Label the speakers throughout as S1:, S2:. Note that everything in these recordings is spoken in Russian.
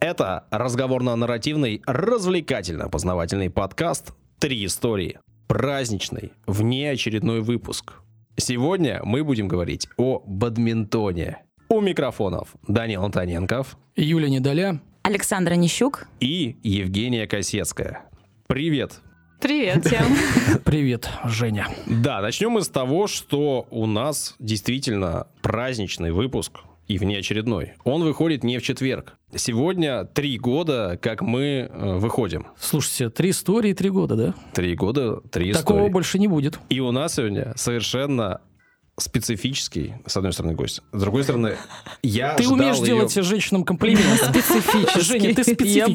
S1: Это разговорно-нарративный, развлекательно-познавательный подкаст «Три истории». Праздничный, внеочередной выпуск. Сегодня мы будем говорить о бадминтоне. У микрофонов Данил Антоненков
S2: Юля Недоля.
S3: Александра Нищук.
S1: и Евгения Косецкая. Привет!
S3: Привет всем.
S2: Привет, Женя.
S1: Да, начнем мы с того, что у нас действительно праздничный выпуск и внеочередной. Он выходит не в четверг. Сегодня три года, как мы э, выходим.
S2: Слушайте, три истории, три года, да?
S1: Три года, три
S2: Такого
S1: истории.
S2: больше не будет.
S1: И у нас сегодня совершенно специфический, с одной стороны, гость. С другой стороны, я
S2: ты
S1: ждал
S2: умеешь
S1: её-
S2: делать женщинам комплименты.
S3: Специфически.
S2: Женя, ты
S3: Я бы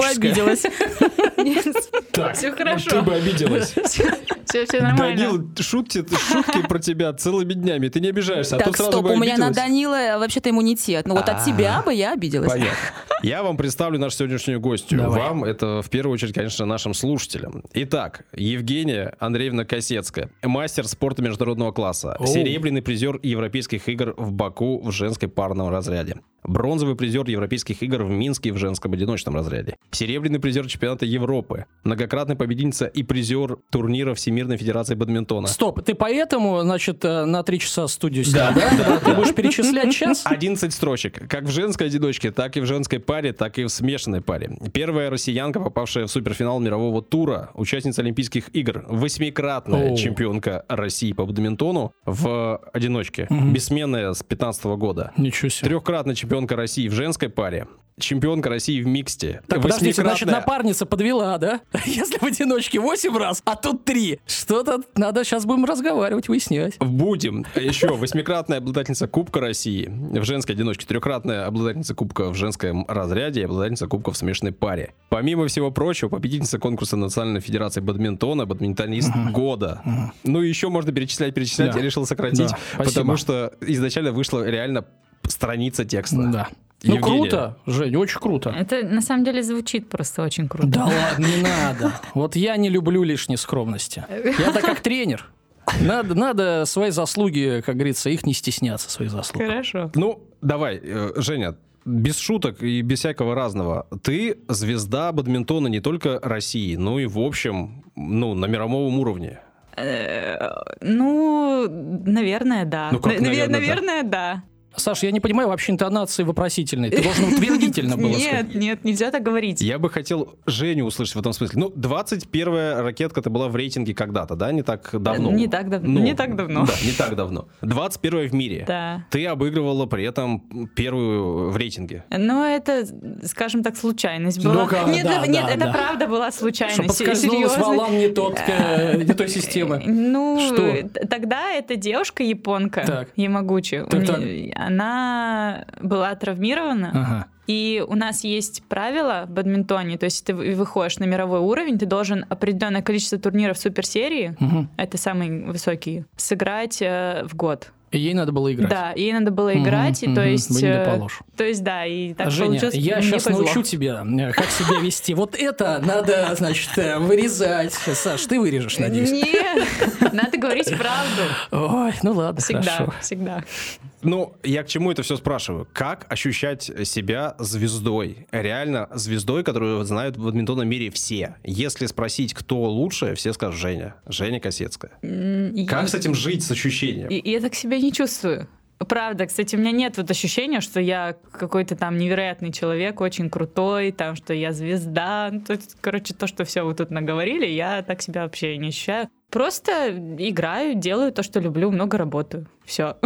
S2: специфическая.
S3: обиделась.
S1: А Так,
S4: Всё
S1: вот
S4: хорошо.
S1: Ты бы обиделась.
S4: Все, все нормально.
S1: Данил, шутки, шутки про тебя целыми днями. Ты не обижаешься, а то
S3: Так,
S1: сразу
S3: стоп,
S1: бы
S3: у меня на
S1: обиделась. А,
S3: Данила вообще-то иммунитет. Ну вот от тебя бы я обиделась.
S1: Понятно. Я вам представлю нашу сегодняшнюю гостью.
S2: Давай.
S1: Вам это в первую очередь, конечно, нашим слушателям. Итак, Евгения Андреевна Косецкая, мастер спорта международного класса,
S2: Оу.
S1: серебряный призер Европейских игр в Баку в женской парном разряде. Бронзовый призер Европейских игр в Минске в женском одиночном разряде. Серебряный призер чемпионата Европы. Многократная победительница и призер турнира Всемирной Федерации Бадминтона.
S2: Стоп, ты поэтому, значит, э, на три часа студию снял, да? Ты будешь перечислять час?
S1: 11 строчек. Как в женской одиночке, так и в женской паре, так и в смешанной паре. Первая россиянка, попавшая в суперфинал мирового тура, участница Олимпийских игр, восьмикратная
S2: Оу.
S1: чемпионка России по бадминтону в одиночке,
S2: Мгм.
S1: бессменная с 15 года.
S2: Ничего себе.
S1: Трехкратная чемпионка России в женской паре, чемпионка России в миксте.
S2: Так, подождите, значит,
S1: восьмикратная-
S2: напарница подвела, да? Если в одиночке 8 раз, а тут 3. Что-то надо, сейчас будем разговаривать, выяснять.
S1: Будем. Еще восьмикратная обладательница Кубка России в женской одиночке, трехкратная обладательница Кубка в женском разряде и обладательница Кубка в смешанной паре. Помимо всего прочего, победительница конкурса Национальной Федерации Бадминтона, бадминтонист года. Ну и еще можно перечислять, перечислять.
S2: Да.
S1: Я решил сократить,
S2: Да, спасибо.
S1: потому что изначально вышла реально страница текста.
S2: Да. Ну,
S1: Евгения.
S2: круто, Жень, очень круто.
S4: Это на самом деле звучит просто очень круто.
S2: Да ладно, не надо. Вот я не люблю лишней скромности. Я-то как тренер. Надо, надо свои заслуги, как говорится, их не стесняться, свои заслуги.
S4: Хорошо.
S1: Ну, давай, э, Женя, без шуток и без всякого разного. Ты звезда бадминтона не только России, но и в общем, ну, на мировом уровне.
S4: Э, Ну, наверное, да.
S1: Ну как,
S4: Навер-
S1: наверное, да.
S4: наверное, да.
S2: Саш, я не понимаю вообще интонации вопросительной. Ты должен утвердительно было сказать.
S4: Нет, нет, нельзя так говорить.
S1: Я бы хотел Женю услышать в этом смысле. Ну, 21-я ракетка-то была в рейтинге когда-то, да? Не так давно.
S4: Не так давно.
S1: Ну,
S4: Не так давно.
S1: Да, не так давно. 21-я в мире.
S4: Да.
S1: Ты обыгрывала при этом первую в рейтинге.
S4: Но это, скажем так, случайность
S2: Ну
S4: была.
S2: как,
S4: нет,
S2: да,
S4: ну, нет,
S2: да,
S4: это
S2: да.
S4: правда была
S2: Что
S4: случайность.
S2: подскользнулась
S4: Серьезно.
S2: валам не, тот, э, не той
S4: Э,
S2: системы.
S4: Ну,
S2: Что?
S4: э, т- тогда эта девушка японка,
S2: Так.
S4: Ямагучи, у
S2: Так,
S4: неё-
S2: так. А.
S4: она была травмирована.
S2: Ага.
S4: И у нас есть правило в бадминтоне, то есть ты вы- выходишь на мировой уровень, ты должен определенное количество турниров суперсерии,
S2: Мгм.
S4: это самые высокие, сыграть э, в год.
S2: И ей надо было играть.
S4: Да, ей надо было
S2: Мгм,
S4: играть, и то
S2: мгм.
S4: есть...
S2: Вы не
S4: э,
S2: доположь.
S4: то есть, да, и так
S2: Женя,
S4: получилось.
S2: я
S4: мне
S2: сейчас
S4: повезло.
S2: научу тебя, э, как себя вести. Вот это надо, значит, э, вырезать. Саш, ты вырежешь, надеюсь.
S4: Нет, надо говорить правду.
S2: Ой, ну ладно,
S4: Всегда,
S2: хорошо.
S4: всегда.
S1: Ну, я к чему это все спрашиваю? Как ощущать себя звездой? Реально звездой, которую знают в бадминтонном мире все. Если спросить, кто лучше, все скажут Женя. Женя Косецкая.
S4: М,
S1: Как
S4: и-
S1: с этим жить, с ощущением?
S4: И, и я так себя не чувствую. Правда, кстати, у меня нет вот ощущения, что я какой-то там невероятный человек, очень крутой, там, что я звезда. Ну, то есть, короче, то, что все вы тут наговорили, я так себя вообще не ощущаю. Просто играю, делаю то, что люблю, много работаю. Все.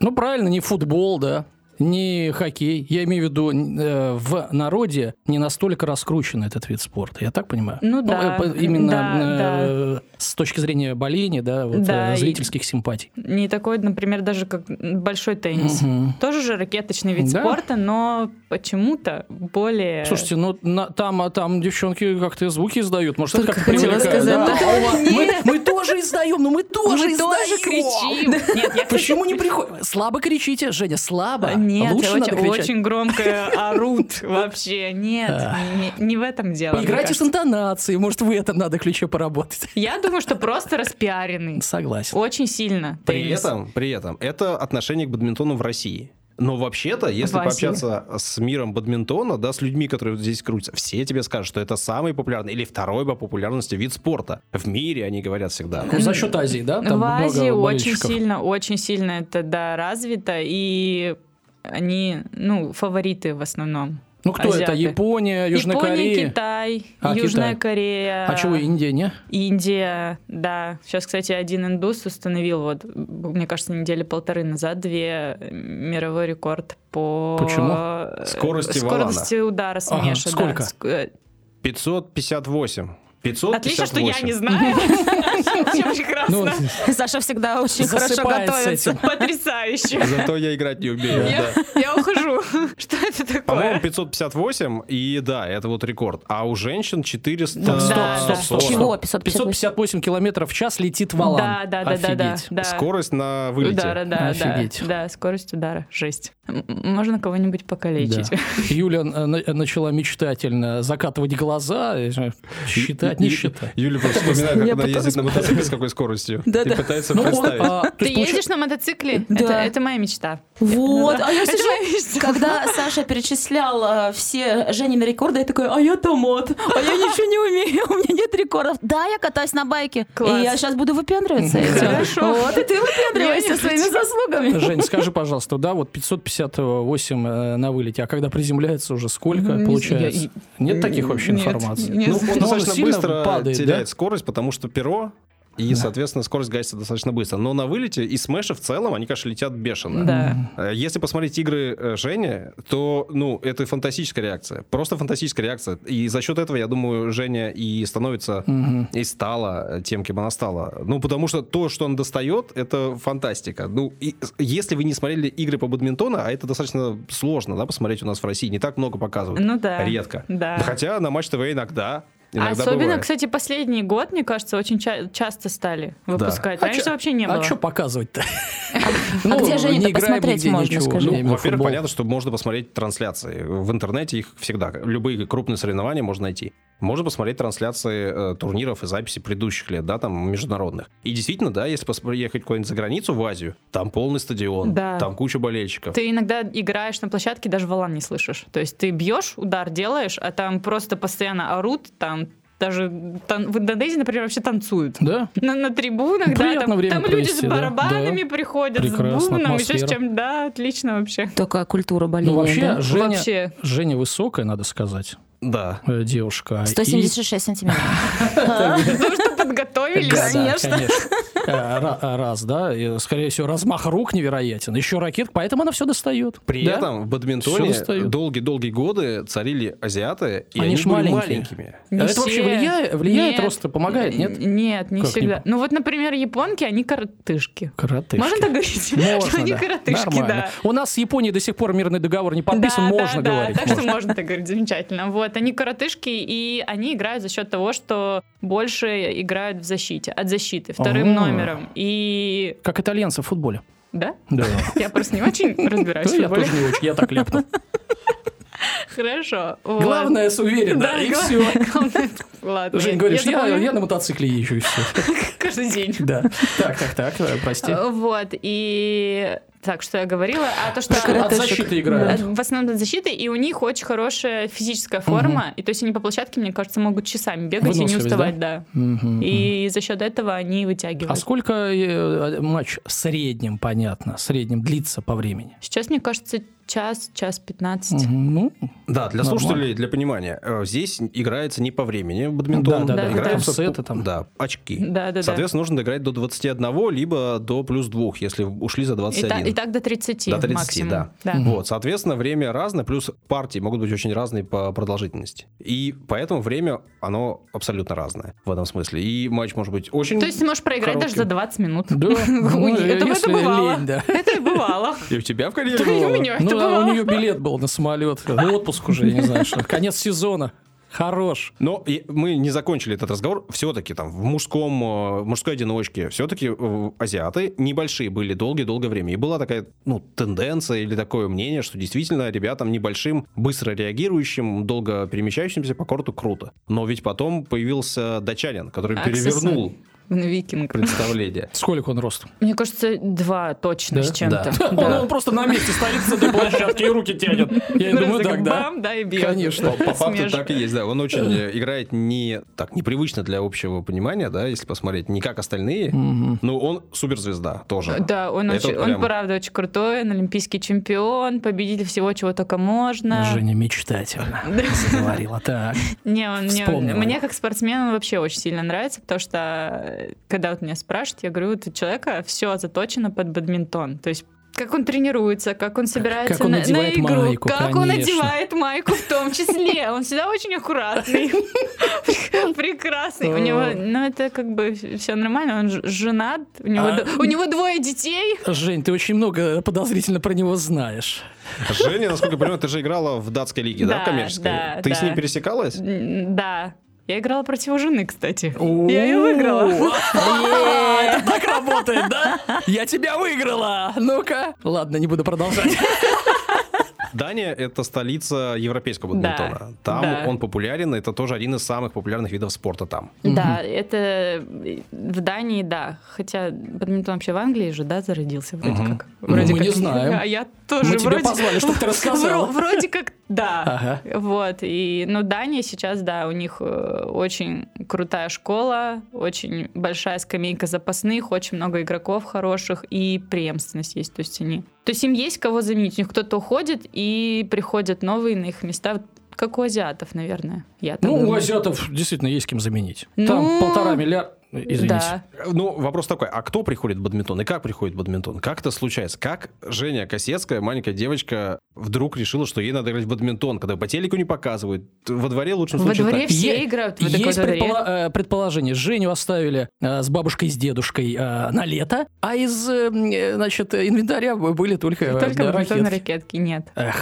S2: Ну, правильно, не футбол, да, не хоккей. Я имею в виду, э, в народе не настолько раскручен этот вид спорта, я так понимаю?
S4: Ну да,
S2: э, по- Именно
S4: да,
S2: э, с точки зрения боления, да, вот,
S4: Да,
S2: э,
S4: и-
S2: зрительских симпатий.
S4: Не такой, например, даже как большой теннис.
S2: Мгм.
S4: Тоже же ракеточный вид
S2: Да.
S4: спорта, но почему-то более...
S2: Слушайте, ну на- там, а там девчонки как-то звуки издают. Может, это
S3: Только
S2: как
S3: хотела сказать,
S2: а у вас- мы, мы тоже издаем, но мы тоже
S4: мы тоже
S2: издаем.
S4: кричим. Нет, я, кстати,
S2: Почему не приходит? Слабо кричите, Женя, слабо.
S4: Нет,
S2: Лучше
S4: очень,
S2: надо кричать.
S4: очень громко орут вообще. Нет, не, не в этом дело. мне
S2: Играйте с
S4: кажется.
S2: интонацией, может, в этом надо ключе поработать.
S4: Я думаю, что просто распиаренный.
S2: Согласен.
S4: Очень сильно.
S1: При
S4: теннис.
S1: этом, при этом, это отношение к бадминтону в России. Но вообще-то, если
S4: Васи.
S1: пообщаться с миром бадминтона, да, с людьми, которые вот здесь крутятся, все тебе скажут, что это самый популярный или второй по популярности вид спорта. В мире они говорят всегда.
S2: Ну, за счет Азии, да? Там
S4: в
S2: много
S4: Азии очень
S2: болельщиков.
S4: сильно, очень сильно это да, развито, и они, ну, фавориты в основном.
S2: Ну, кто это?
S4: азиаты.
S2: Япония, Южная
S4: Япония,
S2: Корея.
S4: Китай,
S2: А,
S4: Южная
S2: Китай.
S4: Корея.
S2: А чего Индия, не?
S4: Индия, да. Сейчас, кстати, один индус установил, вот, мне кажется, недели полторы назад, две э, мировой рекорд по... э,
S2: Почему?
S1: Скорости
S4: скорости удара с
S2: Ага,
S4: Меша, да.
S2: сколько?
S4: Ск- э,
S1: 558. 558.
S4: Отлично, что я не знаю. Вообще
S2: Ну,
S4: прекрасно.
S3: Саша всегда очень хорошо
S2: Засыпает с
S3: готовится.
S2: этим.
S4: Потрясающе.
S1: Зато я играть не умею.
S4: Я
S1: да.
S4: я ухожу. Что это
S1: По-моему,
S4: такое?
S1: 558, и да, это вот рекорд. А у женщин 400...
S4: Да, да, да.
S1: 40.
S3: Чего? 558?
S2: 558 километров в час летит валан.
S4: Да, да, да, да, да,
S2: Офигеть.
S4: да.
S1: Скорость на вылете.
S4: Удара, да, да,
S2: Офигеть.
S4: да, скорость удара, жесть. М- Можно кого-нибудь покалечить.
S2: Юля э, на- начала мечтательно закатывать глаза, и, э, считать, не
S1: Ю-
S2: считать.
S1: Юля просто вспоминает, как она
S3: Я пыталась-
S1: ездит на мотоцикле с какой скоростью.
S3: Да,
S1: И
S3: да.
S1: пытается
S2: Ну, он,
S1: представить.
S2: а, то
S4: Ты
S2: есть получа-
S4: едешь на мотоцикле?
S3: Да.
S4: Это, это моя мечта.
S3: Вот, а я
S4: Это
S3: сижу,
S4: моя мечта.
S3: когда Саша перечислял э, все Женины рекорды, я такой, а я томат, а я ничего не умею, у меня нет рекордов. Да, я катаюсь на байке,
S4: Класс.
S3: и я сейчас буду выпендриваться этим.
S4: Хорошо.
S3: Вот, и ты
S4: Я
S3: выпендривайся
S4: не
S3: своими заслугами.
S2: Жень, скажи, пожалуйста, да, вот 558 э, на вылете, а когда приземляется уже сколько
S4: Не-
S2: получается?
S4: я-
S2: Нет таких вообще
S4: нет,
S2: информации?
S4: нет.
S1: Ну, он
S2: Но он
S1: достаточно
S2: сильно
S1: быстро
S2: падает,
S1: теряет
S2: да?
S1: скорость, потому что перо и, соответственно, скорость гасится достаточно быстро. Но на вылете и смеши в целом, они, конечно, летят бешено.
S4: Да.
S1: Э, Если посмотреть игры э, Жени, то, ну, это фантастическая реакция. Просто фантастическая реакция. И за счет этого, я думаю, Женя и становится, и стала э, тем, кем она стала. Ну, потому что то, что он достает, это фантастика. Ну, и с- если вы не смотрели игры по бадминтону, а это достаточно сложно, да, посмотреть у нас в России, не так много показывают.
S4: Ну да.
S1: Редко.
S4: Да.
S1: Хотя на Матч ТВ иногда, иногда
S4: Особенно,
S1: бывает.
S4: кстати, последний год, мне кажется, очень ча- часто стали выпускать. Раньше
S2: чё-
S4: вообще не было.
S2: А что показывать-то?
S3: А
S2: Ну,
S3: где, Женя,
S2: не
S3: это
S2: играем
S3: посмотреть
S2: нигде,
S3: можно,
S2: ничего.
S3: скажи?
S2: Ну,
S3: Я
S1: Ну,
S2: именно
S1: во-первых,
S2: футбол.
S1: понятно, что можно посмотреть трансляции. В интернете их всегда. Любые крупные соревнования можно найти. Можно посмотреть трансляции э, турниров и записи предыдущих лет, да, там, международных. И действительно, да, если пос- поехать куда-нибудь за границу, в Азию, там полный стадион,
S4: Да.
S1: там куча болельщиков.
S4: Ты иногда играешь на площадке, даже валан не слышишь. То есть ты бьешь, удар делаешь, а там просто постоянно орут, там даже тан- в Индонезии, например, вообще танцуют.
S2: Да?
S4: На, на трибунах, да,
S2: Приятно
S4: там,
S2: время
S4: там люди с
S2: провести, да.
S4: барабанами
S2: Да.
S4: приходят,
S2: Прекрасно,
S4: с бубном, еще
S2: атмосфера.
S4: с чем. Да, отлично вообще.
S3: Такая культура боления,
S2: Ну, вообще,
S3: да?
S2: Женя,
S4: Вообще.
S2: Женя высокая, надо сказать,
S1: Да.
S2: э, девушка. и-
S3: 176 сантиметров.
S4: Ну что,
S2: Да,
S4: подготовились?
S3: Конечно.
S2: конечно. Э, ра- а, Раз, да, и, скорее всего, размах рук невероятен. Еще ракет, поэтому она все достает.
S1: При
S2: Да?
S1: этом в
S2: Всё
S1: бадминтоне
S2: достают.
S1: долгие-долгие годы царили азиаты, и
S2: Они
S1: они,
S2: ж
S1: были
S2: маленькие.
S1: маленькими.
S4: Не
S2: А Это вообще
S4: все.
S2: влияет- влияет,
S4: Нет. Э,
S2: просто помогает, нет?
S4: Н- Нет, не
S2: Как
S4: всегда.
S2: не-
S4: Ну вот, например, японки, они коротышки.
S2: Коротышки.
S4: Можно так говорить?
S2: Можно,
S4: что они
S2: да.
S4: коротышки,
S2: Нормально.
S4: да.
S2: У нас с Японией до сих пор мирный договор не подписан,
S4: да,
S2: можно
S4: да,
S2: говорить.
S4: Да, так
S2: можно.
S4: что можно так говорить, замечательно. Вот, они коротышки, и они играют за счет того, что больше играют в защите, от защиты, вторым
S2: Ага.
S4: номером. И...
S2: Как итальянцы в футболе.
S4: Да?
S2: Да. А
S4: Я просто не очень разбираюсь в
S2: я
S4: футболе.
S2: тоже не очень, я так лепнул.
S4: Хорошо. вот.
S2: Главное, с уверенно,
S4: Да,
S2: и
S4: гла-
S2: все.
S4: главное- Ладно.
S2: Жень, говоришь, я,
S4: запомню
S2: я на мотоцикле езжу, и все.
S4: каждый день.
S2: Да. Так, так, так, э, прости.
S4: Вот, и... Так, что я говорила? А то, что... Э,
S2: От
S3: коротышек.
S2: защиты играют.
S4: В основном от защиты, и у них очень хорошая физическая форма, и то есть они по площадке, мне кажется, могут часами бегать и не
S2: Выносливость,
S4: уставать, да.
S2: Мгм.
S4: И за счет этого они
S2: А
S4: вытягивают.
S2: сколько э, матч в среднем, понятно, в среднем длится по времени?
S4: Сейчас, мне кажется, час, час пятнадцать.
S2: Мгм, Ну,
S1: Да, для
S2: Нормально.
S1: слушателей, для понимания, э, здесь играется не по времени бадминтон,
S2: Да,
S4: да, да,
S1: играются
S2: да. Сеты там.
S1: да, очки.
S4: Да, да, да.
S1: Соответственно, нужно доиграть до 21, либо до плюс 2, если ушли за
S4: И
S1: 21.
S4: так, и так до 30,
S1: до 30,
S4: максимум.
S1: да. Вот, соответственно, время разное, плюс партии могут быть очень разные по продолжительности. И поэтому время, оно абсолютно разное в этом смысле. И матч может быть очень...
S4: То есть ты можешь проиграть даже
S1: Короткий.
S4: за 20 минут.
S2: да.
S4: Ой,
S2: Ну,
S4: это- это
S2: если
S4: бывало.
S2: лень, да.
S4: Это и бывало.
S1: И у тебя в карьере
S4: Да и у
S1: бывало?
S4: меня это
S2: Ну, а у
S4: бывало.
S2: нее билет был на самолет. Ну, Отпуск уже, я не знаю, что. Конец сезона. Хорош.
S1: Но и мы не закончили этот разговор. Все-таки там в мужском, э, в мужской одиночке, все-таки азиаты небольшие были долгие-долгое время. И была такая, ну, тенденция или такое мнение, что действительно ребятам небольшим, быстро реагирующим, долго перемещающимся по корту круто. Но ведь потом появился датчанин, который
S4: Аксессон.
S1: перевернул
S4: на викинг.
S1: представление.
S2: Сколько он рост?
S4: Мне кажется, два точно
S2: Да?
S4: Ну, с чем-то.
S1: Да.
S2: Он, он просто на месте стоит с этой площадки и руки тянет. Я и думаю,
S4: Раз
S2: так,
S4: так
S2: да.
S4: бам, да, и бьет.
S2: Конечно.
S1: По факту
S4: Смеш.
S1: так и есть, да. Он очень э, играет не так непривычно для общего понимания, да, если посмотреть, не как остальные.
S2: Мгм.
S1: Но он суперзвезда тоже.
S4: Да, он,
S1: Это
S4: очень,
S1: прям-
S4: он правда очень крутой, он олимпийский чемпион, победитель всего, чего только можно.
S2: Женя мечтательно
S4: Да.
S2: говорила. Так.
S4: Не, он мне,
S2: Вспомнила.
S4: мне как спортсмен он вообще очень сильно нравится, потому что э, когда вот меня спрашивают, я говорю, вот у человека все заточено под бадминтон. То есть как он тренируется, как он собирается
S2: как он
S4: на, на
S2: одевает
S4: игру,
S2: майку,
S4: как он
S2: конечно.
S4: одевает майку в том числе. Он всегда очень аккуратный, прекрасный. У него, ну это как бы все нормально, он ж- женат, у него
S2: А-
S4: д- у него двое детей.
S2: Жень, ты очень много подозрительно про него знаешь.
S1: Женя, насколько я понимаю, ты же играла в датской лиге, да,
S4: Да,
S1: в коммерческой?
S4: да,
S1: ты с
S4: да.
S1: ним пересекалась?
S4: М, Да. Я играла против его жены, кстати.
S2: О,
S4: Я ее выиграла.
S2: а, Это так работает, да? Я тебя выиграла! Ну-ка. Ладно, не буду продолжать.
S1: Дания — это столица европейского бадминтона. Там
S4: да.
S1: он популярен, и это тоже один из самых популярных видов спорта там.
S4: Да, это в Дании, да. Хотя бадминтон вообще в Англии же, да, зародился вроде
S1: Мгм.
S4: как. Вроде
S2: Ну, мы
S4: как.
S2: не знаем.
S4: А я тоже
S2: Мы тебя
S4: вроде...
S2: позвали, чтоб ты рассказала. А.
S4: Вро- Вроде как, да.
S2: Ага.
S4: Вот, и, ну, Дания сейчас, да, у них э, очень крутая школа, очень большая скамейка запасных, очень много игроков хороших и преемственность есть, то есть они... То есть им есть кого заменить, у них кто-то уходит и приходят новые на их места, Вот как у азиатов, наверное, я так
S2: Ну, у
S4: думаю.
S2: азиатов действительно есть кем заменить.
S4: Ну,
S2: Там полтора миллиарда... Извините.
S4: Да.
S1: Ну, вопрос такой, а кто приходит в бадминтон и как приходит в бадминтон? Как это случается? Как Женя Косецкая, маленькая девочка, вдруг решила, что ей надо играть в бадминтон, когда по телеку не показывают? Во дворе лучшем
S4: Во
S1: случае
S4: дворе
S1: так.
S4: все
S2: Е-
S4: играют в такой
S2: Есть
S4: дворе.
S2: предпола- э, предположение. Женю оставили э, с бабушкой и с дедушкой э, на лето, а из э, м, э, значит, э, инвентаря б- были только, э,
S4: Только
S2: да,
S4: бадминтон на
S2: ракетки.
S4: ракетке нет.
S2: Эх,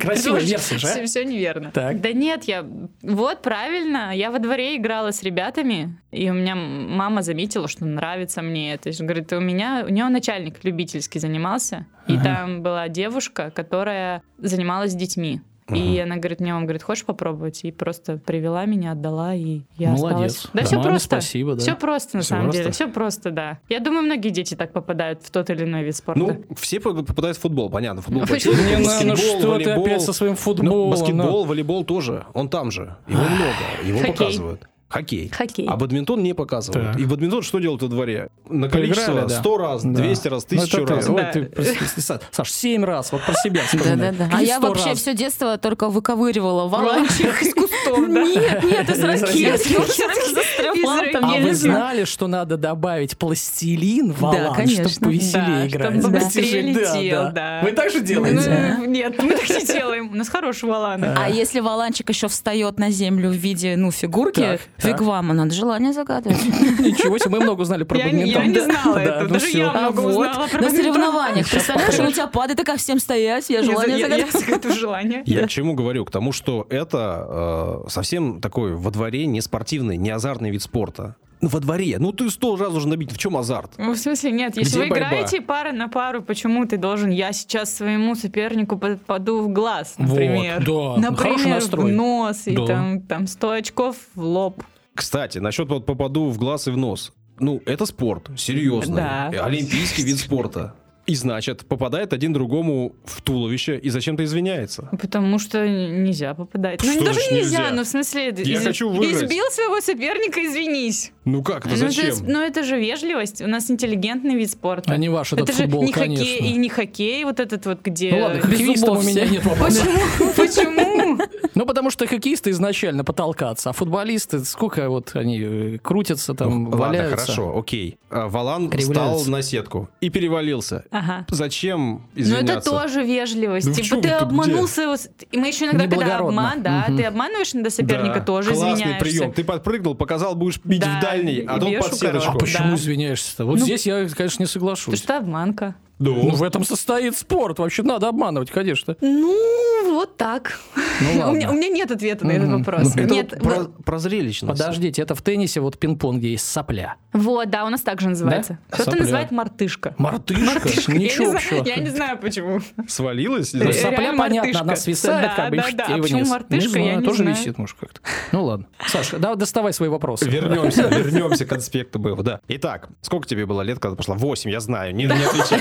S2: красивая версия же.
S4: Все,
S2: а?
S4: неверно.
S2: Так.
S4: Да нет, я... Вот, правильно. Я во дворе играла с ребятами, и у меня м- мама заметила, что нравится мне это. И Говорит, у меня... У нее начальник любительский занимался, и
S2: Ага.
S4: там была девушка, которая занималась детьми. И она говорит, мне мама говорит, хочешь попробовать? И просто привела меня, отдала, и я
S2: Молодец.
S4: осталась. Да,
S2: Да.
S4: все
S2: Маме
S4: просто.
S2: спасибо, да.
S4: Все просто, на
S1: Всё
S4: самом
S1: просто.
S4: деле. Все просто, да. Я думаю, многие дети так попадают в тот или иной вид спорта.
S1: Ну, все по- попадают в футбол, понятно. Футбол,
S4: Ну,
S1: почему?
S2: Не, ну,
S1: Баскетбол,
S2: ну что ты
S1: волейбол.
S2: опять со своим футболом?
S1: Ну,
S2: ну?
S1: баскетбол, волейбол тоже. Он там же. Его много. Его
S4: Хоккей.
S1: показывают. Хоккей.
S4: Хоккей.
S1: А бадминтон не показывают.
S2: Так.
S1: И бадминтон что делают во дворе? На количество
S2: Поиграли, да.
S1: 100 раз,
S2: Да.
S1: 200 раз,
S2: Ну,
S1: 1000
S2: это ты,
S1: раз.
S2: вот
S4: Да.
S2: ты просто- Са- Саш, семь раз, вот про себя вспоминай.
S3: Да-да-да. А
S2: Какие
S3: я
S2: сто
S3: вообще
S2: раз?
S3: все детство только выковыривала валанчик из кустов.
S4: да.
S3: Нет, нет, из
S2: Из
S3: ракет.
S2: ракет.
S3: Я вообще застряла
S4: Из
S3: там,
S4: ракет.
S2: А
S3: я
S2: вы
S3: не знаю.
S2: знали, что надо добавить пластилин в
S3: Да,
S2: валан, чтобы
S3: конечно.
S2: повеселее
S4: Да,
S2: играть?
S4: чтобы
S2: Да.
S4: побыстрее
S2: Да,
S4: летел,
S2: да.
S4: да.
S2: Вы так же делаете?
S4: Ну, Нет, мы так не делаем. У нас хороший валан.
S3: А если валанчик еще встает на землю в виде, ну, фигурки,
S2: Так, так.
S3: фигвама, надо желание загадывать.
S2: Ничего себе, мы много узнали про
S4: Я не- я
S2: бадминтон.
S4: не знала
S2: Да,
S4: этого,
S2: ну
S4: даже
S2: всё.
S4: я
S3: А
S4: много
S3: вот,
S4: узнала про
S3: на
S4: бадминтон.
S3: соревнованиях,
S2: Сейчас
S3: представляешь,
S2: повторю.
S3: у тебя падает, и как всем стоять, я желание
S4: Я- я- я
S3: загадывать.
S4: загадываю желание.
S1: Я к чему говорю? К тому, что это э, совсем такой во дворе не спортивный, не азартный вид спорта. Ну, во дворе. Ну, ты сто раз уже набить. В чем азарт?
S4: Ну, в смысле, нет, если
S1: Где
S4: вы
S1: борьба?
S4: играете пара на пару, почему ты должен? Я сейчас своему сопернику попаду в глаз,
S2: Вот,
S4: например.
S2: да. Хороший
S4: Например, в
S2: настрой.
S4: нос, и
S2: Да.
S4: там, там 100 очков в лоб.
S1: Кстати, насчет вот попаду в глаз и в нос. Ну, это спорт, серьезный.
S4: Да.
S1: Олимпийский вид спорта. И значит, попадает один другому в туловище и зачем-то извиняется.
S4: Потому что н- нельзя попадать. ну,
S1: Что
S4: не даже
S1: значит
S4: нельзя,
S1: нельзя?
S4: ну, в смысле,
S1: Я хочу выиграть.
S4: избил своего соперника, извинись.
S1: Ну как, это
S4: ну, это,
S1: зачем?
S4: ну, это же вежливость. У нас интеллигентный вид спорта.
S2: А не ваш этот
S4: Это же
S2: футбол,
S4: не
S2: конечно.
S4: хоккей и не хоккей, вот этот вот, где...
S2: Ну ладно, к
S3: без
S2: хоккеистам у
S3: зубов
S2: меня
S3: все.
S2: нет вопросов.
S4: Почему?
S2: Ну потому что хоккеисты изначально потолкаться, а футболисты, сколько вот они э, крутятся там,
S1: Ну, Ладно,
S2: валяются.
S1: хорошо, окей. А, Валан
S2: Кривляются.
S1: встал на сетку и перевалился.
S4: Ага.
S1: Зачем
S4: Ну
S1: извиняться?
S4: это тоже вежливость.
S1: Ну, в
S4: типа
S1: чём
S4: ты
S1: тут
S4: обманул
S1: где?
S4: своего... с- И мы еще иногда, когда
S2: Неблагородно.
S4: обман, да,
S2: Мгм.
S4: ты обманываешь иногда соперника,
S1: Да,
S4: тоже
S1: классный
S4: извиняешься.
S1: прием. Ты подпрыгнул, показал, будешь бить
S4: Да,
S1: в дальний, а
S4: и
S1: тут
S4: бьешь
S1: под
S4: у коробки.
S1: сеточку.
S2: А почему
S4: Да.
S2: извиняешься-то? Вот
S4: Ну,
S2: здесь я, конечно, не соглашусь.
S4: Потому что обманка.
S1: Ну,
S2: Ну, в этом состоит спорт. Вообще надо обманывать, конечно.
S3: Ну,
S4: вот так.
S2: Ну
S4: У, меня, у
S2: ладно.
S4: меня нет ответа на этот
S2: Мгм.
S4: вопрос.
S1: Ну, Это
S4: Нет,
S1: вот
S4: вот-
S1: про, про
S2: Ну,
S1: зрелищность.
S2: Подождите, это в теннисе вот пинг-понге есть сопля.
S4: Вот, да, у нас также называется.
S2: Да?
S4: Кто-то
S2: Сопля.
S4: называет мартышка.
S2: Мартышка? Ничего
S4: я, не знаю,
S2: общего.
S4: я не знаю, почему.
S1: Свалилась? не
S2: Ну,
S1: знаю.
S4: Э,
S2: сопля,
S4: реально
S2: понятно,
S4: мартышка.
S2: она свисает,
S4: Да,
S2: как бы,
S4: да,
S2: и
S4: да.
S2: его
S4: А
S2: вниз.
S4: почему мартышка,
S2: не знаю,
S4: я не
S2: тоже
S4: знаю.
S2: висит, может, как-то. Ну ладно. Саша, да, доставай свои вопросы.
S1: Вернемся, вернемся к конспекту БФ, да. Итак, сколько тебе было лет, когда ты пошла? Восемь, я знаю, не, не отвечай.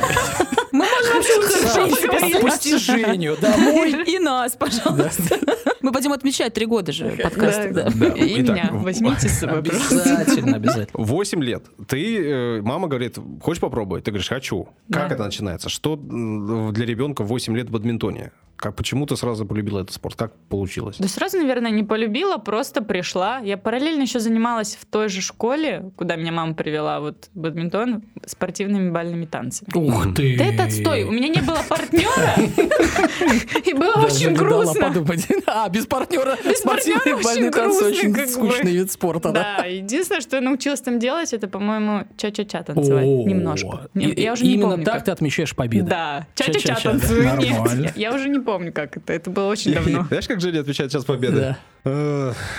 S3: Мы можем вообще
S2: Саша,
S3: уже поговорить.
S2: отпусти Женю домой.
S3: И нас, пожалуйста. Мы будем отмечать три года же подкаста.
S4: Да.
S3: да.
S1: Да,
S4: И
S1: итак,
S4: меня. Возьмите с собой просто.
S2: Обязательно, обязательно.
S1: Восемь лет. Ты, э, мама говорит, хочешь попробовать? Ты говоришь, хочу. Как
S4: Да.
S1: это начинается? Что м, для ребенка в 8 лет в бадминтоне? Как, почему ты сразу полюбила этот спорт? Как получилось?
S4: Да сразу, наверное, не полюбила, просто пришла. Я параллельно еще занималась в той же школе, куда меня мама привела, вот бадминтон, спортивными бальными танцами.
S2: Ух ты.
S4: Да это отстой, у меня не было партнера, и было
S2: Даже
S4: очень
S2: не дала
S4: грустно.
S2: подумать. А, без партнера.
S4: Без
S2: спортивный
S4: партнера очень
S2: бальный танц
S4: грустно,
S2: очень
S4: как бы.
S2: скучный вид спорта, да?
S4: Да, единственное, что я научилась там делать, это, по-моему, ча-ча-ча танцевать
S2: О,
S4: немножко. Не-
S2: и-
S4: Я уже
S2: и
S4: не
S2: Именно
S4: помню.
S2: так
S4: как.
S2: ты отмечаешь победу.
S4: Да,
S2: Ча-ча-ча,
S4: ча-ча-ча
S2: да.
S4: танцую.
S2: Нормально.
S4: Нет, я уже не помню, как это. Это было очень давно.
S1: Знаешь, как Женя отвечает сейчас победа?
S2: Да.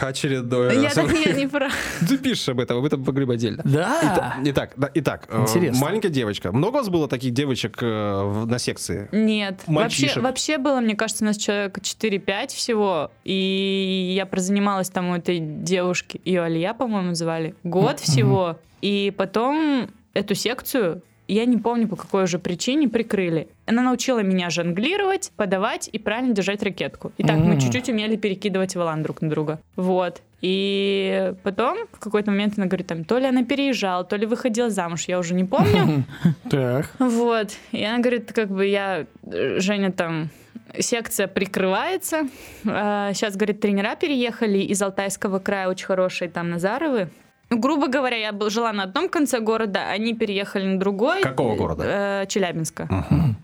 S1: Очередной
S4: Я
S1: раз.
S4: так не, не про...
S1: Ты пишешь об этом, об этом поговорим отдельно.
S2: Да.
S1: Итак, да, итак, э,
S2: Интересно.
S1: маленькая девочка. Много у вас было таких девочек э, в- на секции?
S4: Нет. Вообще,
S1: Мальчишек.
S4: вообще было, мне кажется, у нас человек 4-5 всего. И я прозанималась там у этой девушки, ее Алия, по-моему, звали, год всего. И потом эту секцию, я не помню, по какой уже причине, прикрыли. Она научила меня жонглировать, подавать и правильно держать ракетку. И так мы
S2: М.
S4: чуть-чуть умели перекидывать валан друг на друга. Вот. И потом в какой-то момент она говорит, там, то ли она переезжала, то ли выходила замуж, я уже не помню.
S2: Так.
S4: Вот. И она говорит, как бы я, э, Женя там, секция прикрывается. Сейчас, говорит, тренера переехали из Алтайского края, очень хорошие там Назаровы. Ну, грубо говоря, я был- жила на одном конце города, они переехали на другой.
S1: Какого города?
S4: Э, Челябинска.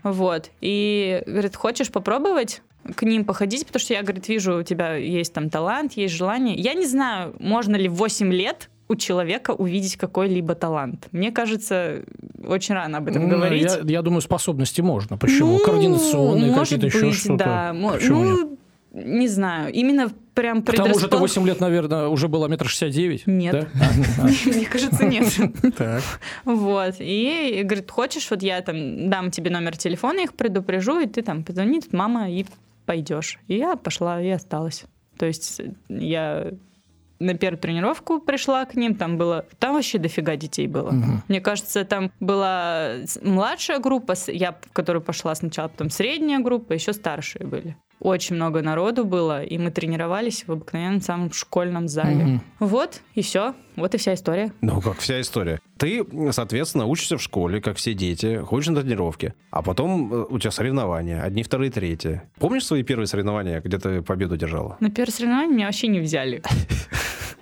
S4: Вот. И говорит, хочешь попробовать к ним походить, потому что я, говорит, вижу, у тебя есть там талант, есть желание. Я не знаю, можно ли в 8 лет у человека увидеть какой-либо талант. Мне кажется, очень рано об этом
S2: Ну,
S4: говорить. Ну,
S2: Я, я думаю, способности можно. Почему? Координационные
S4: может
S2: какие-то еще
S4: быть,
S2: что-то. А
S4: Да. Мо-
S2: Почему нет?
S4: ну, не знаю. Именно прям
S2: К тому же ты
S4: предрасполаг-
S2: 8 лет, наверное, уже было метр шестьдесят девять.
S4: Нет. Мне кажется, нет.
S2: Так.
S4: Вот. И говорит, хочешь, вот я там дам тебе номер телефона, их предупрежу, и ты там позвони, тут мама, и пойдешь. И я пошла и осталась. То есть э, я на первую тренировку пришла к ним, там было... Там вообще дофига детей было.
S2: Мгм.
S4: Мне кажется, там была с- младшая группа, с- я, в которую пошла сначала, потом средняя группа, еще старшие были. Очень много народу было, и мы тренировались в обыкновенном самом школьном зале.
S2: Мгм.
S4: Вот, и все. Вот и вся история.
S1: Ну, как вся история. Ты, соответственно, учишься в школе, как все дети, ходишь на тренировки, а потом э, у тебя соревнования, одни, вторые, третьи. Помнишь свои первые соревнования, где ты победу держала?
S4: На первое соревнование меня вообще не взяли.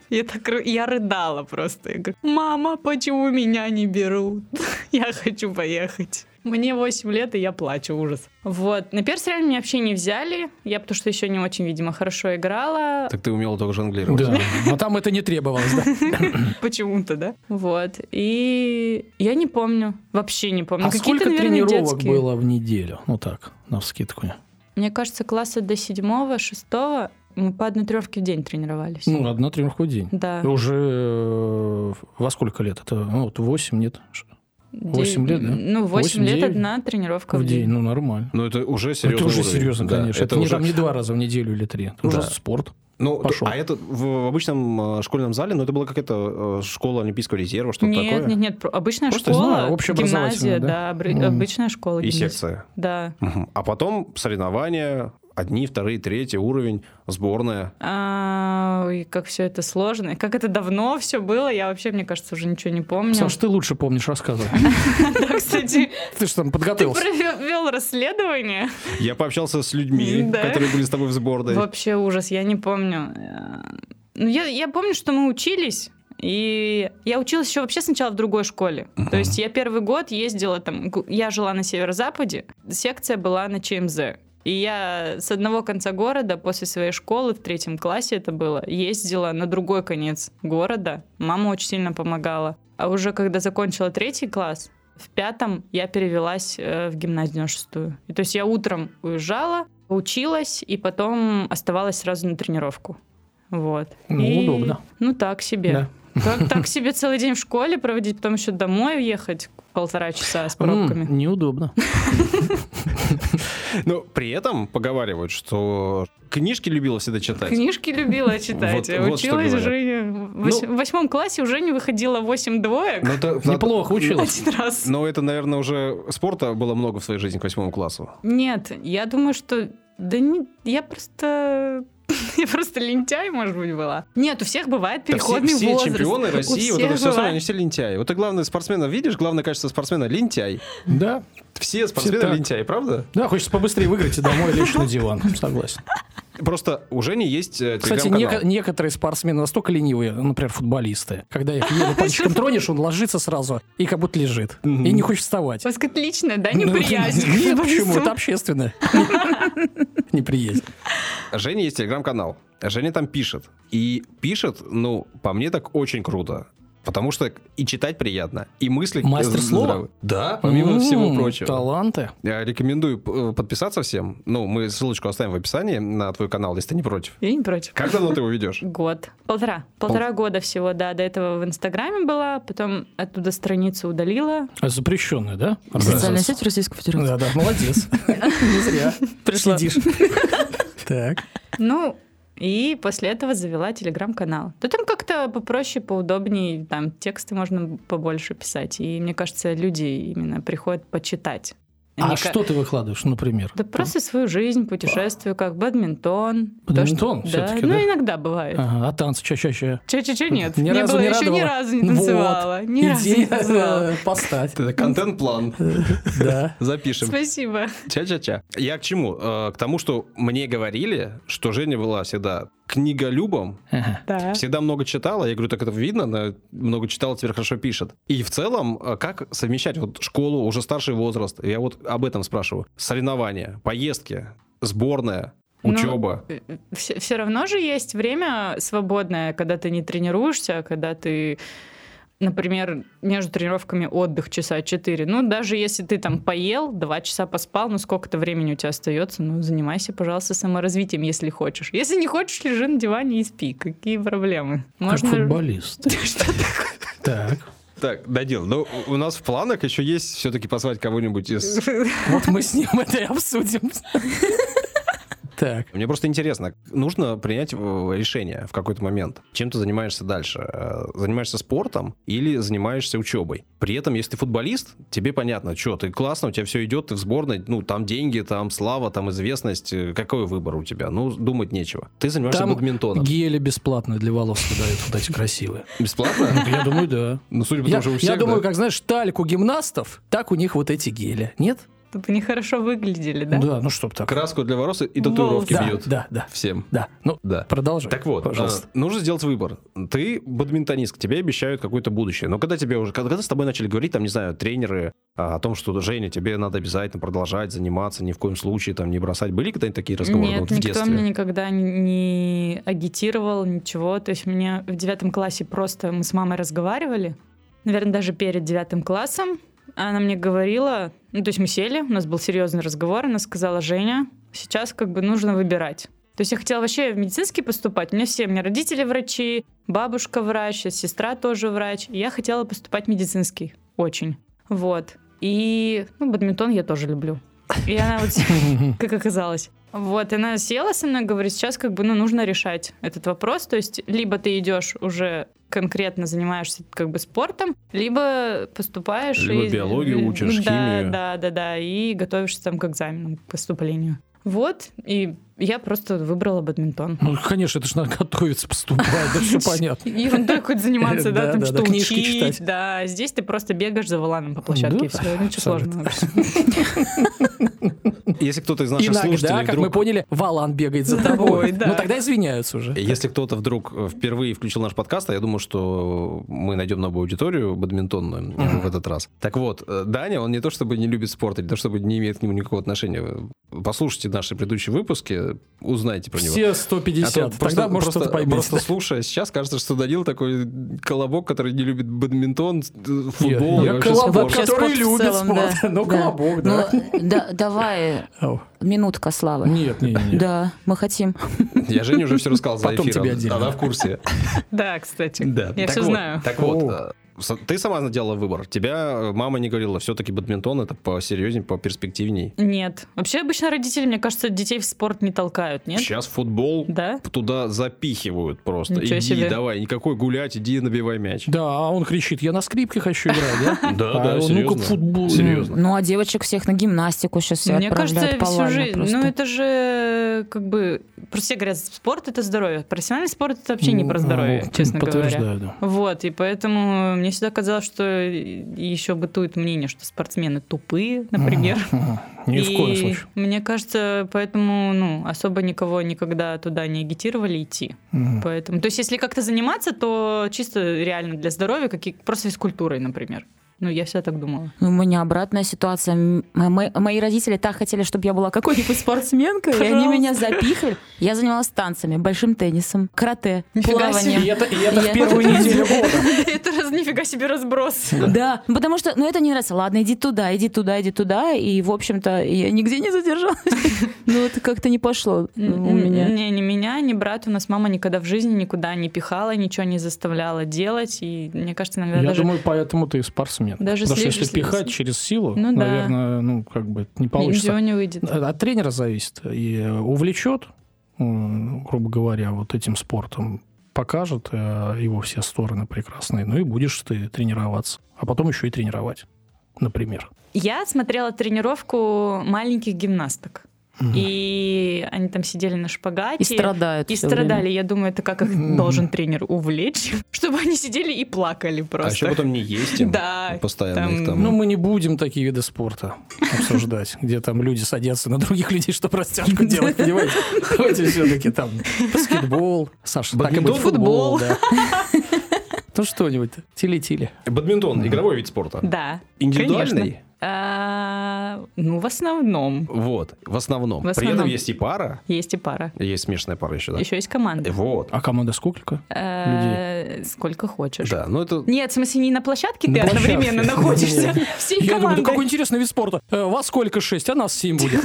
S4: Я так ры- я рыдала просто. Я говорю, мама, почему меня не берут? Я хочу поехать. Мне 8 лет, и я плачу, ужас. Вот, на первое соревнование меня вообще не взяли. Я потому что еще не очень, видимо, хорошо играла.
S1: Так ты умела только жонглировать.
S2: Да. Но там это не требовалось, да?
S4: Почему-то, да? Вот. И я не помню. Вообще не помню.
S2: А
S4: Ну, Какие-то,
S2: сколько
S4: наверное,
S2: тренировок
S4: детские.
S2: было в неделю? Ну так, на вскидку. Ну,
S4: Мне кажется, класса до седьмого, шестого мы по одной тренировке в день тренировались.
S2: Ну, одна тренировка в день.
S4: да.
S2: И Уже э, во сколько лет? Это ну, вот 8, нет? Ш- восемь
S4: Де-
S2: лет, да?
S4: Ну, 8
S2: Восемь,
S4: лет
S2: девять
S4: одна тренировка
S2: В день, ну нормально.
S1: Ну, это уже серьезно.
S2: Это уже серьезно, конечно. Это, не, там не два раза в неделю или три. Это уже
S1: Да.
S2: спорт.
S1: Ну, то-
S2: Пошел.
S1: а это в, в обычном э, школьном зале, ну, это была какая-то э, школа Олимпийского резерва, что-то
S4: нет,
S1: такое?
S4: нет, нет, про- обычная
S2: Просто
S4: школа,
S2: знаю, общеобразовательная,
S4: гимназия,
S2: да?
S4: да, обры-
S2: Мгм.
S4: обычная школа.
S1: И
S4: гимназия.
S1: секция.
S4: Да.
S1: Мгм. А потом соревнования, одни, вторые, третий уровень, сборная.
S4: А, ой, как все это сложно, и как это давно все было, я вообще, мне кажется, уже ничего не помню.
S2: Саш, ты лучше помнишь, рассказывай.
S4: Да, кстати,
S2: Ты же там
S4: ты
S2: подготовился.
S4: провел расследование.
S1: Я пообщался с людьми,
S4: Да.
S1: которые были с тобой в сборной.
S4: Вообще ужас, я не помню. Э, Ну, я, я помню, что мы учились. И я училась еще вообще сначала в другой школе. То есть я первый год ездила там, гу- я жила на северо-западе, секция была на ЧМЗ. И я с одного конца города после своей школы, в третьем классе это было, ездила на другой конец города. Мама очень сильно помогала. А уже когда закончила третий класс, в пятом я перевелась э, в гимназию на шестую. И то есть я утром уезжала, Училась и потом оставалась сразу на тренировку. Вот.
S2: Ну,
S4: И-
S2: удобно.
S4: Ну, так себе.
S2: Да.
S4: Как так себе целый день в школе проводить, потом еще домой уехать полтора часа с пробками.
S2: М, неудобно.
S1: Но при этом поговаривают, что книжки любила всегда читать.
S4: Книжки любила читать.
S1: Вот- вот что
S4: Училась
S1: говорят.
S4: уже... не- В вось-
S2: Ну.
S4: в восьмом классе уже не выходила восемь двоек
S1: Ну, то-
S2: Неплохо училась.
S4: один раз.
S1: Но это, наверное, уже спорта было много в своей жизни к восьмому классу.
S4: Нет, я думаю, что... Да не... я просто... Я просто лентяй, может быть, была. Нет, у всех бывает
S1: Да все-
S4: переходный
S1: все,
S4: возраст.
S1: чемпионы
S4: У
S1: России, вот это
S4: всех
S1: все
S4: бывает.
S1: остальное, они все лентяи. Вот ты главное спортсмена видишь, главное качество спортсмена лентяй.
S2: Да.
S1: Все спортсмены
S2: так.
S1: лентяи, правда?
S2: Да, хочется побыстрее выиграть и домой лечь на диван. Согласен.
S1: Просто у Жени есть э,
S2: Кстати,
S1: телеграм-канал.
S2: неко- некоторые спортсмены настолько ленивые, например, футболисты. Когда их еле пальчиком тронешь, он ложится сразу и как будто лежит. И
S1: Мгм.
S2: не хочет вставать.
S4: У вас какая-то личная, да,
S2: Ну,
S4: А неприязнь? к
S2: Нет, почему?
S4: футболистам?
S2: Это общественное. Неприязнь.
S1: Женя есть телеграм-канал. Женя там пишет. И пишет, ну, по мне так очень круто. Потому что и читать приятно, и мысли...
S2: Мастер
S1: з-
S2: слова?
S1: здравые. Да, помимо
S2: М,
S1: всего прочего.
S2: Таланты.
S1: Я рекомендую п- э, подписаться всем. Ну, мы ссылочку оставим в описании на твой канал, если ты не против.
S4: Я не против.
S1: Как давно ты его ведешь?
S4: Год. Полтора. Полтора года всего, да. До этого в Инстаграме была, потом оттуда страницу удалила.
S2: Запрещенные, да?
S3: Социальная
S2: организация?
S3: сеть Российской Федерации.
S2: Да, да, молодец. Не зря.
S3: Пришла.
S2: Сидишь. Так.
S4: Ну, и после этого завела телеграм-канал. Да там как-то попроще, поудобнее, там тексты можно побольше писать. И мне кажется, люди именно приходят почитать. Они
S2: А
S4: ка-
S2: что ты выкладываешь, например?
S4: Да просто свою жизнь, путешествие, как бадминтон. То,
S2: Бадминтон
S4: что-
S2: всё-таки,
S4: Ну,
S2: да?
S4: иногда бывает.
S2: Ага, а танцы чаще-чаще?
S4: Че-че-че, нет.
S2: Ни
S4: не
S2: разу
S4: было,
S2: не
S4: еще ни
S2: радовала?
S4: разу не
S2: Вот.
S4: танцевала. Ни разу не танцевала.
S2: постать.
S1: Это контент-план.
S2: э, Да.
S1: Запишем.
S4: Спасибо.
S1: Ча-ча-ча. Я к чему? Э, К тому, что мне говорили, что Женя была всегда книголюбом,
S2: Ага.
S4: Да.
S1: всегда много читала. Я говорю, так это видно, она много читала, теперь хорошо пишет. И в целом, э, как совмещать вот школу, уже старший возраст, я вот об этом спрашиваю. Соревнования, поездки, сборная,
S4: Ну,
S1: учеба.
S4: все, равно же есть время свободное, когда ты не тренируешься, а когда ты, например, между тренировками отдых часа 4. Ну, даже если ты там поел, два часа поспал, ну, сколько-то времени у тебя остается, ну, занимайся, пожалуйста, саморазвитием, если хочешь. Если не хочешь, лежи на диване и спи. Какие проблемы?
S2: Как
S4: Можно...
S2: футболист. Так.
S1: Так, Данил, ну у нас в планах еще есть все-таки позвать кого-нибудь из...
S2: Вот мы с ним это и обсудим. Так.
S1: Мне просто интересно, нужно принять э, решение в какой-то момент. Чем ты занимаешься дальше? Э, Занимаешься спортом или занимаешься учебой? При этом, если ты футболист, тебе понятно, что ты классно, у тебя все идет, ты в сборной, ну, там деньги, там слава, там известность. Э, Какой выбор у тебя? Ну, думать нечего. Ты занимаешься
S2: Там
S1: бадминтоном.
S2: Гели бесплатно для волос выдают вот эти красивые.
S1: Бесплатно?
S2: Я думаю, да.
S1: Ну, судя по тому,
S2: Я,
S1: что у
S2: я
S1: всех,
S2: думаю,
S1: да?
S2: как знаешь, талик у гимнастов, так у них вот эти гели. Нет?
S4: Тут они хорошо выглядели, да?
S2: Да, ну чтоб так.
S1: Краску для волос и татуировки
S2: Ну, да,
S1: бьют.
S2: да, да,
S1: Всем.
S2: да. Ну,
S1: Да.
S2: продолжай.
S1: Так вот,
S2: пожалуйста.
S1: э, нужно сделать выбор. Ты бадминтонист, тебе обещают какое-то будущее. Но когда тебе уже, когда с тобой начали говорить, там, не знаю, тренеры а, о том, что Женя, тебе надо обязательно продолжать заниматься, ни в коем случае там не бросать. Были когда-нибудь такие разговоры
S4: Нет,
S1: Ну, вот в
S4: никто
S1: детстве?
S4: меня никогда н- не агитировал, ничего. То есть мне в девятом классе просто мы с мамой разговаривали. Наверное, даже перед девятым классом. Она мне говорила, ну, то есть мы сели, у нас был серьезный разговор, она сказала, Женя, сейчас как бы нужно выбирать. То есть я хотела вообще в медицинский поступать. У меня все, у меня родители врачи, бабушка врач, сестра тоже врач. И я хотела поступать в медицинский, очень. Вот. И, ну, бадминтон я тоже люблю. И она вот как оказалось. Вот, и она села со мной, говорит, сейчас как бы, ну, нужно решать этот вопрос. То есть, либо ты идешь уже конкретно занимаешься как бы спортом, либо поступаешь э,
S1: Либо биологию учишь,
S4: да,
S1: химию.
S4: Да, да, да, и готовишься там к экзаменам, к поступлению. Вот, и я просто выбрала бадминтон.
S1: э,
S2: Ну, конечно, это же надо готовиться, поступать, да все понятно.
S4: Ерундой хоть заниматься, да,
S2: Да,
S4: там
S2: да,
S4: что
S2: да, книжки
S4: учить,
S2: читать.
S4: да. Здесь ты просто бегаешь за валаном по площадке, и
S2: Да,
S4: все, ничего
S2: абсолютно.
S4: сложного.
S1: Если кто-то из наших
S2: Иногда,
S1: слушателей
S2: как
S1: вдруг...
S2: мы поняли, Валан бегает за
S4: За
S2: тобой.
S4: тобой, да.
S2: Ну, тогда извиняются уже.
S1: Если кто-то вдруг э, впервые включил наш подкаст, а я думаю, что мы найдем новую аудиторию бадминтонную э, в этот раз. Так вот, э, Даня, он не то чтобы не любит спорт, или не то чтобы не имеет к нему никакого отношения. Послушайте наши предыдущие выпуски, узнайте про него.
S2: Все
S1: А то
S2: 150.
S1: просто,
S2: Тогда, может,
S1: просто-
S2: что-то поймете.
S1: просто слушая сейчас, кажется, что Данил такой колобок, который не любит бадминтон, футбол. и
S2: Я
S1: вообще
S2: колобок,
S1: спорт.
S3: Вообще
S2: который
S3: спорт в
S2: любит
S3: целом,
S2: спорт.
S3: да.
S2: Ну, колобок, да.
S3: Ну, да, давай
S2: Ау.
S3: Минутка славы.
S2: Нет, нет, нет.
S3: Да, мы хотим.
S1: Я Жене уже все рассказал за
S2: Потом тебе
S1: эфиром.
S2: отдельно.
S1: Она в курсе.
S4: Да, кстати.
S1: Да.
S4: Я
S1: Так
S4: все
S1: вот,
S4: знаю.
S1: Так
S2: О.
S1: вот, э, с- ты сама делала выбор. Тебя э, мама не говорила, все-таки бадминтон это посерьезнее, поперспективней.
S4: Нет. Вообще обычно родители, мне кажется, детей в спорт не толкают, нет?
S1: Сейчас футбол
S4: Да?
S1: туда запихивают просто.
S4: Ничего
S1: иди,
S4: себе.
S1: давай, никакой гулять, иди набивай мяч.
S2: Да, а он кричит, я на скрипке хочу играть, да?
S1: Да,
S2: А он, ну-ка, футбол.
S1: Серьезно.
S3: Ну, а девочек всех на гимнастику сейчас все
S4: Мне кажется,
S3: отправляют
S4: всю
S3: повально
S4: жизнь.
S3: просто.
S4: Ну, это же как бы. Просто все говорят, спорт это здоровье. Профессиональный спорт это вообще не про
S2: Ну,
S4: здоровье,
S2: вот,
S4: честно говоря.
S2: Подтверждаю, да.
S4: Вот, и поэтому мне всегда казалось, что еще бытует мнение, что спортсмены тупые, например.
S2: Мгм. Ни в
S4: И
S2: коем случае.
S4: Мне кажется, поэтому ну, особо никого никогда туда не агитировали идти.
S2: Мгм.
S4: Поэтому, то есть, если как-то заниматься, то чисто реально для здоровья, какие, просто физкультурой, например. Ну, я всегда так думала.
S3: Ну, у меня обратная ситуация. М- мо- Мои родители так хотели, чтобы я была какой-нибудь спортсменкой, и они
S4: Пожалуйста.
S3: меня запихали. Я занималась танцами, большим теннисом, карате,
S4: Нифига
S3: плаванием.
S2: И это, и это в
S3: Я-
S2: первую неделю года.
S4: Это раз нифига себе разброс.
S3: Да, потому что, ну, это не нравится. Ладно, иди туда, иди туда, иди туда. И, в общем-то, я нигде не задержалась. Ну, это как-то не пошло у
S2: Ну,
S3: меня.
S4: Не, не меня, не брат. У нас мама никогда в жизни никуда не пихала, ничего не заставляла делать. И мне кажется, иногда
S2: Я
S4: даже
S2: думаю, поэтому ты и спортсмен.
S4: Даже
S2: Потому что
S4: слежу,
S2: если
S4: слежу.
S2: пихать через силу,
S4: Ну да.
S2: наверное, ну, как бы не
S4: ничего
S2: получится.
S4: не выйдет.
S2: От тренера зависит. И э, увлечет, м, грубо говоря, вот этим спортом, покажет э, его все стороны прекрасные, ну и будешь ты тренироваться. А потом еще и тренировать, например.
S4: Я смотрела тренировку маленьких гимнасток.
S2: Мгм.
S4: И они там сидели на шпагате.
S3: И страдают.
S4: И
S3: всё время.
S4: страдали, я думаю, это как их
S2: Мгм.
S4: должен тренер увлечь, чтобы они сидели и плакали
S1: А еще
S4: просто.
S1: потом не есть им.
S4: Да,
S1: Постоянно
S4: там,
S1: их там.
S2: Ну, мы не будем такие виды спорта обсуждать, где там люди садятся на других людей, чтобы растяжку делать, понимаете? Давайте все-таки там баскетбол, Саша, так и
S1: Бадминтон,
S2: быть, футбол, да. Ну, что-нибудь, тили-тили.
S1: Бадминтон, игровой вид спорта.
S4: Да.
S1: Индивидуальный?
S4: А, Ну, в основном.
S1: Вот, в основном.
S4: В
S1: При
S4: основном.
S1: этом есть и пара.
S4: Есть и пара.
S1: Есть смешанная пара еще, да. Э,
S4: Еще есть команда.
S1: Вот.
S2: А команда сколько?
S4: Э, Сколько хочешь.
S1: Да, ну это...
S4: Нет, в смысле, не на площадке
S2: На
S4: ты
S2: площадке.
S4: одновременно находишься. Всей
S2: Я думаю, да какой
S4: командой.
S2: интересный вид спорта. Э, Вас сколько? Шесть, а нас семь будет.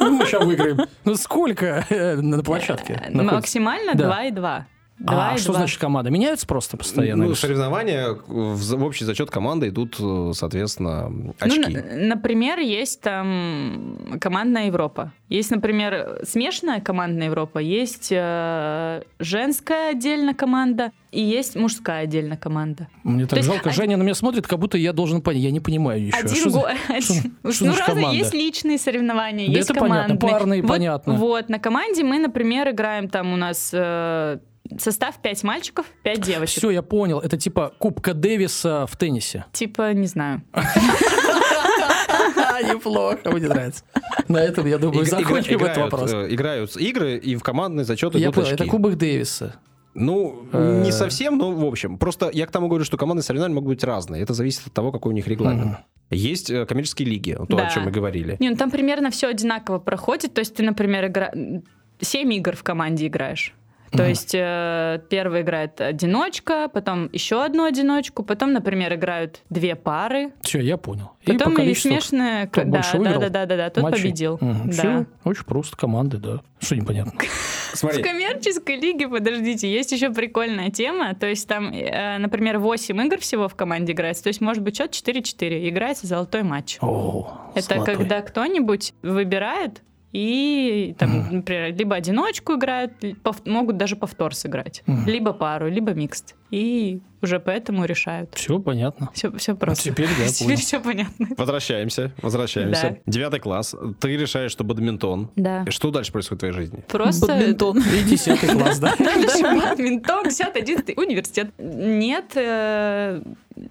S2: Мы сейчас выиграем. Ну, сколько э, на площадке? находится?
S4: Максимально
S2: Да.
S4: 2 и 2.
S2: А что значит команда? Меняются просто постоянно?
S1: Ну,
S2: или что?
S1: соревнования в, за- в общий зачет команды идут, э, соответственно,
S4: Ну,
S2: э,
S1: очки.
S4: на- например, есть там командная Европа. Есть, например, смешанная командная Европа, есть э, женская отдельно команда и есть мужская отдельно команда.
S2: Мне так
S4: есть
S2: жалко.
S4: один-
S2: Женя на меня смотрит, как будто я должен понять. Я не понимаю еще.
S4: Один
S2: Что за-
S4: го- один-
S2: что- что
S4: Ну,
S2: значит
S4: разные
S2: команда?
S4: есть личные соревнования,
S2: Да
S4: есть
S2: это понятно,
S4: командные.
S2: парные,
S4: вот,
S2: понятно.
S4: Вот, на команде мы, например, играем там у нас э, состав 5 мальчиков, 5 девочек.
S2: Все, я понял. Это типа Кубка Дэвиса в теннисе.
S4: Типа, не знаю.
S2: Неплохо, мне нравится. На этом, я думаю,
S1: Игра-
S2: закончим
S1: игра-
S2: этот
S1: играют,
S2: вопрос.
S1: э, Играют игры, и в командный зачет
S2: Я
S1: идут
S2: понял,
S1: очки.
S2: это Кубок Дэвиса.
S1: Ну,
S2: Э.
S1: не совсем, но в общем. Просто я к тому говорю, что команды соревнований могут быть разные. Это зависит от того, какой у них регламент.
S2: Мгм.
S1: Есть э, коммерческие лиги, то,
S4: Да.
S1: о чем мы говорили.
S4: Не, ну там примерно все одинаково проходит. То есть ты, например, игра... 7 игр в команде играешь. То
S2: Мгм.
S4: есть э, первый играет одиночка, потом еще одну одиночку, потом, например, играют две пары,
S2: Все, я понял.
S4: потом и,
S2: количеству
S4: смешанная,
S2: кто
S4: к- да,
S2: больше
S4: да,
S2: выиграл,
S4: да, да, да, да, тот
S2: матчей.
S4: победил.
S2: Мгм.
S4: Да.
S2: Всё, очень просто, команды, да. Что непонятно.
S1: Смотри,
S4: В коммерческой лиге, подождите, есть еще прикольная тема. То есть там, э, например, 8 игр всего в команде играется. То есть может быть счет 4-4. Играется золотой матч.
S2: О,
S4: Это
S2: золотой.
S4: когда кто-нибудь выбирает и там,
S2: Мгм.
S4: например, либо одиночку играют, ли- пов- могут даже повтор сыграть,
S2: Мгм.
S4: либо пару, либо микст. И уже поэтому решают.
S2: Все понятно.
S4: Все, все просто.
S2: Ну, теперь я
S4: Теперь
S2: понял.
S4: все понятно.
S1: возвращаемся, возвращаемся. Девятый класс. Ты решаешь, что бадминтон.
S4: Да.
S1: Что дальше происходит в твоей жизни?
S4: Просто
S3: Бадминтон.
S2: И десятый класс, да.
S4: Дальше бадминтон, 10-11 университет. Нет, э,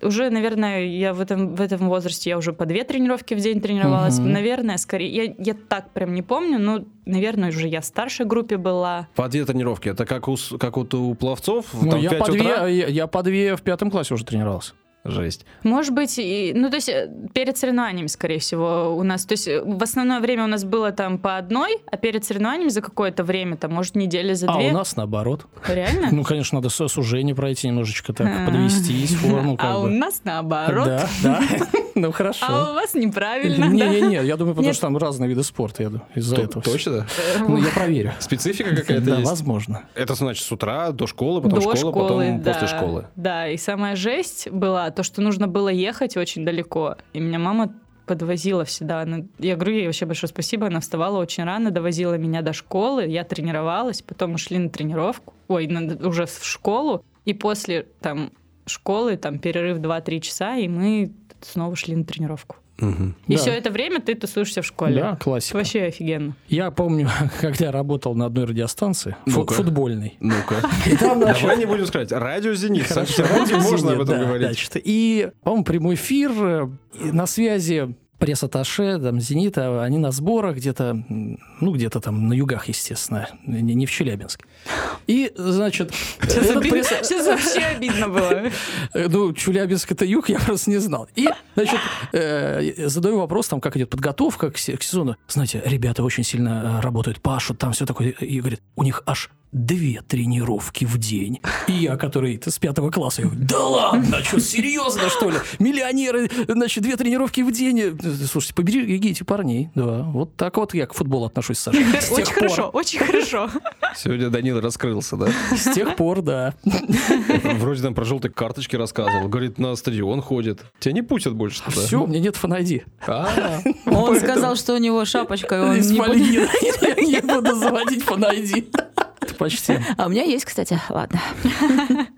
S4: уже, наверное, я в этом, в этом возрасте, я уже по две тренировки в день тренировалась.
S2: Мгм.
S4: Наверное, скорее, я, я так прям не помню, но, наверное, уже я в старшей группе была.
S1: По две тренировки. Это как у, с- как вот у пловцов,
S2: Ну,
S1: там
S2: я
S1: в 5
S2: по две-
S1: утра.
S2: я- я по две в пятом классе уже тренировался.
S1: Жесть.
S4: Может быть, и- ну, то есть э, перед соревнованиями, скорее всего, у нас, то есть э, в основное время у нас было там по одной, а перед соревнованиями за какое-то время, там, может, недели за
S2: А
S4: две.
S2: у нас наоборот.
S4: Реально?
S2: Ну, конечно, надо со- сужение пройти немножечко так,
S4: А.
S2: подвестись, форму Ну, как
S4: а
S2: бы.
S4: у нас наоборот.
S2: Да, да. Ну, хорошо.
S4: А у вас неправильно, да?
S2: Не-не-не, я думаю, потому
S3: Нет.
S2: что там разные виды спорта, я думаю, из-за
S1: То-
S2: этого. всё.
S1: Точно?
S2: Ну, я проверю.
S1: Специфика какая-то
S2: Да,
S1: есть?
S2: возможно.
S1: Это значит с утра до школы, потом
S4: до
S1: школа,
S4: школы,
S1: потом
S4: да.
S1: после школы.
S4: Да, и самая жесть была то, что нужно было ехать очень далеко. И меня мама подвозила всегда. Она- я говорю ей вообще большое спасибо. Она вставала очень рано, довозила меня до школы. Я тренировалась, потом мы шли на тренировку. Ой, на- уже в школу. И после там школы, там перерыв 2-3 часа, и мы снова шли на тренировку.
S1: Мгм.
S4: И
S2: Да.
S4: все это время ты тусуешься в школе.
S2: Да, классика.
S4: Вообще офигенно.
S2: Я помню, когда я работал на одной радиостанции, фу-
S1: Ну-ка.
S2: футбольной.
S1: Ну-ка.
S2: И там, значит,
S1: Давай не будем сказать. Радио Зенит. в
S2: Хорошо.
S1: Санкт-Петербурге
S2: Радио
S1: можно об
S2: «Зенит»,
S1: этом
S2: да,
S1: говорить.
S2: значит. И, по-моему, прямой эфир, э, и на связи пресс-атташе, там, «Зенита», они на сборах где-то, м, ну, где-то там на югах, естественно, не, не в Челябинске. И, значит,
S4: Сейчас,
S2: этот
S4: обидно-
S2: пресс-
S4: сейчас вообще обидно было.
S2: э, ну, Челябинск это юг, я просто не знал. И, значит, э, задаю вопрос, там, как идет подготовка к, се- к сезону. Знаете, ребята очень сильно э, работают, пашут, там все такое. И говорит, у них аж две тренировки в день. И я, который с пятого класса, я говорю, да ладно, что, серьезно, что ли? Миллионеры, значит, две тренировки в день. Э, Слушайте, поберегите парней. Да, вот так вот я к футболу отношусь, Саша. С тех
S4: Очень
S2: пор.
S4: хорошо, очень хорошо.
S1: Сегодня Данил раскрылся, да?
S2: С тех пор, да.
S1: Вроде там про желтые карточки рассказывал. Говорит, на стадион ходит. Тебя не пустят больше туда.
S2: Все, у меня нет фанади.
S1: А,
S3: Он сказал, что у него шапочка, и он
S2: Из
S3: не будет-
S2: фольги. Я не буду заводить фонайди. Почти.
S3: А у меня есть, кстати. Ладно.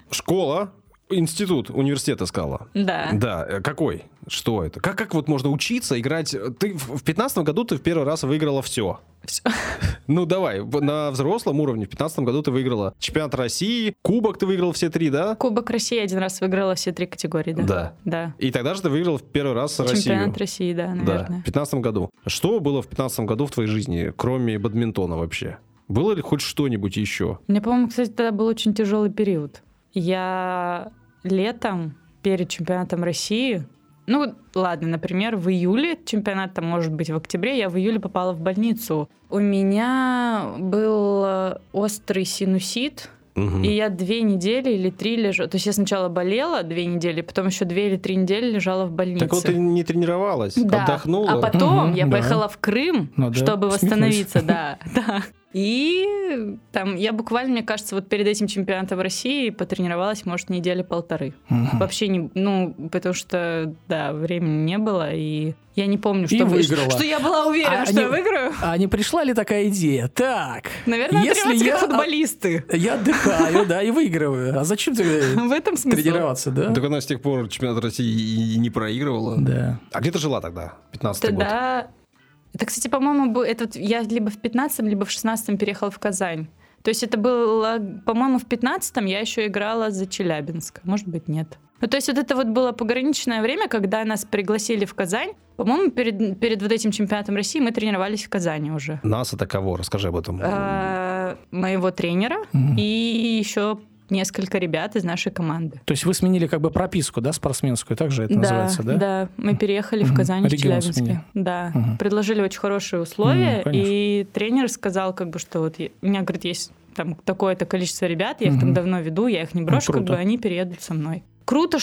S1: Школа, институт, университет искала.
S4: Да.
S1: Да, э, какой? Что это? Как, как вот можно учиться, играть? Ты в в пятнадцатом году ты в первый раз выиграла все.
S4: Всё.
S1: Ну давай, в- на взрослом уровне в пятнадцатом году ты выиграла чемпионат России, кубок ты выиграл все три, да?
S4: Кубок России один раз выиграла все три категории, да?
S1: Да.
S4: Да.
S1: И тогда же ты выиграл в первый раз Россию.
S4: Чемпионат России, да,
S1: Да, в
S4: наверное.
S1: пятнадцатом году. Что было в пятнадцатом году в твоей жизни, кроме бадминтона вообще? Было ли хоть что-нибудь еще?
S4: Мне, по-моему, кстати, тогда был очень тяжелый период. Я летом перед чемпионатом России, ну ладно, например, в июле чемпионат там может быть в октябре, я в июле попала в больницу. У меня был э, острый синусит,
S1: Мгм.
S4: И я две недели или три лежала. То есть я сначала болела две недели, потом еще две или три недели лежала в больнице.
S1: Так вот ты не тренировалась,
S4: Да.
S1: отдохнула.
S4: А потом
S2: Мгм,
S4: я
S2: да. Ну
S4: поехала в Крым,
S2: Надо
S4: чтобы
S2: всмехнуть.
S4: восстановиться, да, да. И там я буквально, мне кажется, вот перед этим чемпионатом России потренировалась, может, недели полторы.
S2: Мгм.
S4: Вообще не, ну, потому что, да, времени не было, и я не помню,
S2: И
S4: что, вы-
S2: выиграла.
S4: что я была уверена,
S2: А
S4: что
S2: они-
S4: я выиграю.
S2: А не пришла ли такая идея? Так,
S4: Наверное,
S2: Если
S4: тренироваться
S2: я- а
S4: как футболисты.
S2: я отдыхаю, да, и выигрываю. А зачем тогда
S4: В этом смысле.
S2: тренироваться, да?
S1: Так она с тех пор чемпионат России и не проигрывала.
S2: Да.
S1: А где ты жила тогда? 15 год.
S4: Тогда... Это, кстати, по-моему, бу- это вот я либо в 15-м, либо в 16-м переехала в Казань. То есть это было, по-моему, в 15-м я еще играла за Челябинск. Может быть, нет. Ну, то есть вот это вот было пограничное время, когда нас пригласили в Казань. По-моему, перед, перед вот этим чемпионатом России мы тренировались в Казани уже.
S1: Нас это кого? Расскажи об этом.
S4: Э, Моего тренера
S2: Мгм.
S4: и еще несколько ребят из нашей команды.
S2: То есть вы сменили как бы прописку, да, спортсменскую, так же это называется, да?
S4: мы переехали в
S2: Мгм.
S4: Казань, в
S2: Регион
S4: Челябинске.
S2: сменили.
S4: Да,
S2: Мгм.
S4: предложили очень хорошие условия,
S2: М, конечно.
S4: и тренер сказал, как бы, что вот я- у меня, говорит, есть там такое-то количество ребят, я их там
S2: Мгм. Ну,
S4: давно веду, я их не брошу, как
S2: круто.
S4: бы они переедут со мной. Круто,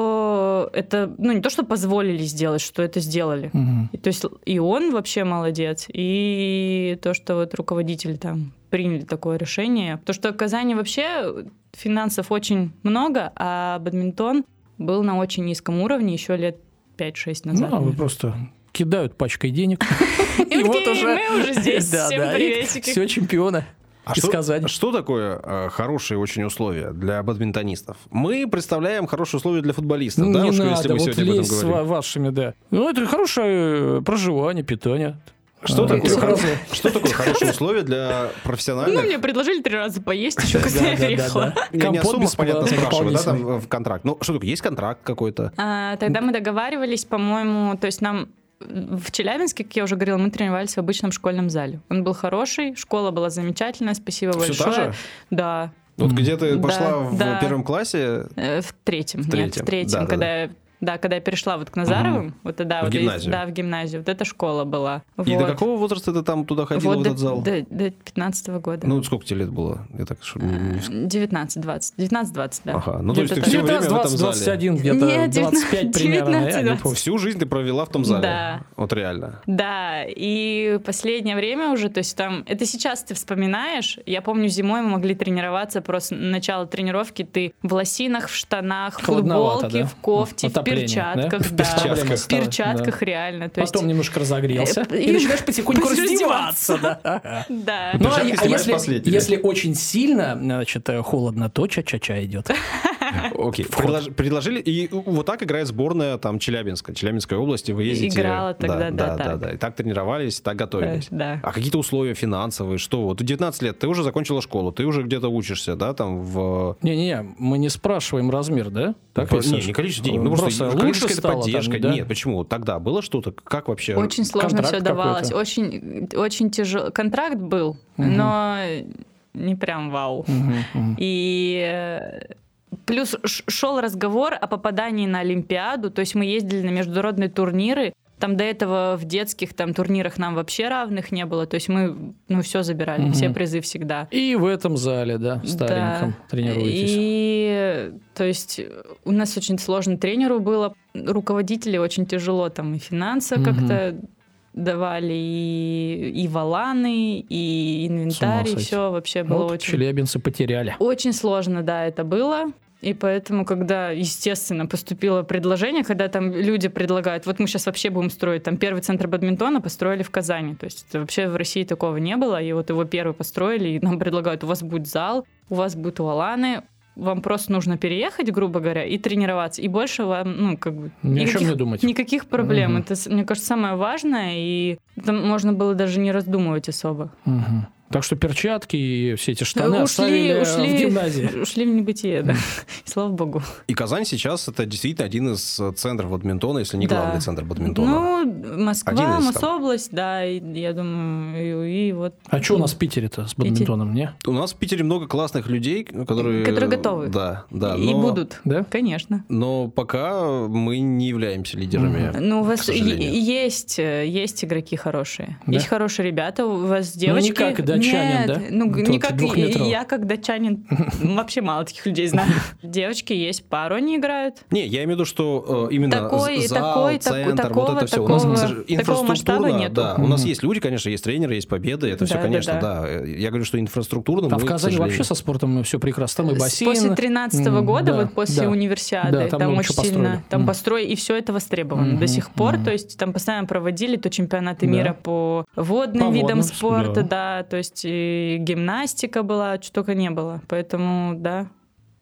S4: что это, ну, не то, что позволили сделать, что это сделали.
S2: Мгм. Ну, а
S4: И То есть и он вообще молодец, и то, что вот руководители там приняли такое решение. То, что в Казани вообще э, финансов очень много, а бадминтон был на очень низком уровне еще лет 5-6
S2: Ну,
S4: назад.
S2: а вы
S4: наверное.
S2: просто кидают пачкой денег.
S4: И мы такие, мы уже здесь, всем приветики.
S2: все чемпионы.
S1: А
S2: из
S1: что,
S2: Казани.
S1: что такое э, хорошие очень условия для бадминтонистов? Мы представляем хорошие условия для футболистов, да, уж если мы
S2: Ну, вот
S1: сегодня об этом
S2: лезть с
S1: говорим.
S2: ва- вашими, да. Ну, это хорошее э, проживание, питание.
S1: Что
S2: А,
S1: такое,
S2: это
S1: хоро-
S2: сразу.
S1: что такое хорошие условия для
S4: Ну,
S1: профессиональных?
S4: мне предложили три раза поесть еще, когда я переехала.
S1: Я не о суммах,
S2: Компот
S1: понятно,
S2: бесплатный,
S1: спрашиваю, да,
S2: дополнительный.
S1: там э, в контракт. Ну, что такое, есть контракт какой-то?
S4: А, Тогда мы договаривались, по-моему, то есть нам э, в Челябинске, как я уже говорила, мы тренировались в обычном школьном зале. Он был хороший, школа была замечательная, спасибо
S1: Всё
S4: большое.
S1: та же?
S4: Да,
S1: Вот где ты
S4: Да,
S1: пошла в
S4: да.
S1: первом классе,
S4: Э, В третьем,
S1: В
S4: нет,
S1: третьем.
S4: в третьем,
S1: Да-да-да.
S4: когда я Да, когда я перешла вот к Назаровым, вот тогда
S1: В
S4: вот из-
S1: гимназию.
S4: да, в гимназию, вот эта школа была.
S1: И
S4: Вот.
S1: до какого возраста ты там туда ходила,
S4: Вот
S1: в
S4: до-
S1: этот зал?
S4: До, 15 года.
S1: Ну, сколько тебе лет было? Я так, чтоб не вс-
S4: 19-20. 19-20, да.
S1: Ага, ну то есть ты
S4: Где-то так.
S1: все время
S2: 19,
S1: в этом
S2: 20,
S1: зале.
S2: 21, где-то
S4: Нет,
S2: 25 примерно. я не
S4: 19.
S2: помню.
S1: Всю жизнь ты провела в том зале?
S4: Да.
S1: Вот реально.
S4: Да, и последнее время уже, то есть там, это сейчас ты вспоминаешь, я помню, зимой мы могли тренироваться, просто начало тренировки ты в лосинах, в штанах, в
S2: Холодновато,
S4: футболке,
S2: да?
S4: в кофте,
S2: Отопление, да?
S4: в перчатках, да,
S1: перчатках.
S4: в перчатках, реально, то есть...
S2: Потом немножко разогрелся.
S4: Э,
S2: И
S4: и-
S2: начинаешь потихоньку
S4: раздеваться.
S2: раздеваться. да.
S4: Да.
S2: Ну, а а
S1: Перчатки снимаешь
S2: если,
S1: последними.
S2: если очень сильно, значит, э, холодно, то ча-ча-ча идет.
S1: Окей, предлож- предложили, и вот так играет сборная там Челябинска, Челябинской области, вы ездите...
S4: Играла тогда, да,
S1: да, да,
S4: так.
S1: да, и так тренировались, так готовились.
S4: Да.
S1: А какие-то условия финансовые, что? Вот 19 лет, ты уже закончила школу, ты уже где-то учишься, да, там в...
S2: Не-не-не, мы не спрашиваем размер, да?
S1: По-
S2: ведь,
S1: Ну, не,
S2: Саш?
S1: не количество денег,
S2: Э,
S1: ну просто,
S2: просто
S1: конечно,
S2: лучше
S1: какая-то
S2: стало там,
S1: поддержка.
S2: да?
S1: Нет, почему? Тогда было что-то? Как вообще?
S4: Очень сложно
S2: Э, контракт
S4: все давалось,
S2: какой-то.
S4: очень, очень тяжело. Контракт был,
S2: Мгм.
S4: но не прям вау.
S2: Мгм, мгм.
S4: И э, плюс ш- шел разговор о попадании на Олимпиаду, то есть мы ездили на международные турниры. Там до этого в детских там турнирах нам вообще равных не было, то есть мы ну все забирали,
S2: Мгм.
S4: все призы всегда.
S2: И в этом зале, да, стареньком
S4: Да.
S2: тренируетесь.
S4: И то есть у нас очень сложно тренеру было, руководители очень тяжело там и финансы
S2: Мгм.
S4: как-то давали, и, и валаны, и инвентарь, и
S2: сойти. Ну,
S4: все вообще было
S2: Вот
S4: очень
S2: челябинцы потеряли.
S4: очень сложно, да, это было. И поэтому, когда, естественно, поступило предложение, когда там люди предлагают, вот мы сейчас вообще будем строить, там первый центр бадминтона построили в Казани, то есть это вообще в России такого не было, и вот его первый построили, и нам предлагают, у вас будет зал, у вас будут валаны, вам просто нужно переехать, грубо говоря, и тренироваться, и больше вам, ну, как бы...
S2: Ни о
S4: никаких-
S2: чем не думать.
S4: Никаких проблем.
S2: Мгм.
S4: Это, с- мне кажется, самое важное, и там можно было даже не раздумывать особо.
S2: Мгм. Так что перчатки и все эти штаны
S4: Ушли,
S2: оставили э,
S4: ушли.
S2: в гимназии.
S4: Ушли в небытие, да. Слава богу.
S1: И Казань сейчас это действительно один из э, центров бадминтона, если не
S4: Да.
S1: главный центр бадминтона.
S4: Ну,
S1: Один из
S4: Москва,
S1: там.
S4: Мособласть, да, и, я думаю, и, и вот.
S2: А что у нас в Питере-то с бадминтоном, не?
S1: У нас в Питере много классных людей, ну, которые...
S4: Которые готовы.
S1: Да, да.
S4: и
S1: но-
S4: будут,
S2: Да?
S4: конечно.
S1: Но пока мы не являемся лидерами.
S4: Ну, у
S1: К
S4: вас е-
S1: сожалению.
S4: есть, э, есть игроки хорошие.
S2: Да? Ну,
S4: Есть хорошие ребята, у вас девочки.
S2: не как датчанин,
S4: Нет,
S2: да?
S4: Ну, г- не
S2: Тот
S4: как
S2: двухметровый.
S4: я, как датчанин. Вообще мало таких людей знаю. Девочки есть, пару они играют.
S1: Не, я имею в виду, что э, именно
S4: Такой,
S1: з- зал,
S4: такой, тако-
S1: центр,
S4: такого,
S1: вот это все. у нас,
S4: такого-
S1: к сожалению,
S4: такого масштаба
S1: инфраструктурно,
S4: нету.
S1: да. У нас
S2: Мгм.
S1: есть люди, конечно, есть тренеры, есть победы, это все,
S4: Да, да,
S1: конечно, да,
S4: да.
S1: Э, Я говорю, что инфраструктурно
S2: А
S1: Ну, мы,
S2: в
S1: к
S2: Казани вообще
S1: сожалению,
S2: со спортом все прекрасно. Там и
S4: С-
S2: бассейн.
S4: После 13
S2: М,
S4: года,
S2: да,
S4: вот после
S2: да.
S4: универсиады,
S2: Да, там
S4: там,
S2: много
S4: очень
S2: чего
S4: сильно
S2: построили.
S4: там
S2: Мгм.
S4: построили, и все это востребовано
S2: Мгм,
S4: до сих пор.
S2: мгм.
S4: То есть там постоянно проводили то чемпионаты
S2: Да.
S4: мира по водным
S2: По
S4: видам
S2: водным,
S4: спорта, да. то есть и гимнастика была, что только не было. Поэтому, да,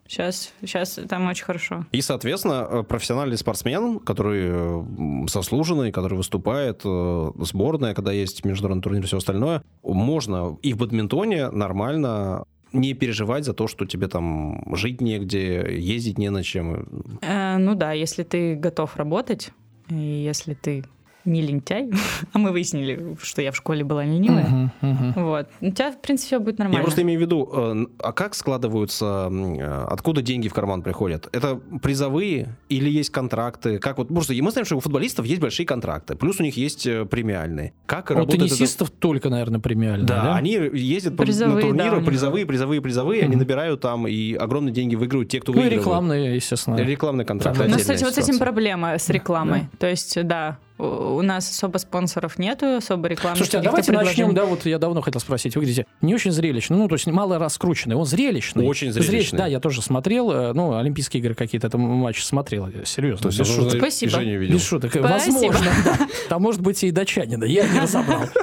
S4: сейчас, сейчас там очень хорошо.
S1: И, соответственно, э, профессиональный спортсмен, который э, м, сослуженный, который выступает, э, сборная, когда есть международный турнир и все остальное, можно и в бадминтоне нормально не переживать за то, что тебе там жить негде, ездить не на чем.
S4: Э, ну да, если ты готов работать, и если ты не лентяй, а мы выяснили, что я в школе была ленивая,
S2: Мгм, мгм.
S4: вот, у тебя, в принципе, все будет нормально.
S1: Я просто имею в виду, э, н- а как складываются, м, э, откуда деньги в карман приходят? Это призовые или есть контракты? Как вот, может, и мы знаем, что у футболистов есть большие контракты, плюс у них есть э, премиальные. Как
S2: А У
S1: работает это-
S2: теннисистов только, наверное, премиально.
S1: Да,
S2: Да,
S1: они ездят по- на
S4: Призовые, да, у
S1: турниры,
S4: них.
S1: призовые, призовые, призовые, они
S2: Мгм.
S1: набирают там и огромные деньги выигрывают те, кто
S2: Ну и
S1: выигрывает.
S2: рекламные, естественно.
S1: Рекламный контракт.
S2: Ну,
S4: Ну,
S1: отдельная
S4: кстати, вот с этим
S1: ситуация.
S4: проблема с рекламой. То есть, да, у у нас особо спонсоров нету, особо рекламы.
S2: Слушайте, а давайте начнем, да, вот я давно хотел спросить, вы говорите, не очень зрелищный, ну, то есть мало раскрученный, он зрелищный.
S1: Очень зрелищный.
S2: да, я тоже смотрел, э, ну, Олимпийские игры какие-то, это матч смотрел, я серьезно,
S1: То есть
S2: без
S1: я должен
S2: шуток.
S1: и
S4: Спасибо.
S1: Женю видел.
S2: Без шуток.
S4: Спасибо.
S2: Возможно, да. Там может быть и дачанина, я не разобрал.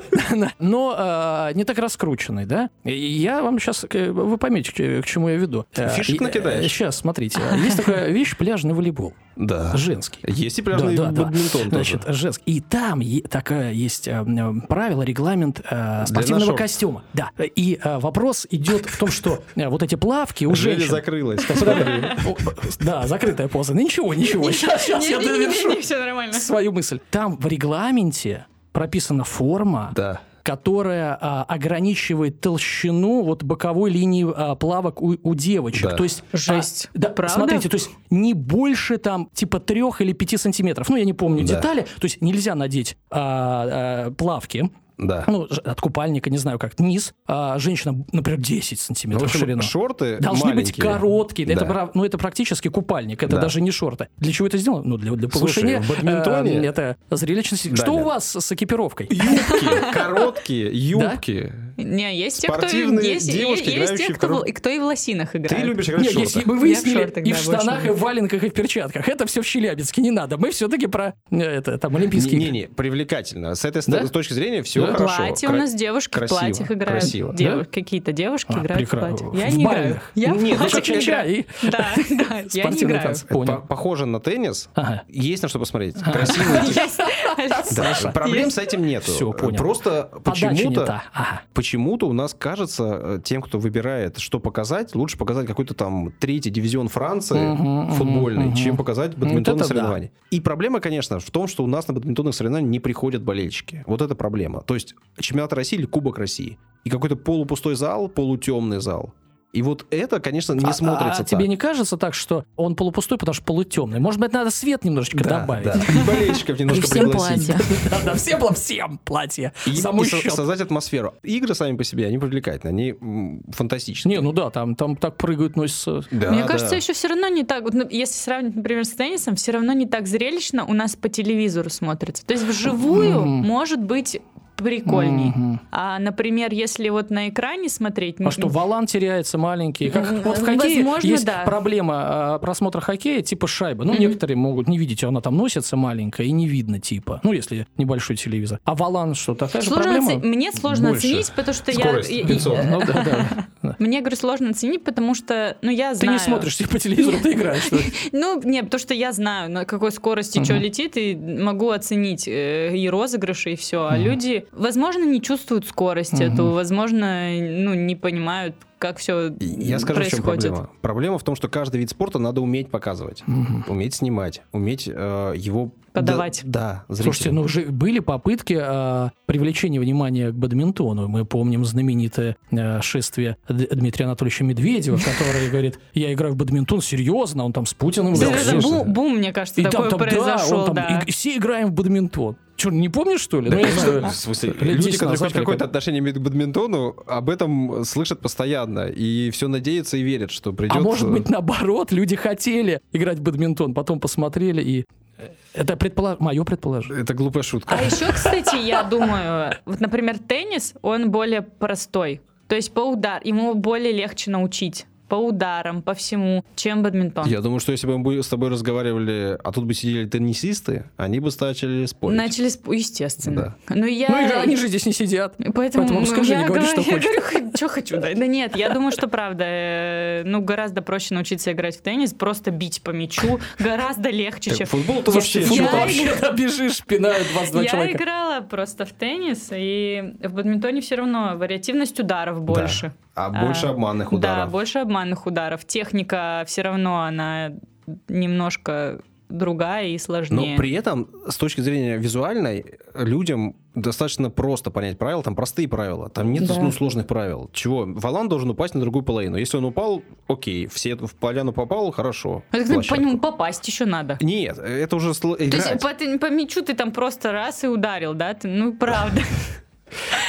S2: Но э, не так раскрученный, да? И Я вам сейчас, вы поймете, к- к чему я веду. Э,
S1: Фишек накидаешь?
S2: Сейчас, смотрите. Есть такая вещь, пляжный волейбол,
S1: Да.
S2: женский.
S1: Есть и пляжный
S2: Да, да, да.
S1: бадминтон
S2: Значит,
S1: тоже.
S2: женский. И там е- такая есть э, м, правило, регламент э, спортивного
S1: шорт.
S2: костюма. Да. И э, вопрос идет в том, что э, вот эти плавки у
S1: Женя
S2: женщин...
S1: закрылась.
S2: Подожди. О, Да, закрытая поза. Ну, Ничего, ничего. Сейчас я довершу
S4: все нормально.
S2: свою мысль. Там в регламенте прописана форма,
S1: Да.
S2: которая а, ограничивает толщину вот боковой линии а, плавок у, у девочек.
S1: Да.
S2: То есть а,
S4: Жесть.
S2: да,
S4: Правда?
S2: смотрите, то есть не больше там типа трех или пяти сантиметров. Ну я не помню
S1: Да.
S2: детали. То есть нельзя надеть а, а, плавки.
S1: Да.
S2: Ну, ж- от купальника, не знаю как, низ. А женщина, например, 10
S1: Ну, в
S2: сантиметров
S1: общем,
S2: ширина.
S1: шорты
S2: Должны быть
S1: маленькие.
S2: короткие.
S1: Да.
S2: Это, прав- ну, это практически купальник, это
S1: Да.
S2: даже не шорты. Для чего это сделано? Ну, для, для
S1: Слушай,
S2: повышения
S1: в бадминтоне-
S2: э, это зрелищности.
S1: Да,
S2: Что
S1: да.
S2: у вас с экипировкой?
S1: Юбки, короткие юбки.
S4: Не, есть те, кто,
S1: Спортивные
S4: есть,
S1: девушки,
S4: есть те,
S1: играющие в
S4: кто,
S1: коров-
S4: в- и кто и в лосинах играет.
S1: Ты любишь играть
S2: Не,
S1: в
S2: если
S1: шортах.
S2: мы выяснили,
S4: Я в шортах,
S2: и в
S4: да,
S2: штанах,
S4: больше.
S2: и в валенках, и в перчатках. Это все в Челябинске, не надо. Мы все-таки про э, это, там, Олимпийские игры.
S1: Не-не, привлекательно. С этой ст-
S2: Да?
S1: с точки зрения все
S2: Да.
S1: хорошо.
S4: Платье
S1: Кра-
S4: у нас девушки
S1: красиво,
S4: в платьях играют.
S1: красиво.
S2: Да?
S4: Дев- Какие-то девушки
S2: А,
S4: играют
S2: прекрасно.
S4: в платьях. Я
S2: В
S4: не играю.
S2: бальных.
S4: Я в
S1: Нет, ну,
S4: платьях
S1: ча-
S4: не
S2: ча-ча
S4: играю.
S2: и
S4: Да, да, я не
S2: спортивные
S4: играю.
S2: танцы.
S1: Это
S2: Понял.
S1: Э, по- похоже на теннис.
S2: Ага.
S1: Есть на что посмотреть. Красивые девчонки. Да, Проблем с этим нету.
S2: Всё, понял.
S1: Просто
S2: Подача не
S1: почему-то
S2: та. Ага.
S1: Почему-то у нас кажется, э, тем, кто выбирает, что показать, лучше показать какой-то там третий дивизион Франции
S2: Мгм,
S1: футбольный,
S2: мгм,
S1: чем
S2: мгм.
S1: показать
S2: это
S1: бадминтонные
S2: да.
S1: соревнования. И проблема, конечно, в том, что у нас на бадминтонных соревнованиях не приходят болельщики. Вот это проблема. То есть чемпионат России или Кубок России. И какой-то полупустой зал, полутемный зал. И вот это, конечно, не
S2: А-
S1: смотрится
S2: а тебе
S1: так.
S2: не кажется так, что он полупустой, потому что полутемный? Может быть, надо свет немножечко
S1: Да,
S2: добавить?
S1: да. И болельщиков
S3: И
S1: немножко
S3: всем
S1: пригласить.
S3: платье.
S2: Да, да, всем, было всем платье.
S1: И, и
S2: Саму
S1: со-
S2: счет.
S1: создать атмосферу. Игры сами по себе, они привлекательны, они м, фантастические.
S2: Не, ну да, там, там так прыгают, носятся.
S1: Да,
S4: Мне
S1: да.
S4: кажется, еще все равно не так, вот, ну, если сравнить, например, с теннисом, все равно не так зрелищно у нас по телевизору смотрится. То есть вживую
S2: Мгм.
S4: может быть прикольней.
S2: Мгм.
S4: А, например, если вот на экране смотреть...
S2: А что, валан теряется маленький? Как,
S4: М,
S2: вот в хоккее
S4: Ну, возможно,
S2: есть
S4: да.
S2: проблема а, просмотра хоккея, типа шайба. Ну,
S4: Мгм.
S2: некоторые могут не видеть, она там носится маленькая и не видно типа. Ну, если небольшой телевизор. А валан что, такая же
S4: Сложно оце-
S2: проблема?
S4: Мне сложно
S1: Больше.
S4: оценить, потому что я-
S1: Скорость
S4: я...
S1: 500.
S2: Ну, да, да.
S4: Мне, говорю, сложно оценить, потому что, ну, я
S2: Ты
S4: знаю.
S2: не смотришь типа, по телевизору, ты играешь. что ли?
S4: Ну, не, потому что я знаю, на какой скорости что
S2: Мгм.
S4: летит, и могу оценить э, и розыгрыши, и все. А
S2: Мгм.
S4: люди, возможно, не чувствуют скорость
S2: Мгм.
S4: эту, возможно, ну, не понимают, как все
S1: Я скажу, в чем проблема. Проблема в том, что каждый вид спорта надо уметь показывать,
S2: Мгм.
S1: уметь снимать, уметь э, его
S4: Подавать.
S1: Да, да, зрителю.
S2: Слушайте, ну уже были попытки а, привлечения внимания к бадминтону. Мы помним знаменитое э, шествие Д- Дмитрия Анатольевича Медведева, который говорит, я играю в бадминтон, серьезно, он там с Путиным
S1: Да, Ну,
S2: играл.
S1: конечно.
S4: бум, бум, мне кажется,
S2: там-
S4: такой
S2: там, да,
S4: произошел,
S2: он там,
S4: да.
S2: и- и все играем в бадминтон. Че, не помнишь, что ли?
S1: Да,
S2: Ну, я не
S1: конечно,
S2: знаю.
S1: в смысле,
S2: Лет
S1: люди,
S2: 10
S1: которые
S2: назад
S1: хоть
S2: или
S1: какое-то
S2: как?
S1: отношение имеют к бадминтону, об этом слышат постоянно и все надеются и верят, что придет.
S2: А может
S1: э,
S2: быть, наоборот, люди хотели играть в бадминтон, потом посмотрели и... э, Это предполож... мое предположение.
S1: это глупая шутка.
S4: А еще, кстати, я думаю, вот, например, теннис, он более простой. То есть по удар, ему более легче научить. По ударам, по всему, чем
S2: А.
S4: бадминтон.
S1: Я думаю, что если бы мы с тобой разговаривали, а тут бы сидели теннисисты, они бы начали спорить.
S4: Начали, с- естественно. Ну, я...
S2: Ну, и они же здесь не сидят.
S4: Поэтому,
S2: Поэтому
S4: ну,
S2: скажи,
S4: я
S2: не говори,
S4: говорю-
S2: что
S4: я
S2: хочешь.
S4: говорю, что хочу. Да. да нет, я думаю, что правда. э, Ну, гораздо проще научиться играть в теннис, просто бить по мячу. Гораздо легче,
S1: Так,
S4: чем...
S1: Футбол-то
S2: Потому
S1: вообще.
S2: что
S4: Я
S2: футбол
S1: шутка.
S2: вообще, да, бежишь, пинают 22
S4: Я
S2: человека.
S4: играла просто в теннис, и в бадминтоне все равно вариативность ударов
S1: Да.
S4: больше.
S1: А больше
S4: А,
S1: обманных
S4: Да,
S1: ударов.
S4: больше обманных ударов. Техника все равно, она немножко другая и
S1: Но
S4: сложнее.
S1: при этом, с точки зрения визуальной, людям достаточно просто понять правила, там простые правила, там нет
S3: Да.
S1: ну, сложных правил. Чего? Валан должен упасть на другую половину. Если он упал, окей, все в поляну попал, хорошо.
S4: Ну, так, ну, по
S1: Площадку.
S4: нему попасть еще надо.
S1: Нет, это уже сло-
S4: То
S1: играть.
S4: есть по, ты- по мячу ты там просто раз и ударил, да? Ты- ну, правда.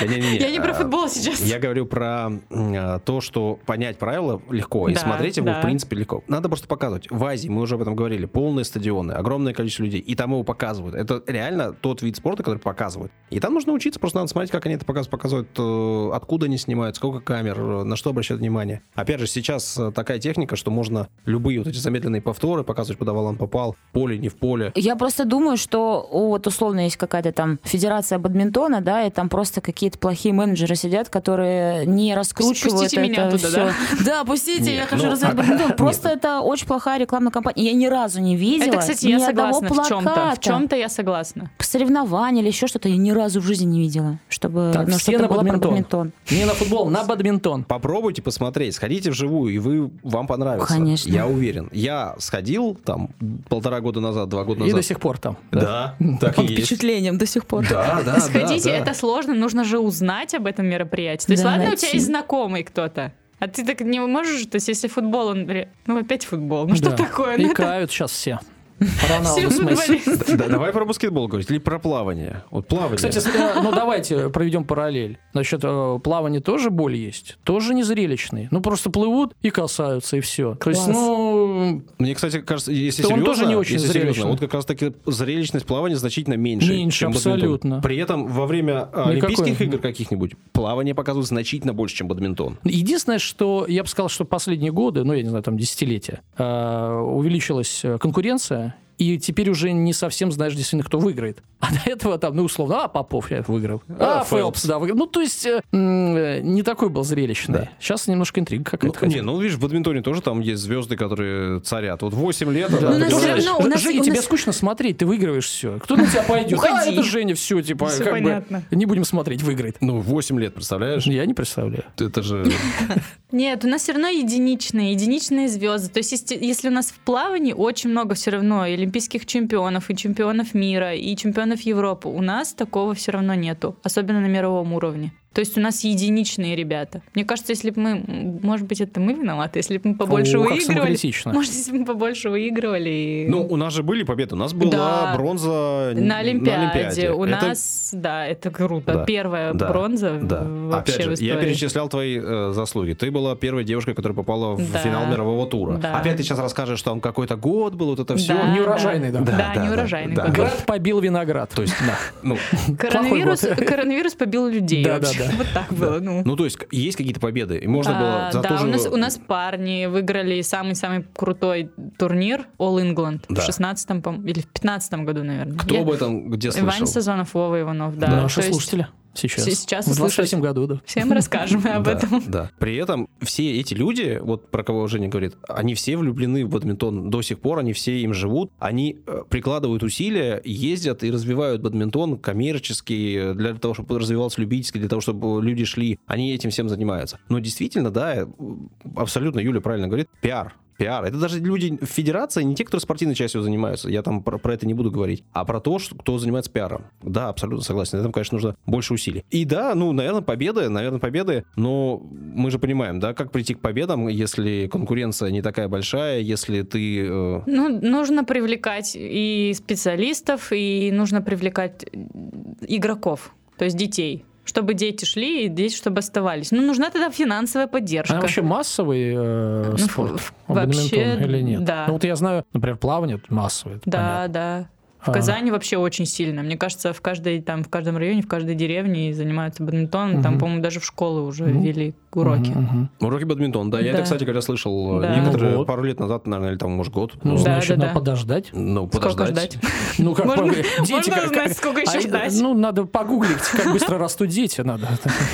S1: Да не-не-не,
S4: Я не про
S1: а,
S4: футбол сейчас.
S1: Я говорю про м, а, то, что понять правила легко, и
S4: Да,
S1: смотреть его,
S4: да.
S1: в принципе, легко. Надо просто показывать. В Азии, мы уже об этом говорили, полные стадионы, огромное количество людей, и там его показывают. Это реально тот вид спорта, который показывают. И там нужно учиться, просто надо смотреть, как они это показывают, показывают, э, откуда они снимают, сколько камер, э, на что обращать внимание. Опять же, сейчас э, такая техника, что можно любые вот эти замедленные повторы показывать, куда валан попал, поле, не в поле.
S3: Я просто думаю, что о, вот условно есть какая-то там федерация бадминтона, да, и там просто какие-то плохие менеджеры сидят, которые не раскручивают
S4: Пустите
S3: это
S4: меня туда,
S3: всё. Да, пустите,
S1: Нет,
S3: я хочу
S1: ну,
S3: развивать бадминтон. Просто это очень плохая рекламная кампания. Я ни разу не видела
S4: Это, кстати,
S3: ни
S4: я
S3: одного
S4: согласна в чем-то.
S3: плаката,
S4: В чем-то я согласна.
S3: соревнования или еще что-то. Я ни разу в жизни не видела, чтобы
S2: Так,
S3: ну,
S2: все
S3: что-то
S2: на
S3: было про
S2: бадминтон.
S3: бадминтон.
S2: Не на футбол, на бадминтон.
S1: Попробуйте посмотреть, сходите вживую, и вы вам понравится.
S3: Конечно.
S1: Я уверен. Я сходил там полтора года назад, два года
S2: И
S1: назад.
S2: до сих пор там.
S1: Ну Да, так и
S3: Под
S1: есть.
S3: впечатлением до сих пор.
S1: Да, да, да,
S4: Сходите,
S1: да.
S4: это сложно, нужно же узнать об этом мероприятии. То есть,
S3: Да,
S4: ладно, у
S3: найти.
S4: тебя есть знакомый кто-то. А ты так не можешь, то есть, если футбол, он... ре- Ну, опять футбол. Ну, что
S2: Да.
S4: такое? Ну,
S2: И
S4: это
S2: кают сейчас все. Роналду
S4: все
S2: с Месси.
S4: футболисты.
S1: Да, давай про баскетбол говорить или про плавание. Вот плавание.
S2: Кстати, с- э, ну давайте проведем параллель. Значит, э, плавание тоже боль есть, тоже незрелищный. Ну просто плывут и касаются, и все. То есть,
S3: Класс.
S2: ну,
S1: Мне, кстати, кажется, если
S2: Да он
S1: серьезно,
S2: тоже не очень
S1: если серьезно,
S2: зрелищный.
S1: вот как раз таки зрелищность плавания значительно меньше.
S2: Меньше,
S1: чем бадминтон.
S2: абсолютно.
S1: При этом во время а,
S2: Никакой.
S1: Олимпийских игр каких-нибудь плавание показывают значительно больше, чем бадминтон.
S2: единственное, что я бы сказал, что последние годы, ну я не знаю, там десятилетия, э, увеличилась э, конкуренция, и теперь уже не совсем знаешь действительно, кто выиграет. А до этого там, ну условно, а Попов я выиграл, а,
S1: А,
S2: Фелпс,
S1: Фелпс.
S2: да, выиграл. Ну то есть э, м, э, не такой был зрелищный.
S1: Да.
S2: Сейчас немножко интрига
S1: Ну,
S2: какая-то.
S1: не, ну видишь, в бадминтоне тоже там есть звезды, которые царят. Вот 8 лет.
S4: Ну,
S1: она
S3: Ну, у нас
S1: добивается-
S3: всё равно- у нас-
S2: Жень,
S3: у
S2: тебе
S3: нас-
S2: скучно смотреть, ты выигрываешь все. Кто на тебя пойдет? А,
S4: Уходи.
S2: это Женя, все, типа,
S4: Всё
S2: как бы,
S4: понятно.
S2: не будем смотреть, выиграет.
S1: Ну, 8 лет, представляешь?
S2: Я не представляю.
S1: Это же...
S4: Нет, у нас все равно единичные, единичные звезды. То есть, есте- если у нас в плавании очень много все равно и олимпийских чемпионов, и чемпионов мира, и чемпионов Европы, у нас такого все равно нету, особенно на мировом уровне. То есть у нас единичные ребята. Мне кажется, если бы мы, м, может быть, это мы виноваты, если бы мы побольше
S2: О, как
S4: выигрывали.
S2: самокритично.
S4: Может, если бы мы побольше выигрывали. и-
S1: Ну, у нас же были победы. У нас была
S4: Да.
S1: бронза
S4: на Олимпиаде. У
S1: Это-
S4: нас, да, это круто.
S1: Да.
S4: Первая
S1: Да.
S4: бронза
S1: Да.
S4: в-
S1: Опять
S4: вообще
S1: же,
S4: в истории.
S1: я перечислял твои э, заслуги. Ты была первой девушкой, которая попала в
S4: Да.
S1: финал мирового тура.
S4: Да.
S1: Опять ты сейчас расскажешь, что там какой-то год был, вот это все.
S4: Да,
S2: неурожайный, да.
S4: да. Да,
S1: Да, да,
S4: неурожайный
S1: да,
S4: год.
S1: да.
S2: Град побил виноград.
S1: То есть, ну,
S4: Коронавирус,
S2: Плохой год.
S4: коронавирус побил людей
S2: Да,
S4: вообще.
S2: да, да.
S4: Вот так было, ну.
S1: ну, то есть есть какие-то победы, и можно было
S4: А,
S1: за
S4: да,
S1: ту же-
S4: у, нас, у нас парни выиграли самый-самый крутой турнир All England
S1: Да.
S4: в 16 пом- или в 15 году, наверное.
S1: Кто
S4: Я-
S1: об этом где слышал?
S4: Ваня Сазонов, Вова Иванов, да.
S2: Наши
S4: То есть
S2: слушатели сейчас.
S4: се- сейчас
S2: в
S4: и
S2: 23
S4: слушают.
S2: году, да.
S4: Всем расскажем мы об
S1: Да,
S4: этом.
S1: Да. При этом все эти люди, вот про кого Женя говорит, они все влюблены в бадминтон до сих пор, они все им живут, они э, прикладывают усилия, ездят и развивают бадминтон коммерчески, э, для того, чтобы развивался любительский, для того, чтобы люди шли. Они этим всем занимаются. Но действительно, да, э, абсолютно Юля правильно говорит, пиар. Пиар. Это даже люди в федерации, не те, которые спортивной частью занимаются. Я там про, про это не буду говорить. А про то, что, кто занимается пиаром. Да, абсолютно согласен. На этом, конечно, нужно больше усилий. И да, ну, наверное, победы, наверное, победы. Но мы же понимаем, да, как прийти к победам, если конкуренция не такая большая, если ты... э,
S4: Ну, нужно привлекать и специалистов, и нужно привлекать игроков, то есть детей, чтобы дети шли и дети, чтобы оставались. Ну, нужна тогда финансовая поддержка.
S2: А вообще массовый э,
S4: Ну,
S2: спорт?
S4: ф-
S2: а бадминтон
S4: вообще,
S2: или нет?
S4: да.
S2: Ну вот я знаю, например, плавание это массовое. это
S4: Да,
S2: понятно.
S4: да. В
S2: А.
S4: Казани вообще очень сильно. Мне кажется, в каждой там, в каждом районе, в каждой деревне занимаются бадминтоном. Там,
S2: Мгм.
S4: по-моему, даже в школы уже
S2: Ну.
S4: вели уроки.
S2: Мгм, мгм.
S1: Уроки бадминтон, да. Я это,
S4: Да.
S1: кстати говоря, слышал э,
S4: Да.
S1: некоторые
S2: Ну вот.
S1: пару лет назад, наверное, или там, может, год.
S2: Ну,
S4: Да,
S2: значит,
S4: да,
S2: надо
S4: да.
S2: подождать.
S1: Ну,
S4: Сколько
S1: подождать.
S4: ждать?
S2: Ну, как
S4: Можно-
S2: бы, дети
S4: можно
S2: как-
S4: узнать,
S2: как-
S4: сколько еще
S2: а,
S4: ждать?
S2: Ну, надо погуглить, как быстро растут дети, надо.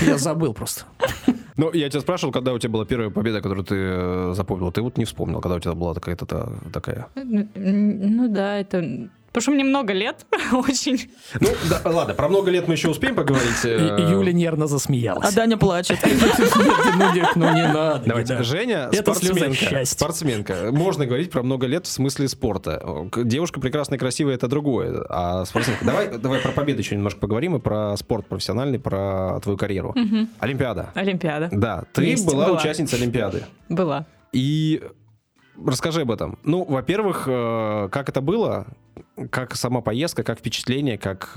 S2: Я забыл просто.
S1: Ну, я тебя спрашивал, когда у тебя была первая победа, которую ты э, запомнил. Ты вот не вспомнил, когда у тебя была какая-то та- такая.
S4: Ну, ну да, это... Потому что мне много лет, очень.
S1: Ну, да, ладно, про много лет мы еще успеем поговорить.
S2: И-
S1: э,
S2: и Юля нервно засмеялась.
S3: А Даня плачет.
S2: Ну, Дик, ну не надо.
S1: Давайте.
S2: не надо.
S1: Женя,
S2: Это слеза
S1: спортсменка.
S2: счастья.
S1: Спортсменка. Можно говорить про много лет в смысле спорта. К- Девушка прекрасная, красивая, это другое. А спортсменка... Давай, давай про победу еще немножко поговорим и про спорт профессиональный, про твою карьеру. Олимпиада.
S4: Олимпиада
S1: Да, ты
S4: Есть,
S1: была,
S4: была.
S1: участницей Олимпиады.
S4: была.
S1: И расскажи об этом. Ну, во-первых, э, как это было? Как сама поездка, как впечатление, как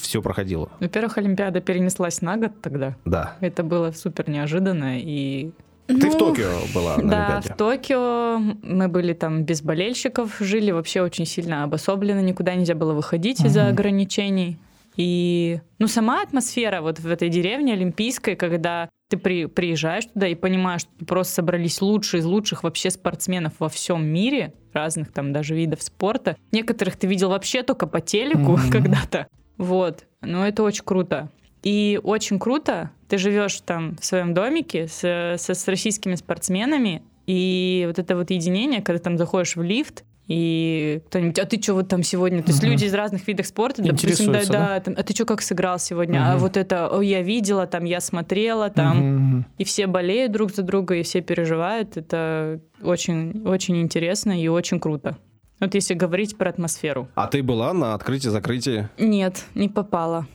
S1: все проходило?
S4: Во-первых, Олимпиада перенеслась на год тогда.
S1: Да.
S4: Это было супер неожиданно и...
S1: Ты в
S4: Ну,
S1: Токио была на
S4: Да,
S1: Олимпиаде.
S4: в Токио мы были там без болельщиков, жили вообще очень сильно обособленно, никуда нельзя было выходить из-за
S2: Мгм.
S4: ограничений. И, ну, сама атмосфера вот в этой деревне олимпийской, когда ты при- приезжаешь туда и понимаешь, что просто собрались лучшие из лучших вообще спортсменов во всем мире, разных там даже видов спорта. Некоторых ты видел вообще только по телеку
S2: Мгм.
S4: когда-то. Вот. Но это очень круто. И очень круто, ты живешь там в своем домике с, со- с российскими спортсменами, и вот это вот единение, когда там заходишь в лифт, и кто-нибудь, а ты что вот там сегодня? То есть
S2: Мгм.
S4: люди из разных видов спорта, допустим, да,
S2: Интересуются,
S4: да, там, а ты что как сыграл сегодня? А
S2: Мгм.
S4: вот это, о, я видела, там, я смотрела, там,
S2: Мгм.
S4: и все болеют друг за друга, и все переживают. Это очень, очень интересно и очень круто. Вот если говорить про атмосферу.
S1: А ты была на открытии-закрытии?
S4: Нет, не попала.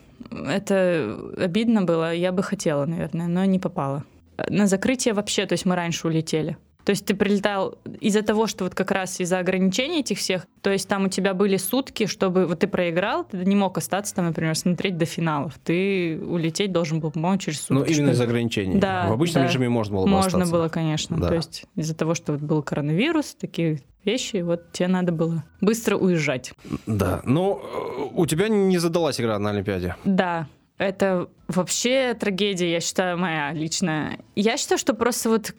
S4: Это обидно было, я бы хотела, наверное, но не попала. На закрытие вообще, то есть мы раньше улетели. То есть ты прилетал из-за того, что вот как раз из-за ограничений этих всех, то есть там у тебя были сутки, чтобы вот ты проиграл, ты не мог остаться там, например, смотреть до финалов. Ты улететь должен был, по-моему, через сутки.
S1: Ну, именно
S4: что
S1: из-за
S4: ли.
S1: ограничений.
S4: Да,
S1: В обычном
S4: да.
S1: режиме можно было бы
S4: Можно
S1: остаться.
S4: было, конечно.
S1: Да.
S4: То есть из-за того, что вот был коронавирус, такие вещи, вот тебе надо было быстро уезжать.
S1: Да. Но э, у тебя не задалась игра на Олимпиаде.
S4: Да, это вообще трагедия, я считаю, моя личная. Я считаю, что просто вот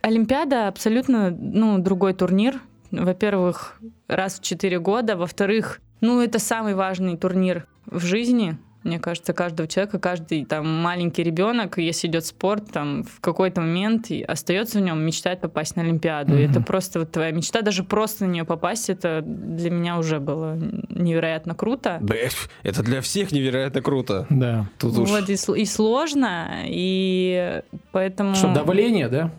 S4: Олимпиада абсолютно, ну, другой турнир. Во-первых, раз в 4 года. Во-вторых, ну, это самый важный турнир в жизни, мне кажется, каждого человека, каждый там маленький ребенок, если идет спорт, там в какой-то момент и остается в нем, мечтает попасть на Олимпиаду. И
S2: Мгм.
S4: это просто вот твоя мечта, даже просто на нее попасть, это для меня уже было невероятно круто.
S1: Да, э, это для всех невероятно круто.
S2: Да.
S1: Тут уж...
S4: Вот и, сл- и сложно, и поэтому
S2: Что, давление, да?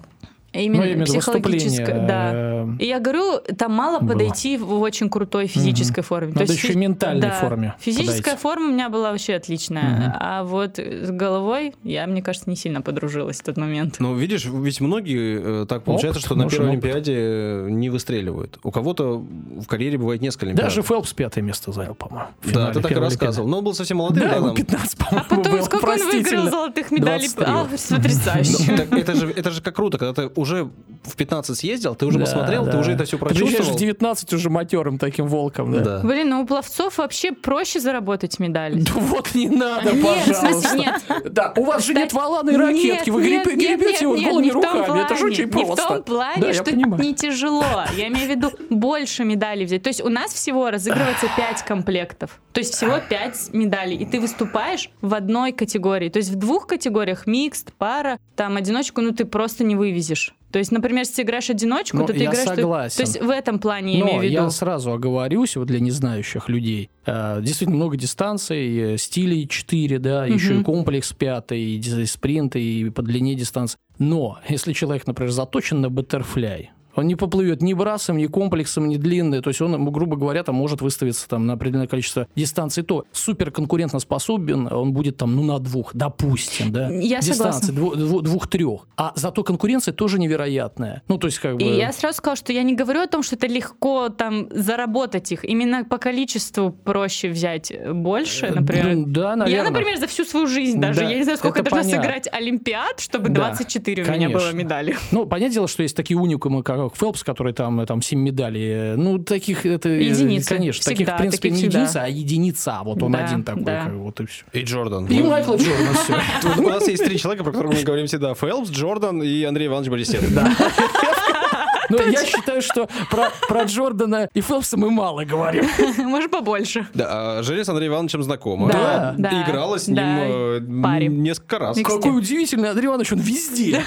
S4: именно
S2: ну, я имею в виду
S4: психологическое,
S2: выступление.
S4: да.
S2: э,
S4: И я говорю, там мало
S2: Было.
S4: подойти в очень крутой физической форме. То
S2: Надо
S4: есть
S2: еще и
S4: фи-
S2: ментальной
S4: да.
S2: форме.
S4: Физическая
S2: подойти.
S4: форма у меня была вообще отличная,
S2: Мгм.
S4: а вот с головой я, мне кажется, не сильно подружилась в тот момент.
S1: Ну, видишь, ведь многие э, так получается,
S2: Опыт,
S1: что на
S2: нужен
S1: первой
S2: опыт.
S1: Олимпиаде э, не выстреливают. У кого-то в карьере бывает несколько Олимпиад.
S2: Даже Фелпс пятое место занял, по-моему. в
S1: Да,
S2: финале
S1: ты так и
S2: первой
S1: рассказывал.
S2: Олимпиады.
S1: Но он был совсем молодым,
S2: Да,
S1: да,
S2: ему
S1: там?
S2: 15, по-моему,
S4: А потом,
S2: было.
S4: сколько он выиграл
S2: Простительно.
S4: золотых медалей? А,
S1: 23.
S4: Ах, потрясающе.
S1: Ну, так это, же, это же как круто, когда ты уже в 15 съездил, ты уже
S2: Да,
S1: посмотрел, ты
S2: да.
S1: уже это все
S2: Ты приезжаешь
S1: прочувствовал.
S2: в 19 уже матерым таким волком, да?
S1: Да.
S4: Блин, ну у пловцов вообще проще заработать медали.
S2: Да вот не надо,
S4: Нет, в
S2: пожалуйста.
S4: смысле, нет.
S2: Да, у вас же нет
S4: Кстати,
S2: валаны и ракетки, вы
S4: нет,
S2: гребе-
S4: нет, нет,
S2: гребете его
S4: нет,
S2: голыми
S4: не в том
S2: руками, это же
S4: плане,
S2: очень
S4: Не в
S2: просто.
S4: том плане,
S2: Да, я
S4: что
S2: понимаю.
S4: не тяжело. Я имею в виду больше медалей взять. То есть у нас всего разыгрывается 5 комплектов. То есть всего 5 медалей. И ты выступаешь в одной категории. То есть в двух категориях микст, пара, там одиночку, ну ты просто не вывезешь. То есть, например, если ты играешь одиночку,
S2: Ну,
S4: то ты
S2: я
S4: играешь... ты-
S2: согласен.
S4: То есть в этом плане я
S2: Но
S4: имею в виду.
S2: я сразу оговорюсь, вот для незнающих людей. Э, Действительно много дистанций, э, стилей 4, да,
S4: Мгм.
S2: еще и комплекс 5, и диз- и спринт, и по длине дистанции. Но если человек, например, заточен на баттерфляй, он не поплывет ни брасом, ни комплексом, ни длинный. То есть он, м, грубо говоря, там может выставиться там, на определенное количество дистанций. То супер конкурентно способен, он будет там ну, на двух, допустим, да.
S4: Я
S2: дистанции двух-трех. А зато конкуренция тоже невероятная. Ну, то есть как бы...
S4: И я сразу сказала, что я не говорю о том, что это легко там заработать их. Именно по количеству проще взять э, больше, например.
S2: Ну, Да, наверное.
S4: Я, например, за всю свою жизнь даже,
S2: Да,
S4: я не знаю, сколько
S2: это
S4: я должна
S2: понятно.
S4: сыграть Олимпиад, чтобы
S2: Да,
S4: 24 у меня было
S2: конечно.
S4: медали.
S2: Ну, понятное дело, что есть такие уникумы, как Фелпс, которые там, э, там 7 медалей. э, Ну, таких это... э,
S4: Единицы.
S2: Конечно. таких,
S4: Всегда,
S2: в принципе,
S4: таких
S2: не
S4: всегда.
S2: единица, а единица. Вот он
S4: Да,
S2: один такой,
S4: да.
S2: как бы, вот и все.
S1: И Джордан.
S2: И
S1: Ну,
S2: Майкл Джордан, все.
S1: вот У нас есть три человека, про которых мы говорим всегда. Фелпс, Джордан и Андрей Иванович Борисенко.
S2: Но я считаю, что про, про Джордана и Фелпса мы мало говорим.
S4: Может, побольше.
S1: Да, а Желе с Андреем Ивановичем знакома.
S4: Да,
S1: Она
S4: да,
S1: Играла с ним
S4: да,
S1: э, м,
S4: паре.
S1: несколько раз.
S4: Мне
S2: Какой удивительный Андрей Иванович, он везде.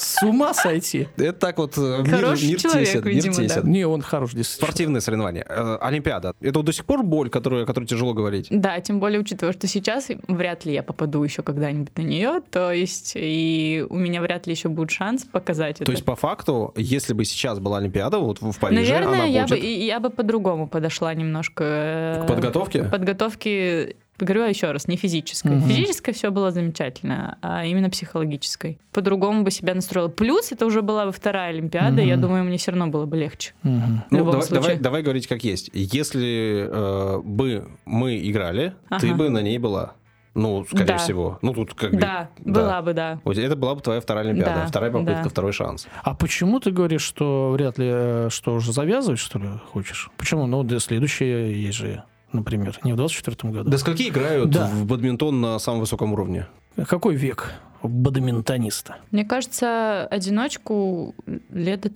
S2: С ума сойти.
S1: Это так вот э, мир,
S4: Хороший
S1: мир
S4: человек,
S1: тесен, мир
S4: видимо, да.
S1: тесен.
S2: Не, он хорош здесь.
S1: Спортивные соревнования. э, Олимпиада. Это вот до сих пор боль, которую, о которой тяжело говорить.
S4: Да, тем более, учитывая, что сейчас вряд ли я попаду еще когда-нибудь на нее, то есть и у меня вряд ли еще будет шанс показать это.
S1: То есть, по факту, если бы сейчас была Олимпиада, вот в в Париже,
S4: Наверное,
S1: она
S4: я бы,
S1: будет
S4: и- я бы по-другому подошла немножко. э,
S1: к подготовке.
S4: подготовки, говорю еще раз, не физической.
S2: Мгм.
S4: Физической все было замечательно, а именно психологической. По-другому бы себя настроила. Плюс это уже была бы вторая Олимпиада,
S2: Мгм.
S4: я думаю, мне все равно было бы легче.
S2: Мгм.
S4: в
S1: Ну,
S4: любом
S1: давай,
S4: случае.
S1: давай, давай говорить как есть. Если э, бы мы играли, ты
S4: Ага.
S1: бы на ней была. Ну, скорее
S4: Да.
S1: всего. Ну, тут как бы...
S4: Да, была бы, да.
S1: Вот Это была бы твоя вторая Олимпиада,
S4: Да,
S1: вторая попытка,
S4: да.
S1: второй шанс.
S2: А почему ты говоришь, что вряд ли, э, что уже завязывать, что ли, хочешь? Почему? Ну, да, следующее есть же, например, не в 24 году.
S1: До скольки играют
S2: Да.
S1: в бадминтон на самом высоком уровне?
S2: Какой век бадминтониста?
S4: Мне кажется, одиночку лет до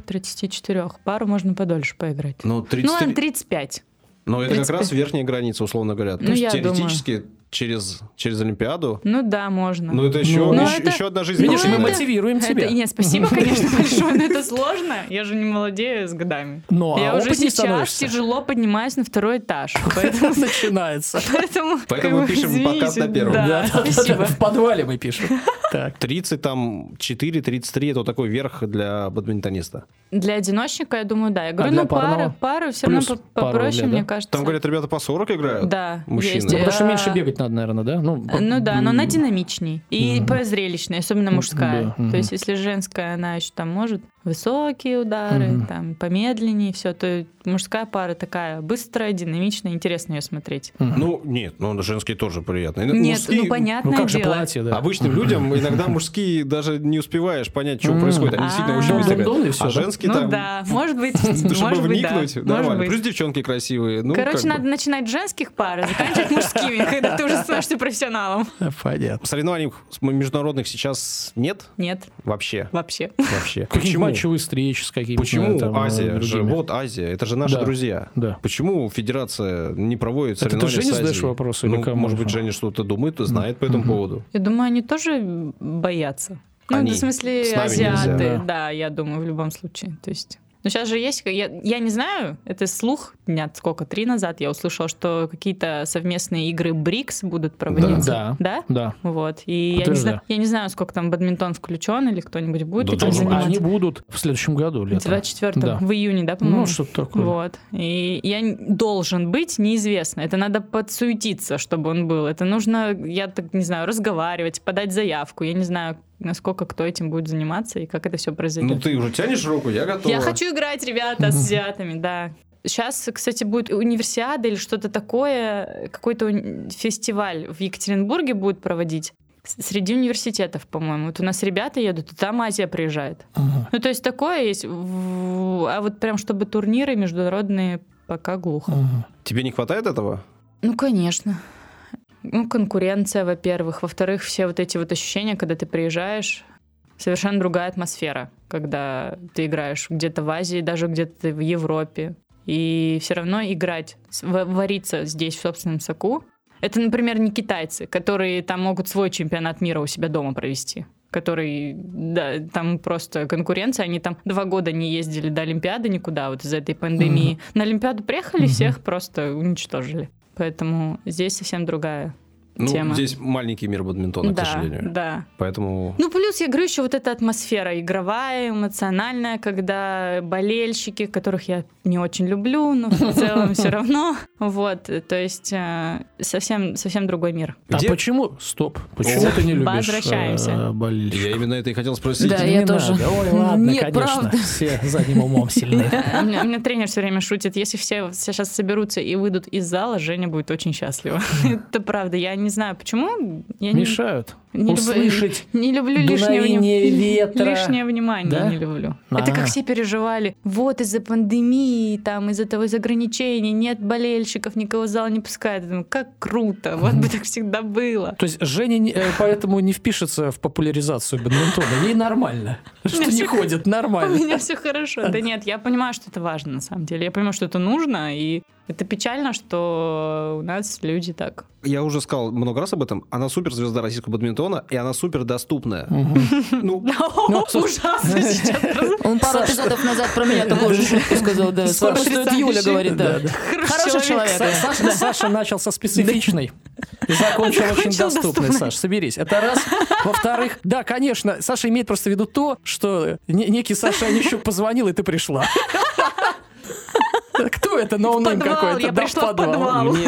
S4: 33-34. Пару можно подольше поиграть.
S1: Ну,
S4: Ну,
S1: 33...
S4: ладно, 35.
S1: Но это как
S4: 35.
S1: раз верхняя граница, условно говоря. То
S4: Ну,
S1: есть
S4: я
S1: теоретически через, через Олимпиаду.
S4: Ну да, можно.
S1: Ну это еще,
S2: Ну,
S1: еще,
S4: это-
S1: еще одна жизнь.
S2: Видишь, мы
S1: потеряна.
S4: мотив-
S2: мотивируем
S4: Это-
S2: тебя.
S4: Нет, спасибо, конечно, большое, но это сложно. Я же не молодею с годами.
S2: Но
S4: Я
S2: а
S4: уже
S2: опытней
S4: сейчас
S2: становишься.
S4: тяжело поднимаюсь на второй этаж. Поэтому...
S2: Начинается.
S4: Поэтому,
S1: Поэтому
S4: как бы,
S1: пишем
S4: извините,
S1: подкаст на первом.
S4: Да, спасибо. Э,
S2: В подвале мы пишем. Так.
S1: 30, там 4, 33, это вот такой верх для бадминтониста.
S4: Для одиночника, я думаю, да. Я говорю,
S2: для
S4: ну пара,
S2: парного?
S4: пару все
S2: Плюс
S4: равно по-
S2: пару
S4: попроще,
S2: рублей, да?
S4: мне кажется.
S1: Там, говорят, ребята по 40 играют?
S4: да,
S1: мужчины.
S4: есть.
S1: Ну,
S2: Потому что
S4: э,
S2: меньше бегать надо, наверное, да? Ну, по-
S4: Ну да, но она
S2: м,
S4: динамичней и
S2: Мгм.
S4: позрелищнее, особенно мужская.
S2: Да, мгм.
S4: То есть, если женская, она еще там может высокие удары,
S2: Мгм.
S4: там помедленнее все, то мужская пара такая быстрая, динамичная, интересно ее смотреть.
S2: мгм.
S1: Ну, нет, ну женские тоже приятные. Ну,
S4: Нет,
S1: мужские-
S4: ну понятное
S2: Ну как же
S4: дело.
S2: платье, да.
S1: Обычным людям иногда мужские даже не успеваешь понять, что
S2: М.
S1: происходит. Они действительно
S4: А.
S1: очень быстро
S2: Дон-дон-дон и
S1: играют.
S2: всё,
S1: А
S2: да?
S1: женские
S4: Ну
S1: там,
S4: да, может быть,
S1: чтобы
S4: может быть, да.
S1: вникнуть,
S4: Может
S1: нормально.
S4: быть.
S1: Плюс девчонки красивые. ну, как
S4: Короче,
S1: бы.
S4: надо начинать с женских пар, а заканчивать мужскими, когда ты уже становишься профессионалом.
S2: Понятно.
S1: Соревнований международных сейчас нет
S4: Нет,
S1: вообще.
S4: вообще.
S1: Вообще.
S2: Какие матчевые встречи с какими-то.
S1: Почему
S2: там,
S1: Азия?
S2: э,
S1: же-
S2: другими.
S1: вот Азия, это же наши
S2: Да.
S1: друзья.
S2: Да.
S1: Почему федерация не проводит
S2: Это ты
S1: соревнования
S2: Жене
S1: с Азией?
S2: задаешь вопрос или
S1: Ну,
S2: кому?
S1: может быть, Женя что-то думает, знает по этому поводу.
S4: Я думаю, они тоже боятся. Ну,
S1: Они.
S4: в смысле,
S1: С нами
S4: азиаты,
S2: нельзя.
S4: да. я думаю, в любом случае. То есть. Ну, сейчас же есть, я, я не знаю, это слух дня сколько, три назад я услышала, что какие-то совместные игры БРИКС будут проводиться.
S2: Да.
S4: Да?
S2: Да.
S4: Вот. И я не,
S2: Подтверждаю.
S4: знаю, я не знаю, сколько там бадминтон включен или кто-нибудь будет
S1: Да
S4: этим
S1: должен быть.
S4: заниматься.
S2: Они будут в следующем году
S4: В
S2: летом.
S4: 24
S2: Да.
S4: в июне, да, по-моему?
S2: Ну, что-то
S1: Хм.
S2: такое.
S4: Вот. И я н- должен быть неизвестно. Это надо подсуетиться, чтобы он был. Это нужно, я так не знаю, разговаривать, подать заявку. Я не знаю, насколько кто этим будет заниматься и как это все произойдет.
S1: Ну, ты уже тянешь руку, я готова.
S4: Я хочу играть, ребята, с азиатами, да. Сейчас, кстати, будет универсиада или что-то такое, какой-то уни- фестиваль в Екатеринбурге будет проводить. С- Среди университетов, по-моему. Вот у нас ребята едут, и там Азия приезжает.
S2: Ага.
S4: Ну, то есть такое есть. В- А вот прям чтобы турниры международные пока глухо.
S2: Ага.
S1: Тебе не хватает этого?
S4: Ну, конечно. Ну, конкуренция, во-первых. Во-вторых, все вот эти вот ощущения, когда ты приезжаешь, совершенно другая атмосфера, когда ты играешь где-то в Азии, даже где-то ты в Европе. И все равно играть, с- в- вариться здесь в собственном соку. Это, например, не китайцы, которые там могут свой чемпионат мира у себя дома провести который, да, там просто конкуренция, они там два года не ездили до Олимпиады никуда вот из-за этой пандемии. На Олимпиаду приехали,
S2: Мгм.
S4: всех просто уничтожили. Поэтому здесь совсем другая
S1: Ну,
S4: тема.
S1: здесь маленький мир бадминтона,
S4: да,
S1: к сожалению.
S4: да.
S1: Поэтому...
S4: Ну, плюс, я говорю, еще вот эта атмосфера игровая, эмоциональная, когда болельщики, которых я не очень люблю, но в целом все равно. Вот, то есть э, совсем, совсем другой мир.
S2: А
S1: Где-
S2: почему? Стоп. Почему
S1: О.
S2: ты не любишь
S4: Возвращаемся.
S2: э, болельщиков?
S1: Я именно это и хотел спросить.
S3: Да,
S2: Не
S3: я
S2: надо.
S3: тоже.
S2: Ой, ладно,
S3: Нет,
S2: конечно.
S3: правда.
S2: Все задним умом сильны.
S4: А У меня, у меня тренер все время шутит, если все сейчас соберутся и выйдут из зала, Женя будет очень счастлива. Это правда, я не знаю почему. Я не-
S2: Мешают.
S4: не люблю-
S2: Услышать.
S4: Не люблю лишнее,
S2: дуновение ветра.
S4: лишнее внимание.
S2: Да?
S4: Не люблю.
S2: А.
S4: Это как все переживали. Вот из-за пандемии, там из-за того, из ограничений, нет болельщиков, никого в зал не пускают. Я думаю, как круто, вот бы так всегда было.
S2: То есть Женя не- э, поэтому не впишется в популяризацию бадминтона. Ей нормально, что не
S4: всё-
S2: ходит,
S4: У
S2: нормально.
S4: меня все хорошо. Да нет, я понимаю, что это важно на самом деле. Я понимаю, что это нужно, и это печально, что у нас люди так
S1: Я уже сказал много раз об этом. Она суперзвезда российского бадминтона, и она супер доступная. Ну,
S4: Ну, Ужасно сейчас.
S3: Он пару
S2: Саша.
S3: эпизодов назад про меня такую же шутку сказал, да. Сколько
S2: Саша,
S3: стоит Юля,
S4: потрясающе.
S3: говорит, да. Хороший человек.
S2: Са- Саша, Саша начал со специфичной и закончил
S4: Закончил
S2: очень доступной.
S4: доступной.
S2: Саш, соберись. Это раз. Во-вторых, да, конечно, Саша имеет просто в виду то, что не- некий Саша Онищук позвонил, и ты пришла. Кто это? Ноунейм
S4: подвал,
S2: какой-то.
S4: я
S2: Да,
S4: пришла в подвал.
S1: мне,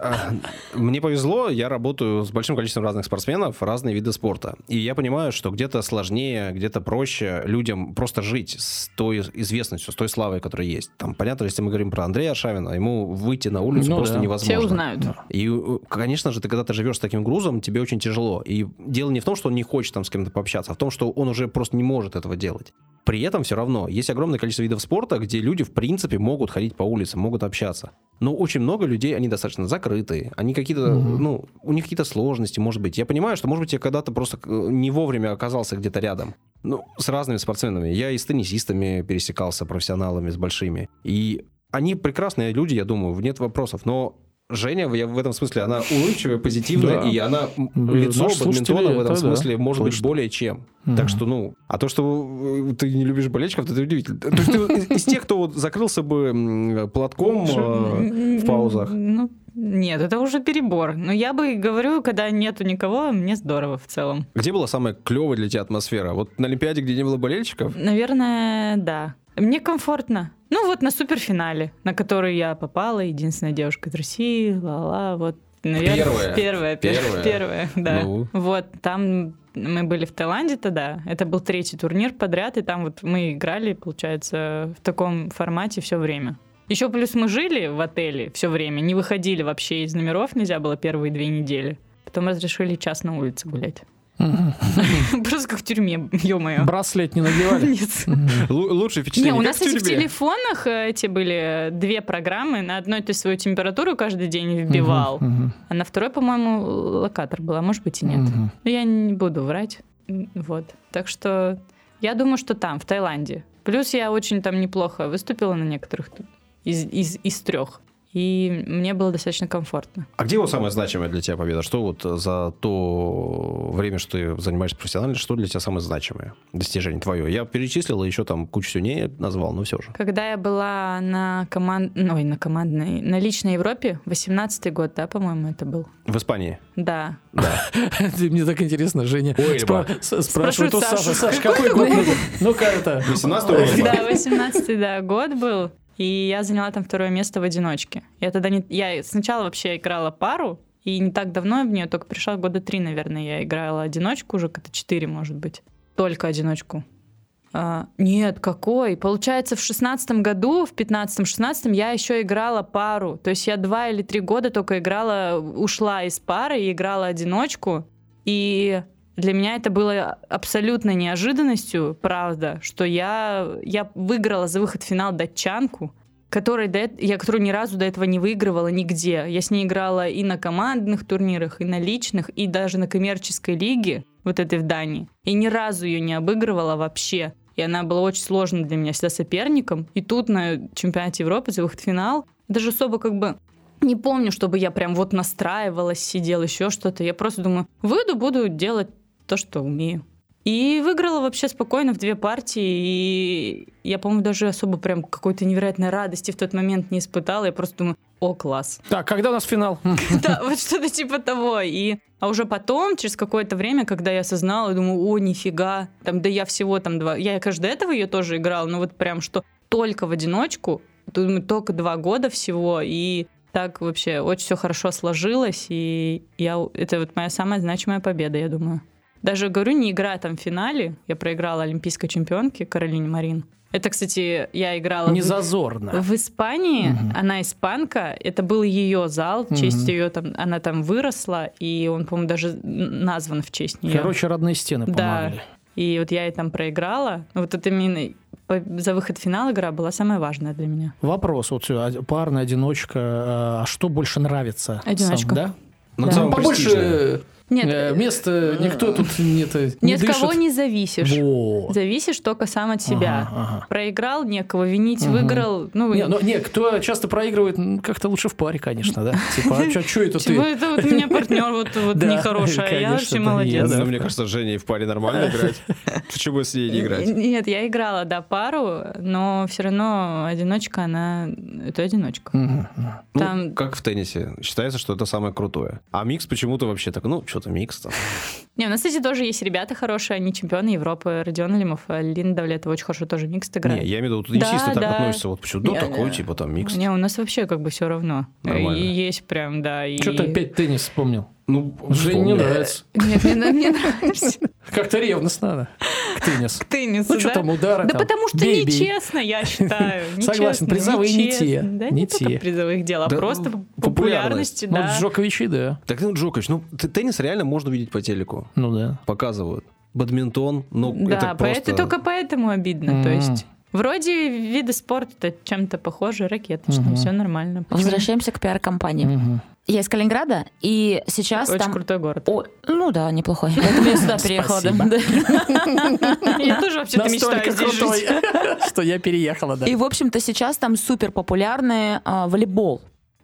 S1: а, мне повезло, я работаю с большим количеством разных спортсменов, разные виды спорта. И я понимаю, что где-то сложнее, где-то проще людям просто жить с той известностью, с той славой, которая есть. Там, понятно, если мы говорим про Андрея Шавина, ему выйти на улицу
S2: Ну
S1: просто
S2: да.
S1: невозможно.
S4: Все узнают.
S1: И, э, конечно же, ты когда ты живешь с таким грузом, тебе очень тяжело. И дело не в том, что он не хочет там с кем-то пообщаться, а в том, что он уже просто не может этого делать. При этом все равно есть огромное количество видов спорта, где люди, в принципе, могут ходить по улице, могут общаться. Но очень много людей, они достаточно закрытые, они какие-то,
S2: Мгм.
S1: ну, у них какие-то сложности, может быть. Я понимаю, что, может быть, я когда-то просто э, не вовремя оказался где-то рядом. Ну, с разными спортсменами. Я и с теннисистами пересекался, профессионалами, с большими. И они прекрасные люди, я думаю, нет вопросов. Но Женя, я в этом смысле, она улыбчивая, позитивная,
S2: Да.
S1: и она м,
S2: Э,
S1: лицо
S2: наши слушатели
S1: бадминтона в этом
S2: это да,
S1: смысле может быть
S2: точно.
S1: более чем.
S2: Мгм.
S1: Так что, ну, а то, что э, ты не любишь болельщиков, это удивительно. То есть ты из- из тех, кто вот закрылся бы м, платком э, в
S4: в
S1: паузах.
S4: Ну, нет, это уже перебор. Но я бы и говорю, когда нету никого, мне здорово в целом.
S1: Где была самая клевая для тебя атмосфера? Вот на Олимпиаде, где не было болельщиков?
S4: Наверное, да. Мне комфортно. Ну, вот на суперфинале, на который я попала, единственная девушка из России, ла-ла, вот. Наверное,
S1: Первая.
S4: Первая, пер-
S1: Первая.
S4: первая, да.
S1: Ну.
S4: Вот, там мы были в Таиланде тогда, это был третий турнир подряд, и там вот мы играли, получается, в таком формате все время. Еще плюс мы жили в отеле все время, не выходили вообще из номеров, нельзя было первые две недели. Потом разрешили час на улице гулять.
S2: Мгм.
S4: Просто как в тюрьме, ё-моё.
S2: Браслет не надевали?
S4: Нет.
S2: Мгм.
S1: Лу- Лучшее
S4: Не,
S1: впечатление.
S4: у
S1: как
S4: нас,
S1: в
S4: кстати, в
S1: тюрьме?
S4: телефонах э, эти были две программы. На одной ты свою температуру каждый день вбивал,
S2: Мгм.
S4: а на второй, по-моему, локатор был, а может быть и нет.
S2: Мгм.
S4: Но я не буду врать. М, Вот. Так что я думаю, что там, в Таиланде. Плюс я очень там неплохо выступила на некоторых ту- из, из, из трех. И мне было достаточно комфортно.
S1: А где вот самая значимая для тебя победа? Что вот за то время, что ты занимаешься профессионально, что для тебя самое значимое достижение твое? Я перечислил, и еще там кучу сюней назвал, но все же.
S4: Когда я была на команд... Ой, на командной... На личной Европе, 18-й год, да, по-моему, это был?
S1: В Испании.
S4: Да.
S2: Ты- Мне так интересно, Женя.
S1: Ой,
S2: Спра-
S1: Леба.
S2: с- Спрашивает у
S4: Сашу.
S2: Саша. Саш, какой год был? Ну-ка это.
S1: 18
S4: Да, 18 да, год был. И я заняла там второе место в одиночке. Я тогда не... Я сначала вообще играла пару, и не так давно я в нее только пришла, года три, наверное, я играла одиночку уже, как-то четыре, может быть. Только одиночку. А, нет, какой? Получается, в шестнадцатом году, в пятнадцатом, шестнадцатом я еще играла пару. То есть я два или три года только играла, ушла из пары и играла одиночку. И для меня это было абсолютной неожиданностью, правда, что я, я выиграла за выход в финал датчанку, которой до эт- я которую ни разу до этого не выигрывала нигде. Я с ней играла и на командных турнирах, и на личных, и даже на коммерческой лиге, вот этой в Дании. И ни разу ее не обыгрывала вообще. И она была очень сложной для меня всегда соперником. И тут на чемпионате Европы за выход в финал даже особо как бы не помню, чтобы я прям вот настраивалась, сидела, еще что-то. Я просто думаю, выйду, буду делать то, что умею. И выиграла вообще спокойно в две партии, и я, по-моему, даже особо прям какой-то невероятной радости в тот момент не испытала. Я просто думаю, о, класс.
S2: Так, когда у нас финал? М.
S4: Да, вот что-то типа того. И, а уже потом, через какое-то время, когда я осознала, я думаю, о, нифига, там, да я всего там два... Я, конечно, до этого ее тоже играла, но вот прям что только в одиночку, думаю, только два года всего, и так вообще очень все хорошо сложилось, и я, у- это вот моя самая значимая победа, я думаю. Даже, говорю, не игра там в финале, я проиграла олимпийской чемпионке Каролине Марин. Это, кстати, я играла...
S2: Не
S4: в-
S2: зазорно.
S4: в Испании
S2: Мгм.
S4: она испанка, это был ее зал, в честь ее там, она там выросла, и он, по-моему, даже н- назван в честь нее.
S2: Короче, родные стены
S4: Да.
S2: помогли.
S4: И вот я ей там проиграла. Ну, Вот это именно по- за выход в финал игра была самая важная для меня.
S2: Вопрос, вот всё, од- парная, одиночка, а что больше нравится?
S4: Одиночка.
S2: Сам, да?
S1: Ну,
S4: Да.
S1: это самое престижное.
S2: Побольше
S4: Нет,
S2: э, места никто тут не, это,
S4: ни
S2: не
S4: от
S2: дышит.
S4: кого не зависишь.
S2: Вот.
S4: Зависишь только сам от себя.
S2: Ага, ага.
S4: Проиграл, некого винить,
S2: Мгм.
S4: выиграл. Ну,
S2: Не, ну, не, кто часто проигрывает, м, как-то лучше в паре, конечно, да? Типа, а что это
S4: чего
S2: ты?
S4: это вот у меня партнер вот, вот
S2: Да,
S4: нехороший, а я
S2: конечно,
S4: вообще
S2: да,
S1: Ну,
S4: молодец.
S2: нет. Да.
S1: Мне кажется, Женя и в паре нормально играть. Почему с ней не играть?
S4: Н- Нет, я играла, да, пару, но все равно одиночка, она... Это одиночка.
S2: Мгм, мгм.
S1: Ну,
S4: Там-
S1: как в теннисе. Считается, что это самое крутое. А микс почему-то вообще так, ну, что-то микс там.
S4: Не, у нас, кстати, тоже есть ребята хорошие, они чемпионы Европы, Родион Алимов, Линда Давлетова очень хорошо тоже микс играет.
S1: Не, я имею в виду, тут
S4: Да,
S1: теннисисты так
S4: да.
S1: относятся. Вот почему,
S4: Не,
S1: да, такой,
S4: да.
S1: типа, там, микс.
S4: Не, у нас вообще как бы все равно.
S1: Нормально.
S4: И есть прям, да. И...
S2: Что-то опять теннис вспомнил.
S1: Ну,
S2: Жене не
S1: вспомнил.
S2: нравится.
S4: Нет, мне, на- мне нравится.
S2: Как-то ревностно надо к теннису.
S4: Теннис,
S2: Ну, что
S4: да?
S2: там, удары
S4: Да
S2: там,
S4: потому что
S2: бей, бей.
S4: нечестно, я считаю.
S2: Согласен,
S4: Нечестно,
S2: призовые не те,
S4: нечестно. Да,
S2: не
S4: не только
S2: те.
S4: призовых дел, а
S1: Да,
S4: просто
S1: ну, популярность.
S4: популярности,
S2: Ну,
S4: да.
S2: Джоковичи, да.
S1: Так, ну, Джокович, ну, т- теннис реально можно увидеть по телеку.
S2: Ну, да.
S1: Показывают. Бадминтон, ну,
S4: Да,
S1: это просто...
S4: это только поэтому обидно. То
S2: М.
S4: есть, вроде виды спорта чем-то похожи, ракеточные,
S2: Мгм.
S4: все нормально. Почему?
S3: Возвращаемся к пиар-компании.
S2: Мгм.
S3: Я из Калининграда, и сейчас
S4: Очень
S3: там...
S4: крутой город.
S3: О, ну да, неплохой. Поэтому я сюда переехала. да. Да.
S4: Я тоже вообще-то мечтаю
S2: Настолько
S4: здесь
S2: крутой,
S4: жить.
S2: что я переехала, да.
S3: И, в общем-то, сейчас там супер популярный а, волейбол.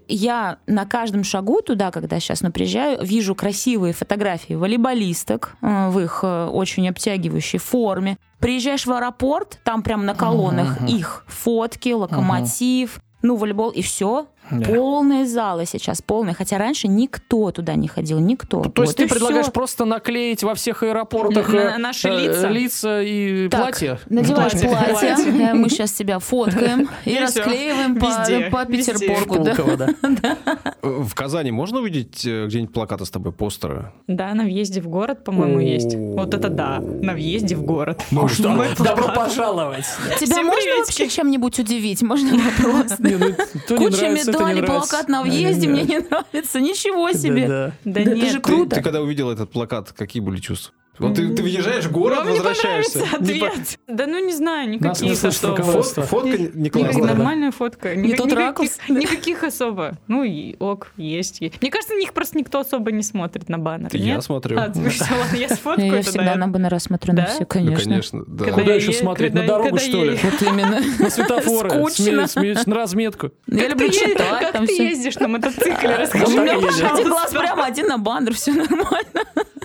S3: Я на каждом шагу туда, когда сейчас ну, приезжаю, вижу красивые фотографии волейболисток э, в их э, очень обтягивающей форме. Приезжаешь в аэропорт, там прям на колоннах
S2: Мгм.
S3: их фотки, локомотив, ну, волейбол, и все.
S2: Да.
S3: Полные залы сейчас, полные. Хотя раньше никто туда не ходил, никто.
S2: То есть
S3: Вот
S2: ты
S3: и всё.
S2: предлагаешь просто наклеить во всех аэропортах
S4: На- на-
S2: э,
S4: наши
S2: э,
S4: лица?
S2: лица и
S3: Так,
S2: платья?
S3: Надеваешь
S4: Платье.
S3: платье,
S4: Платье.
S3: э, мы сейчас тебя фоткаем и,
S4: И всё.
S3: расклеиваем по,
S4: Везде,
S3: по
S4: везде.
S3: Петербургу. да.
S2: Пулково, да.
S1: В Казани можно увидеть э, где-нибудь плакаты с тобой, постеры?
S4: Да, на въезде в город, по-моему, есть.
S1: О.
S4: Вот это да, на въезде в город.
S1: Ну что?
S2: Добро пожаловать.
S3: Тебя
S4: Всем
S3: можно
S4: приветики.
S3: вообще чем-нибудь удивить? Можно вопрос?
S2: Не, ну, то не
S3: Куча
S2: нравится, то не
S3: медалей,
S2: нравится.
S3: плакат на
S2: Да, не
S3: въезде, мне
S2: нравится.
S3: не нравится. Ничего
S2: Да,
S3: себе.
S2: да.
S4: Да,
S3: Да это
S4: нет,
S3: же
S4: ты-
S1: Ты,
S3: Круто.
S1: ты когда увидел этот плакат, какие были чувства? Вот ты, ты въезжаешь в город,
S4: Вам не
S1: возвращаешься.
S4: понравится
S1: Не по-
S4: ответ. Да ну не знаю,
S2: Нас не
S4: никаких
S2: слышит
S4: особо.
S2: руководство.
S1: Фот- фотка не
S4: Никак-
S1: классная.
S4: Нормальная фотка.
S3: Не
S4: Никак-
S3: тот
S4: никаких-
S3: ракурс.
S4: Никаких особо. Ну и ок, есть. е- Мне кажется, на них просто никто особо не смотрит на баннер.
S1: Я
S4: Нет?
S1: смотрю.
S4: А, ну всё, ладно, я сфоткаю
S3: Я
S4: тогда.
S3: всегда на БНР смотрю на
S4: Да?
S3: все,
S4: Ну,
S1: Ну,
S3: конечно.
S1: конечно, да.
S4: Когда
S2: Куда
S4: я
S2: еще
S4: е-
S2: смотреть?
S4: когда-
S2: На дорогу,
S4: когда
S2: что
S4: я
S2: ли?
S3: Вот именно.
S2: На светофоры.
S3: Скучно.
S2: Смеюсь, смеюсь, на разметку.
S3: Я люблю
S4: Ты е-
S3: читать
S4: как
S3: там
S4: ты
S3: все.
S4: ездишь на мотоцикле?
S3: У
S4: Расскажи
S2: Ну,
S4: мне,
S3: меня,
S2: так и ездишь.
S3: кстати,
S4: пожалуйста.
S3: глаз прямо один на баннер, все нормально.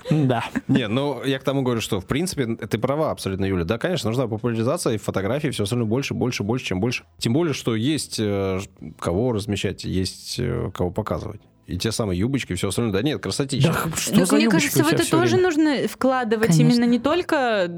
S2: Да.
S1: Не, ну я к тому говорю, что в принципе ты права абсолютно, Юля. Да, конечно, нужна популяризация и фотографии, все остальное больше, больше, больше, чем больше. Тем более, что есть э, ж- кого размещать, есть э, кого показывать. И те самые юбочки, все остальное. Да нет, красотища.
S2: Да, что
S4: Ну,
S2: за
S4: мне
S2: юбочка
S4: кажется,
S2: у
S4: в
S2: тебя
S4: это
S2: всё
S4: тоже
S2: время?
S4: нужно вкладывать
S3: Конечно.
S4: именно не только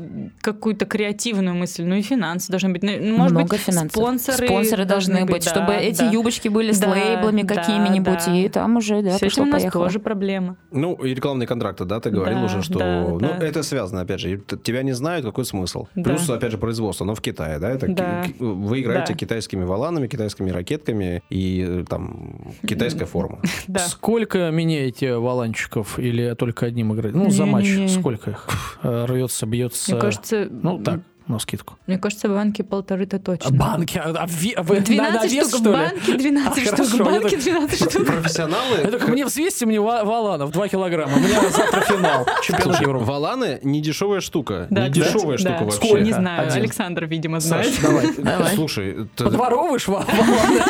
S4: какую-то креативную мысль, но и финансы должны быть. Ну, Может
S3: Много
S4: быть,
S3: финансов.
S4: спонсоры,
S3: должны быть,
S4: да,
S3: чтобы эти
S4: да.
S3: юбочки были с
S4: Да,
S3: лейблами
S4: да,
S3: какими-нибудь,
S4: да.
S3: и там уже, да,
S4: С этим у нас
S3: пошло-поехало.
S4: тоже проблема.
S1: Ну, и рекламные контракты, да, ты говорил
S4: Да,
S1: уже, что...
S4: да,
S1: ну,
S4: да.
S1: это связано, опять же. и т- Тебя не знают, какой смысл.
S4: Да.
S1: Плюс, опять же, производство. Оно в Китае, да? Это ки-
S4: Да.
S1: ки- Вы играете
S4: Да.
S1: китайскими валанами, китайскими ракетками и э, там китайская форма.
S4: Да.
S2: Сколько меняете валанчиков или только одним играете? Ну, за матч
S4: Не-не-не.
S2: сколько их? Э, Рвется, бьется?
S4: Мне кажется,
S2: Ну, так, на скидку.
S4: Мне кажется, банки полторы-то точно.
S2: Банки? а- а ви- а вы- на-
S4: 12
S2: на вес,
S4: штук,
S2: что ли?
S4: банки 12
S2: А,
S4: штук,
S2: хорошо, я
S4: банки
S2: так-
S4: 12
S1: Про-
S4: штук.
S2: Я
S1: Профессионалы...
S2: такой, мне взвесьте мне ва- валанов 2 килограмма. У меня завтра финал. Чемпионат
S1: Слушай,
S2: Европы.
S1: валаны не дешевая штука.
S4: Да,
S1: не
S4: кстати,
S1: дешевая
S4: да.
S1: Ну, штука вообще.
S2: Сколько?
S4: Не знаю,
S2: Один.
S4: Александр, видимо, знает.
S2: Саш, давай.
S1: Слушай, ты-
S2: Подворовываешь ва- валаны?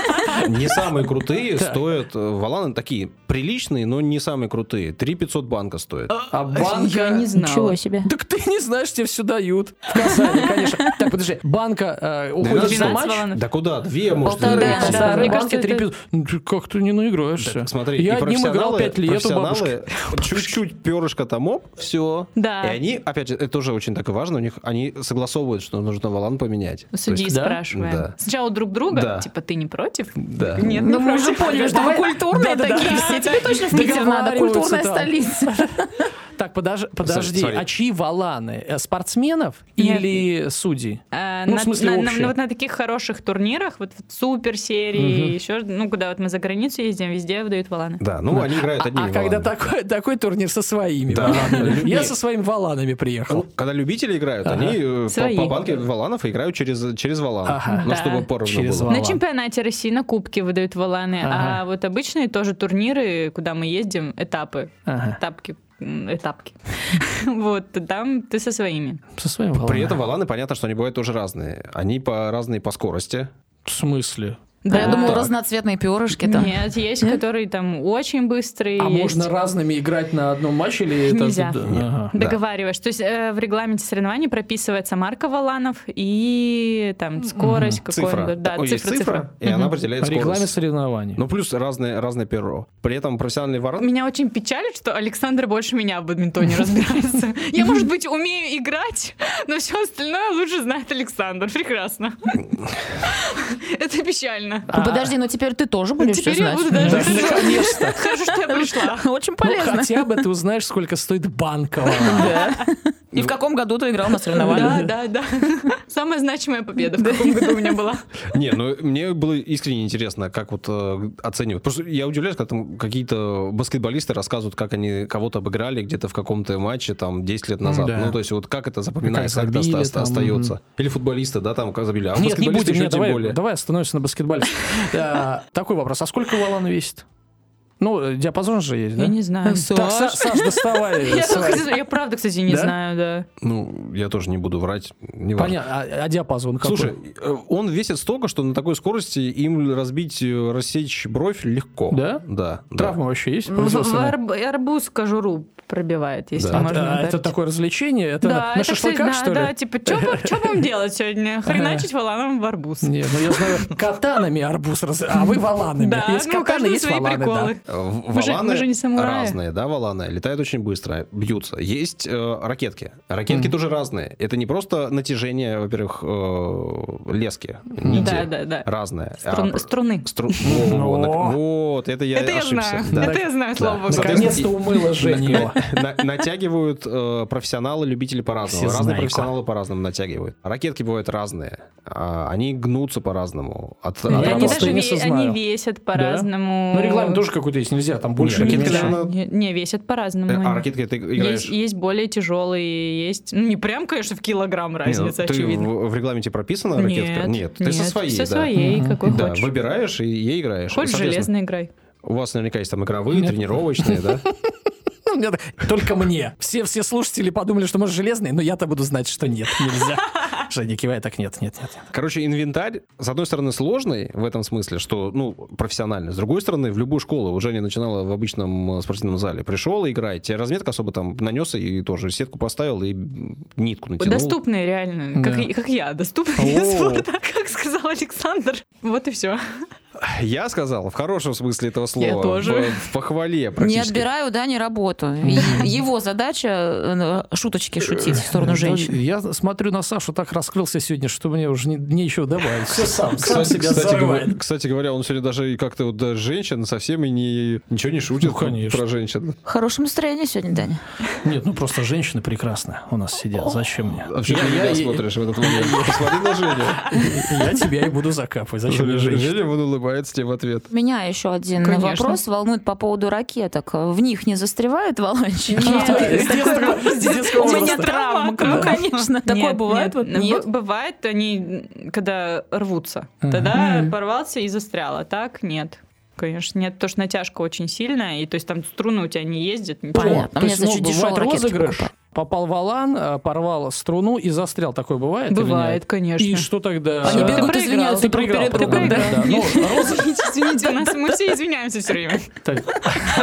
S1: не самые крутые
S2: Так.
S1: стоят э, валаны такие приличные, но не самые крутые. 3 500 банка стоит.
S2: А банка...
S4: Я не
S3: Ничего
S4: знала.
S3: себе.
S2: Так ты не знаешь, тебе все дают. В Казани, конечно. Так, подожди. Банка э, уходит на
S4: 12
S2: матч. Э,
S4: валанов.
S1: Да куда? Две, может,
S3: Полторы,
S1: или
S3: да,
S1: три.
S3: да,
S2: Старые
S4: мне
S2: банки
S4: кажется,
S2: три
S4: это-
S2: пи- Ну, ты Как ты не наиграешься?
S1: Так, смотри,
S2: Я
S1: и
S2: одним играл
S1: профессионалы-
S2: 5 лет у бабушки.
S1: профессионалы Чуть-чуть перышко там, оп, все.
S4: Да.
S1: И они, опять же, это тоже очень так важно, у них они согласовывают, что нужно валан поменять. То
S4: Ну, Судьи
S1: есть-
S2: да?
S4: спрашиваем.
S1: Да.
S4: Сначала друг друга,
S1: Да.
S4: типа, ты не против?
S1: Да.
S4: Нет, не
S3: Ну, мы уже
S4: против.
S3: поняли, что вы
S2: Давай.
S3: культурные
S2: Да-да-да.
S3: такие все. Тебе точно в Питер надо,
S2: Договариваются
S3: культурная
S2: там.
S3: столица.
S2: Так, подож- подожди,
S1: смотри.
S2: а чьи валаны? Э, Спортсменов
S4: Нет.
S2: или судей?
S4: А,
S2: Ну,
S4: на,
S2: в смысле,
S4: на- на-
S2: общее.
S4: ну, вот на таких хороших турнирах, вот в суперсерии, еще, ну, куда вот мы за границу ездим, везде выдают валаны.
S1: Да, ну они играют
S2: А,
S1: одними
S2: а когда
S1: валанами.
S2: такой, такой турнир со своими
S1: Да.
S2: валанами? Я
S1: Нет.
S2: со своими валанами
S1: Ну,
S2: приехал.
S1: Когда любители играют,
S2: Ага.
S1: они э,
S4: Свои.
S1: по, по банке валанов играют через, через валан.
S2: Ага.
S1: Ну,
S4: Да.
S1: чтобы поровну
S2: Через
S1: было.
S2: валан.
S4: На чемпионате России на кубке выдают валаны,
S2: Ага.
S4: а вот обычные тоже турниры, куда мы ездим, этапы,
S2: Ага.
S4: этапки, м, этапки. Вот, там ты со своими.
S2: Со своими валанами.
S1: При этом валаны, понятно, что они бывают тоже разные. Они по разные по скорости.
S2: В смысле?
S3: Да, я
S4: Да.
S3: думала,
S1: Так.
S3: разноцветные перышки там.
S4: Нет, есть,
S3: Нет?
S4: которые там очень быстрые.
S2: А
S4: есть.
S2: можно разными играть на одном матче или это-
S4: Нельзя.
S2: да,
S1: Нет.
S2: ага.
S1: Да.
S4: Договариваешь. То есть э, в регламенте соревнований прописывается марка валанов и там скорость, какой он
S1: Цифра.
S4: будет. Да,
S1: Ой, есть
S4: цифра, цифра.
S1: и она
S4: Мгм.
S1: определяет
S2: Регламент
S1: скорость.
S2: соревнований.
S1: Ну, плюс разные, разные перо. При этом профессиональный варан...
S4: Меня очень печалит, что Александр больше меня в бадминтоне разбирается. Я, может быть, умею играть, но все остальное лучше знает Александр. Прекрасно. Это печально.
S3: Ну, Подожди, ну теперь ты тоже будешь все
S4: Теперь я
S3: знать.
S4: буду даже...
S2: Да, наконец-то.
S4: Хорошо, что я пришла.
S3: Очень
S2: Ну,
S3: полезно.
S2: хотя бы ты узнаешь, сколько стоит банка. валана.
S3: И в каком году ты играл на
S4: Ну. Да,
S3: соревнованиях?
S4: да, да. Самая значимая победа в каком году у меня была.
S1: Не, ну, мне было искренне интересно, как вот э, оценивают. Просто я удивляюсь, когда там какие-то баскетболисты рассказывают, как они кого-то обыграли где-то в каком-то матче там 10 лет назад.
S2: да.
S1: Ну, то есть вот как это запоминается,
S2: Как
S1: как, это
S2: забили
S1: оста-
S2: там,
S1: остается. Или футболисты, да, там как забили. А
S2: Нет, не
S1: баскетболисты
S2: будем,
S1: еще
S2: нет,
S1: тем
S2: давай,
S1: более.
S2: давай остановимся на баскетболе. Э, Такой вопрос, а сколько валан а весит? Ну, диапазон же есть, да?
S4: Я не знаю.
S2: Так, Са- Саш, доставай.
S4: Я,
S2: свои.
S4: только- я правда, кстати, не
S2: Да?
S4: знаю, да.
S1: Ну, я тоже не буду врать. Не важно.
S2: Понятно. А, а диапазон какой?
S1: Слушай, э, он весит столько, что на такой скорости им разбить, э, рассечь бровь легко.
S2: Да?
S1: Да. да.
S2: травма вообще есть?
S4: Ну, В- в
S2: производственная?
S4: арб- арбуз кожуру пробивает, если
S1: Да.
S2: А,
S4: можно.
S2: а, это
S4: ударить.
S2: такое развлечение? Это
S4: Да,
S2: на,
S4: это, кстати,
S2: шашлыках,
S4: да,
S2: что ли?
S4: Да, типа, что будем делать сегодня? Хреначить валаном в арбуз.
S2: Нет, ну я знаю, катанами арбуз, раз... а вы валанами.
S4: Да,
S2: есть
S4: ну, у
S2: катаны,
S4: каждого
S2: есть
S4: свои
S2: валаны,
S4: приколы.
S1: Э, в-
S4: Мы же-
S1: валаны
S4: мы же не самураи.
S1: разные, да, валаны летают очень быстро, бьются. Есть э, ракетки. Ракетки
S2: Мгм.
S1: тоже разные. Это не просто натяжение, во-первых, э, лески, нити.
S4: Да, да, да.
S1: Разное. А,
S4: Струн-
S1: пр-
S4: Струны.
S1: стру- во, во, во, на-
S2: О.
S1: Вот, это я
S4: это я
S1: ошибся.
S4: знаю.
S1: Да.
S4: Это я знаю, слава
S1: Да.
S2: да.
S4: богу.
S1: Соответственно,
S2: Наконец-то умыла Женя его.
S1: На- Натягивают э, профессионалы, любители по-разному.
S2: Всезнайка.
S1: Разные профессионалы по-разному натягивают. Ракетки бывают разные. а, они гнутся по-разному. От,
S2: Я
S1: от
S4: Они
S2: просто
S1: работы.
S4: даже
S2: не
S4: ве-
S2: сознаю.
S4: они весят по-разному.
S2: Ну, регламент тоже какой-то есть, нельзя там больше
S1: Нет,
S2: или
S1: ракетки
S2: меньше.
S1: же
S4: Да,
S1: надо-
S4: не, не, весят по-разному.
S1: Э, А
S4: они.
S1: ракеткой ты играешь...
S4: есть, есть более тяжелые, есть... Ну, не прям, конечно, в килограмм
S1: Не, ну,
S4: разница,
S1: ты
S4: очевидно.
S1: в, в регламенте прописана ракетка? Нет, ты со своей,
S4: Со
S1: да.
S4: своей,
S2: Мгм.
S4: какой
S1: Да,
S4: хочешь.
S1: выбираешь и ей играешь. И,
S4: Хоть
S1: соответственно,
S4: железной играй.
S1: У вас наверняка есть там игровые, тренировочные, да?
S2: Ну, мне так- Только мне. Все, все слушатели подумали, что может железный, но я-то буду знать, что нет, нельзя. Женя кивает, так нет, нет, нет. нет.
S1: Короче, инвентарь, с одной стороны, сложный в этом смысле, что, ну, профессиональный. С другой стороны, в любую школу уже не начинала в обычном э, спортивном зале. Пришел, играй, тебе разметка особо там нанес и тоже сетку поставил и м, нитку натянул.
S4: Доступные, реально. Как,
S2: Да.
S4: и- как я, доступные
S2: О.
S4: спорта, как сказал Александр. Вот и все.
S1: Я сказал, в хорошем смысле этого слова.
S4: тоже.
S1: В, в похвале
S3: Не
S1: практически.
S3: отбираю, да, не работу. Е- Его задача э, э, шуточки шутить в
S4: Э,
S3: сторону женщин.
S2: Я смотрю на Сашу, так раскрылся сегодня, что мне уже не- нечего добавить. Все сам,
S1: Кстати, кстати, говоря, кстати говоря, он сегодня даже и как-то вот до женщин совсем и не, ничего не шутит
S2: Ну, конечно.
S1: про женщин.
S3: Хорошее настроение сегодня, Даня.
S2: Нет, ну просто женщины прекрасно у нас сидят. Зачем мне?
S1: А почему ты на
S2: Я-
S1: меня
S2: я-
S1: смотришь в этот момент? Посмотри на Женю.
S2: Я тебя и буду закапывать. Зачем мне
S1: Женя,
S2: женщины?
S1: Женя вон улыбается тебе в ответ.
S3: Меня еще один
S4: Конечно.
S3: вопрос волнует по поводу ракеток. В них не застревают волончики?
S4: Нет,
S2: С детского- с детского
S4: Типа
S3: У меня
S2: возраста.
S3: травма. Ну, конечно. Такое
S4: Нет,
S3: бывает.
S4: нет.
S3: вот?
S4: Б-
S3: Нет.
S4: Бывает, они, м, когда рвутся.
S2: Мгм.
S4: Тогда
S2: Ну
S3: Мгм.
S4: порвался и застрял, а так нет. Конечно, нет, потому что натяжка очень сильная, и то есть там струны у тебя не ездят. ничего.
S2: То
S3: Понятно. Мне,
S2: есть, ну,
S3: значит, дешевые
S2: бывает
S3: ракетки
S2: розыгрыш,
S3: покупать.
S2: попал в алан, э, порвал струну и застрял. Такое бывает? или нет?
S4: Бывает, конечно.
S2: И что тогда?
S3: Они
S2: Э,
S3: бегут,
S4: проиграл,
S3: извиняются
S2: Ты
S3: друг
S2: проиграл,
S3: перед
S2: ты
S3: другом,
S2: проиграл,
S3: да?
S2: да. Ну, розы-
S4: Извините, у нас мы все извиняемся все время.
S2: так,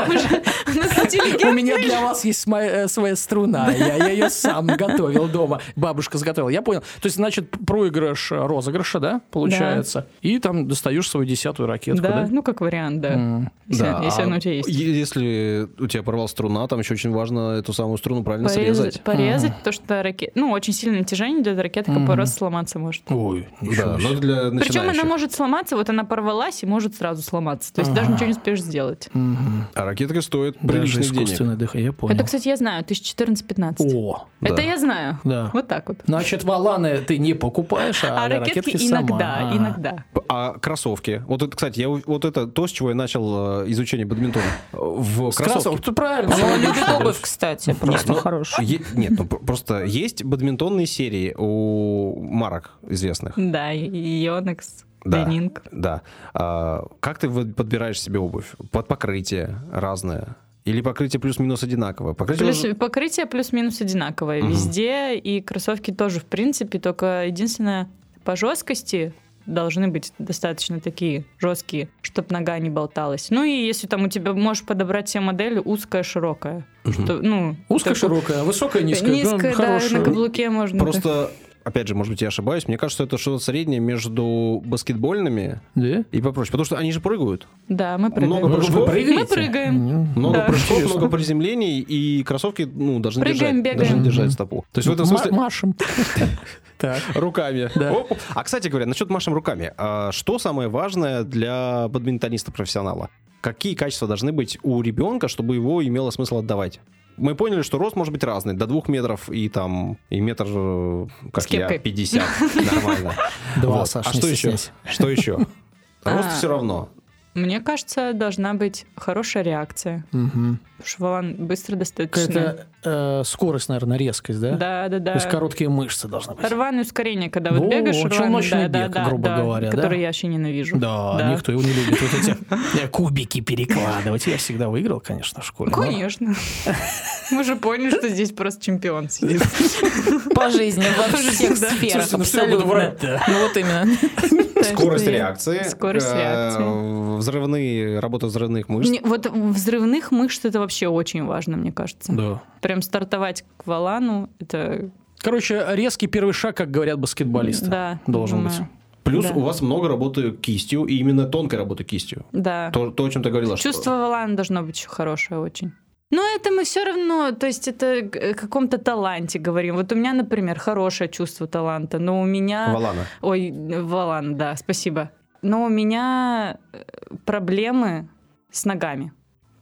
S4: Мы же- у нас эти
S2: У
S4: легенды.
S2: меня для вас есть моя, э, своя струна. Я, я ее сам готовил дома. Бабушка заготовила. Я понял. То есть, значит, проигрыш э, розыгрыша, да, получается? И там достаешь свою десятую ракетку,
S4: Да,
S2: да?
S4: ну как вариант, да.
S2: М.
S4: Если если
S1: а
S4: оно у тебя есть.
S1: е- Если у тебя порвалась струна, там еще очень важно эту самую струну правильно
S4: Порезать,
S1: срезать.
S4: порезать то, что ракет... Ну, очень сильное натяжение идет, ракетка
S2: Мгм.
S4: пару раз сломаться может.
S2: Ой,
S4: Ну,
S2: ничего
S1: Да, ну,
S2: себе.
S1: но для
S4: Причем она
S1: начинающих.
S4: может сломаться, вот она порвалась и может сразу сломаться. То есть даже
S2: Ага.
S4: ничего не успеешь сделать.
S2: Мгм.
S1: А ракетка стоит
S2: Даже
S1: приличных денег.
S2: искусственное дыхание, я понял.
S4: Это, кстати, я знаю, 1014-15.
S2: О,
S1: Да.
S4: Это я знаю.
S2: да.
S4: Вот так вот.
S2: Значит, валаны ты не покупаешь, а,
S4: А
S2: для
S4: ракетки
S2: сама.
S4: иногда,
S2: А.
S4: иногда.
S1: А кроссовки? Вот это, кстати, я у- вот это то, с чего я начал э, изучение бадминтона. Э, В
S2: С кроссовок,
S1: кроссовки.
S2: ты А, правильно.
S3: Ну, он
S2: Логично,
S3: любит
S2: да.
S3: обувь, кстати, просто
S1: ну,
S3: хорошую.
S1: Е- Нет, ну, пр- просто есть бадминтонные серии у марок известных.
S4: Да, Йонекс,
S1: Да.
S4: Денинг.
S1: Да. А, как ты вот подбираешь себе обувь? Под покрытие разное? Или покрытие плюс-минус одинаковое? Покрытие
S4: Плюс,
S1: уже-
S4: покрытие плюс-минус одинаковое
S1: Мгм.
S4: везде, и кроссовки тоже, в принципе, только единственное, по жесткости должны быть достаточно такие жесткие, чтобы нога не болталась. Ну и если там у тебя можешь подобрать себе модель узкая, широкая.
S1: Мгм.
S4: то, ну,
S2: Узкая,
S4: такую-
S2: широкая, высокая, низкая.
S4: Низкая, да, на
S2: хорошая.
S4: каблуке можно.
S1: Просто, опять же, может быть, я ошибаюсь, мне кажется, это что-то среднее между баскетбольными
S2: Да?
S1: и попроще. Потому что они же прыгают.
S4: Да, мы прыгаем.
S1: Много прыжков.
S2: Вы прыгаете?
S4: Мы прыгаем.
S2: М.
S1: Много
S4: Да.
S1: прыжков,
S2: Интересно.
S1: много приземлений, и кроссовки ну, должны,
S4: Прыгаем,
S1: держать,
S4: бегаем.
S1: должны
S2: Мгм.
S1: держать стопу. То есть Ну, в этом
S2: Ну, Ма-
S1: смысле...
S2: Машем. Так.
S1: Руками.
S2: Да.
S1: Оп. А кстати говоря, насчет машем руками. а что самое важное для бадминтониста-профессионала? Какие качества должны быть у ребенка, чтобы его имело смысл отдавать? Мы поняли, что рост может быть разный, до двух метров и там и метр, э, как
S4: С
S1: я,
S4: кепкой.
S1: 50. Нормально.
S2: Два,
S1: Вот.
S2: Саш,
S1: А
S2: не
S1: что еще?
S2: стесняйся.
S1: Что еще? Рост
S4: А.
S1: все равно.
S4: Мне кажется, должна быть хорошая реакция.
S2: Мгм.
S4: Потому что валан быстро достаточно.
S2: Какая-то э, скорость, наверное, резкость, да?
S4: Да, да, да.
S2: То есть короткие мышцы должны быть.
S4: Рваное ускорение, когда вот
S2: Во,
S4: бегаешь,
S2: челночный
S4: рваное, да,
S2: бег,
S4: да, да,
S2: грубо
S4: да,
S2: говоря, да?
S4: который я вообще ненавижу.
S2: Да,
S4: Да.
S2: никто его не любит. Вот эти э, кубики перекладывать. Я всегда выиграл, конечно, в школе.
S4: Ну,
S2: но-
S4: Конечно. Мы же поняли, что здесь просто чемпион сидит.
S3: По жизни, во всех
S4: Да.
S3: сферах,
S2: Слушайте, ну что я буду
S3: абсолютно.
S2: врать-то?
S3: Ну вот именно.
S4: Так что
S1: Скорость
S4: я-
S1: реакции.
S4: Скорость
S1: э,
S4: реакции.
S1: Взрывные, работа взрывных мышц.
S4: Мне- вот взрывных мышц это вообще очень важно, мне кажется.
S2: Да.
S4: Прям стартовать к валану, это...
S2: Короче, резкий первый шаг, как говорят баскетболисты.
S4: Да.
S2: Должен
S4: думаю.
S1: Плюс
S4: Да.
S1: у вас много работы кистью, и именно тонкой работы кистью.
S4: Да.
S1: То, то, о чем ты говорила. что-
S4: А. Чувство валана должно быть еще хорошее очень. Но это мы все равно, то есть это к- о каком-то таланте говорим. Вот у меня, например, хорошее чувство таланта, но у меня...
S1: Валана.
S4: Ой, Валан, да, спасибо. Но у меня э, проблемы с ногами.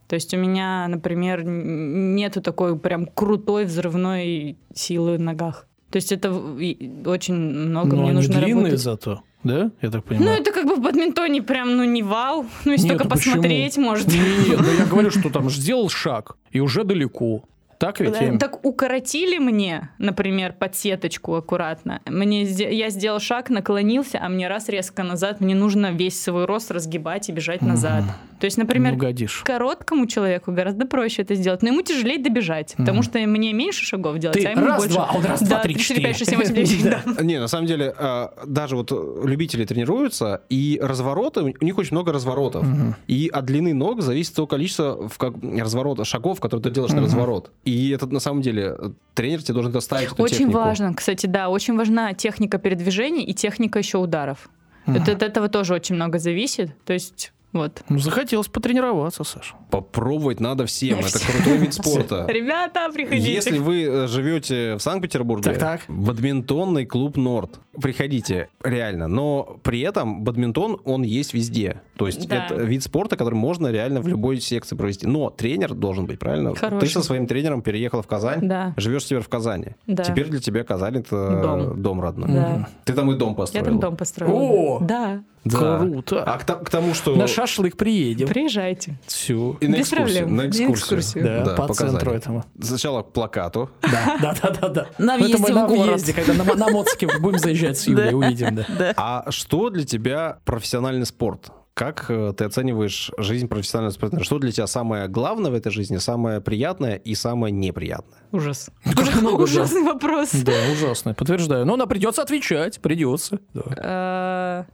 S4: То есть у меня, например, н- нету такой прям крутой взрывной силы в ногах. То есть это в- и- очень много
S2: Но
S4: мне
S2: они
S4: нужно
S2: длинные
S4: работать.
S2: зато, да? Я так
S4: Ну,
S2: понимаю.
S4: это как бы в бадминтоне прям, ну, не вал. Ну, если
S2: Нет,
S4: только
S2: ну почему?
S4: посмотреть, может.
S2: Не-не-не, ну я говорю, что там ж сделал шаг, и уже далеко. Так ведь, Эми?
S4: Так укоротили мне, например, подсеточку аккуратно. Мне, сде- я сделал шаг, наклонился, а мне раз резко назад. Мне нужно весь свой рост разгибать и бежать
S2: Мгм. Ну,
S4: назад. То есть, например,
S2: Не угодишь.
S4: короткому человеку гораздо проще это сделать, но ему тяжелее добежать, потому
S2: Мгм.
S4: что мне меньше шагов делать,
S2: Ты
S4: а ему
S2: раз,
S4: больше.
S2: два, а он раз, два,
S4: Да,
S2: три, четыре.
S4: пять, шесть, семь, восемь, девять, да.
S1: Не, на самом деле, а, даже вот э, любители тренируются, и развороты, у них очень много разворотов.
S2: Мгм.
S1: И от длины ног зависит то количество в как, разворота, шагов, которые ты делаешь на
S2: Мгм.
S1: разворот. И это, на самом деле, э, тренер тебе должен доставить эту
S4: Очень
S1: технику.
S4: важно, кстати, да, очень важна техника передвижений и техника еще ударов. Это, от этого тоже очень много зависит. То есть, вот.
S2: Ну, захотелось потренироваться, Саша.
S1: Попробовать надо всем. Это крутой вид спорта.
S4: Ребята, приходите.
S1: Если вы э, живете в Санкт-Петербурге,
S2: Так-так.
S1: бадминтонный клуб Норд, приходите, реально. Но при этом бадминтон, он есть везде. То есть
S4: Да.
S1: это вид спорта, который можно реально в любой секции провести. Но тренер должен быть, правильно?
S4: Хороший.
S1: Ты со своим тренером переехала в Казань,
S4: Да,
S1: живешь теперь в Казани.
S4: да.
S1: Теперь для тебя Казань это дом,
S4: Дом.
S1: родной.
S4: Да.
S2: Мгм.
S1: Ты там и дом
S4: Я
S1: построила.
S4: там дом построила.
S2: О!
S4: Да,
S1: Да.
S2: Круто.
S1: А к, та- к тому, что...
S2: На шашлык приедем.
S4: приезжайте.
S2: Все.
S1: И на
S4: Без
S1: экскурсию.
S4: проблем.
S1: На
S4: На
S1: экскурсию.
S4: экскурсию.
S2: Да,
S1: Да,
S2: по
S1: по
S2: центру
S1: Казани.
S2: этому.
S1: Сначала к плакату.
S2: Да, да, да, да, да.
S3: На
S2: Ну, это
S3: въезде
S2: мы
S3: в
S2: на
S3: город.
S2: въезде, когда на, на моцике будем заезжать с Юлей, увидим, да.
S1: А что для тебя профессиональный спорт? Как э, ты оцениваешь жизнь профессионального спортсмена? Что для тебя самое главное в этой жизни, самое приятное и самое неприятное?
S4: Ужас.
S2: Как много, да.
S4: Ужасный вопрос.
S2: Да, ужасно, подтверждаю. Но она придется отвечать, придется. Да.
S4: Э,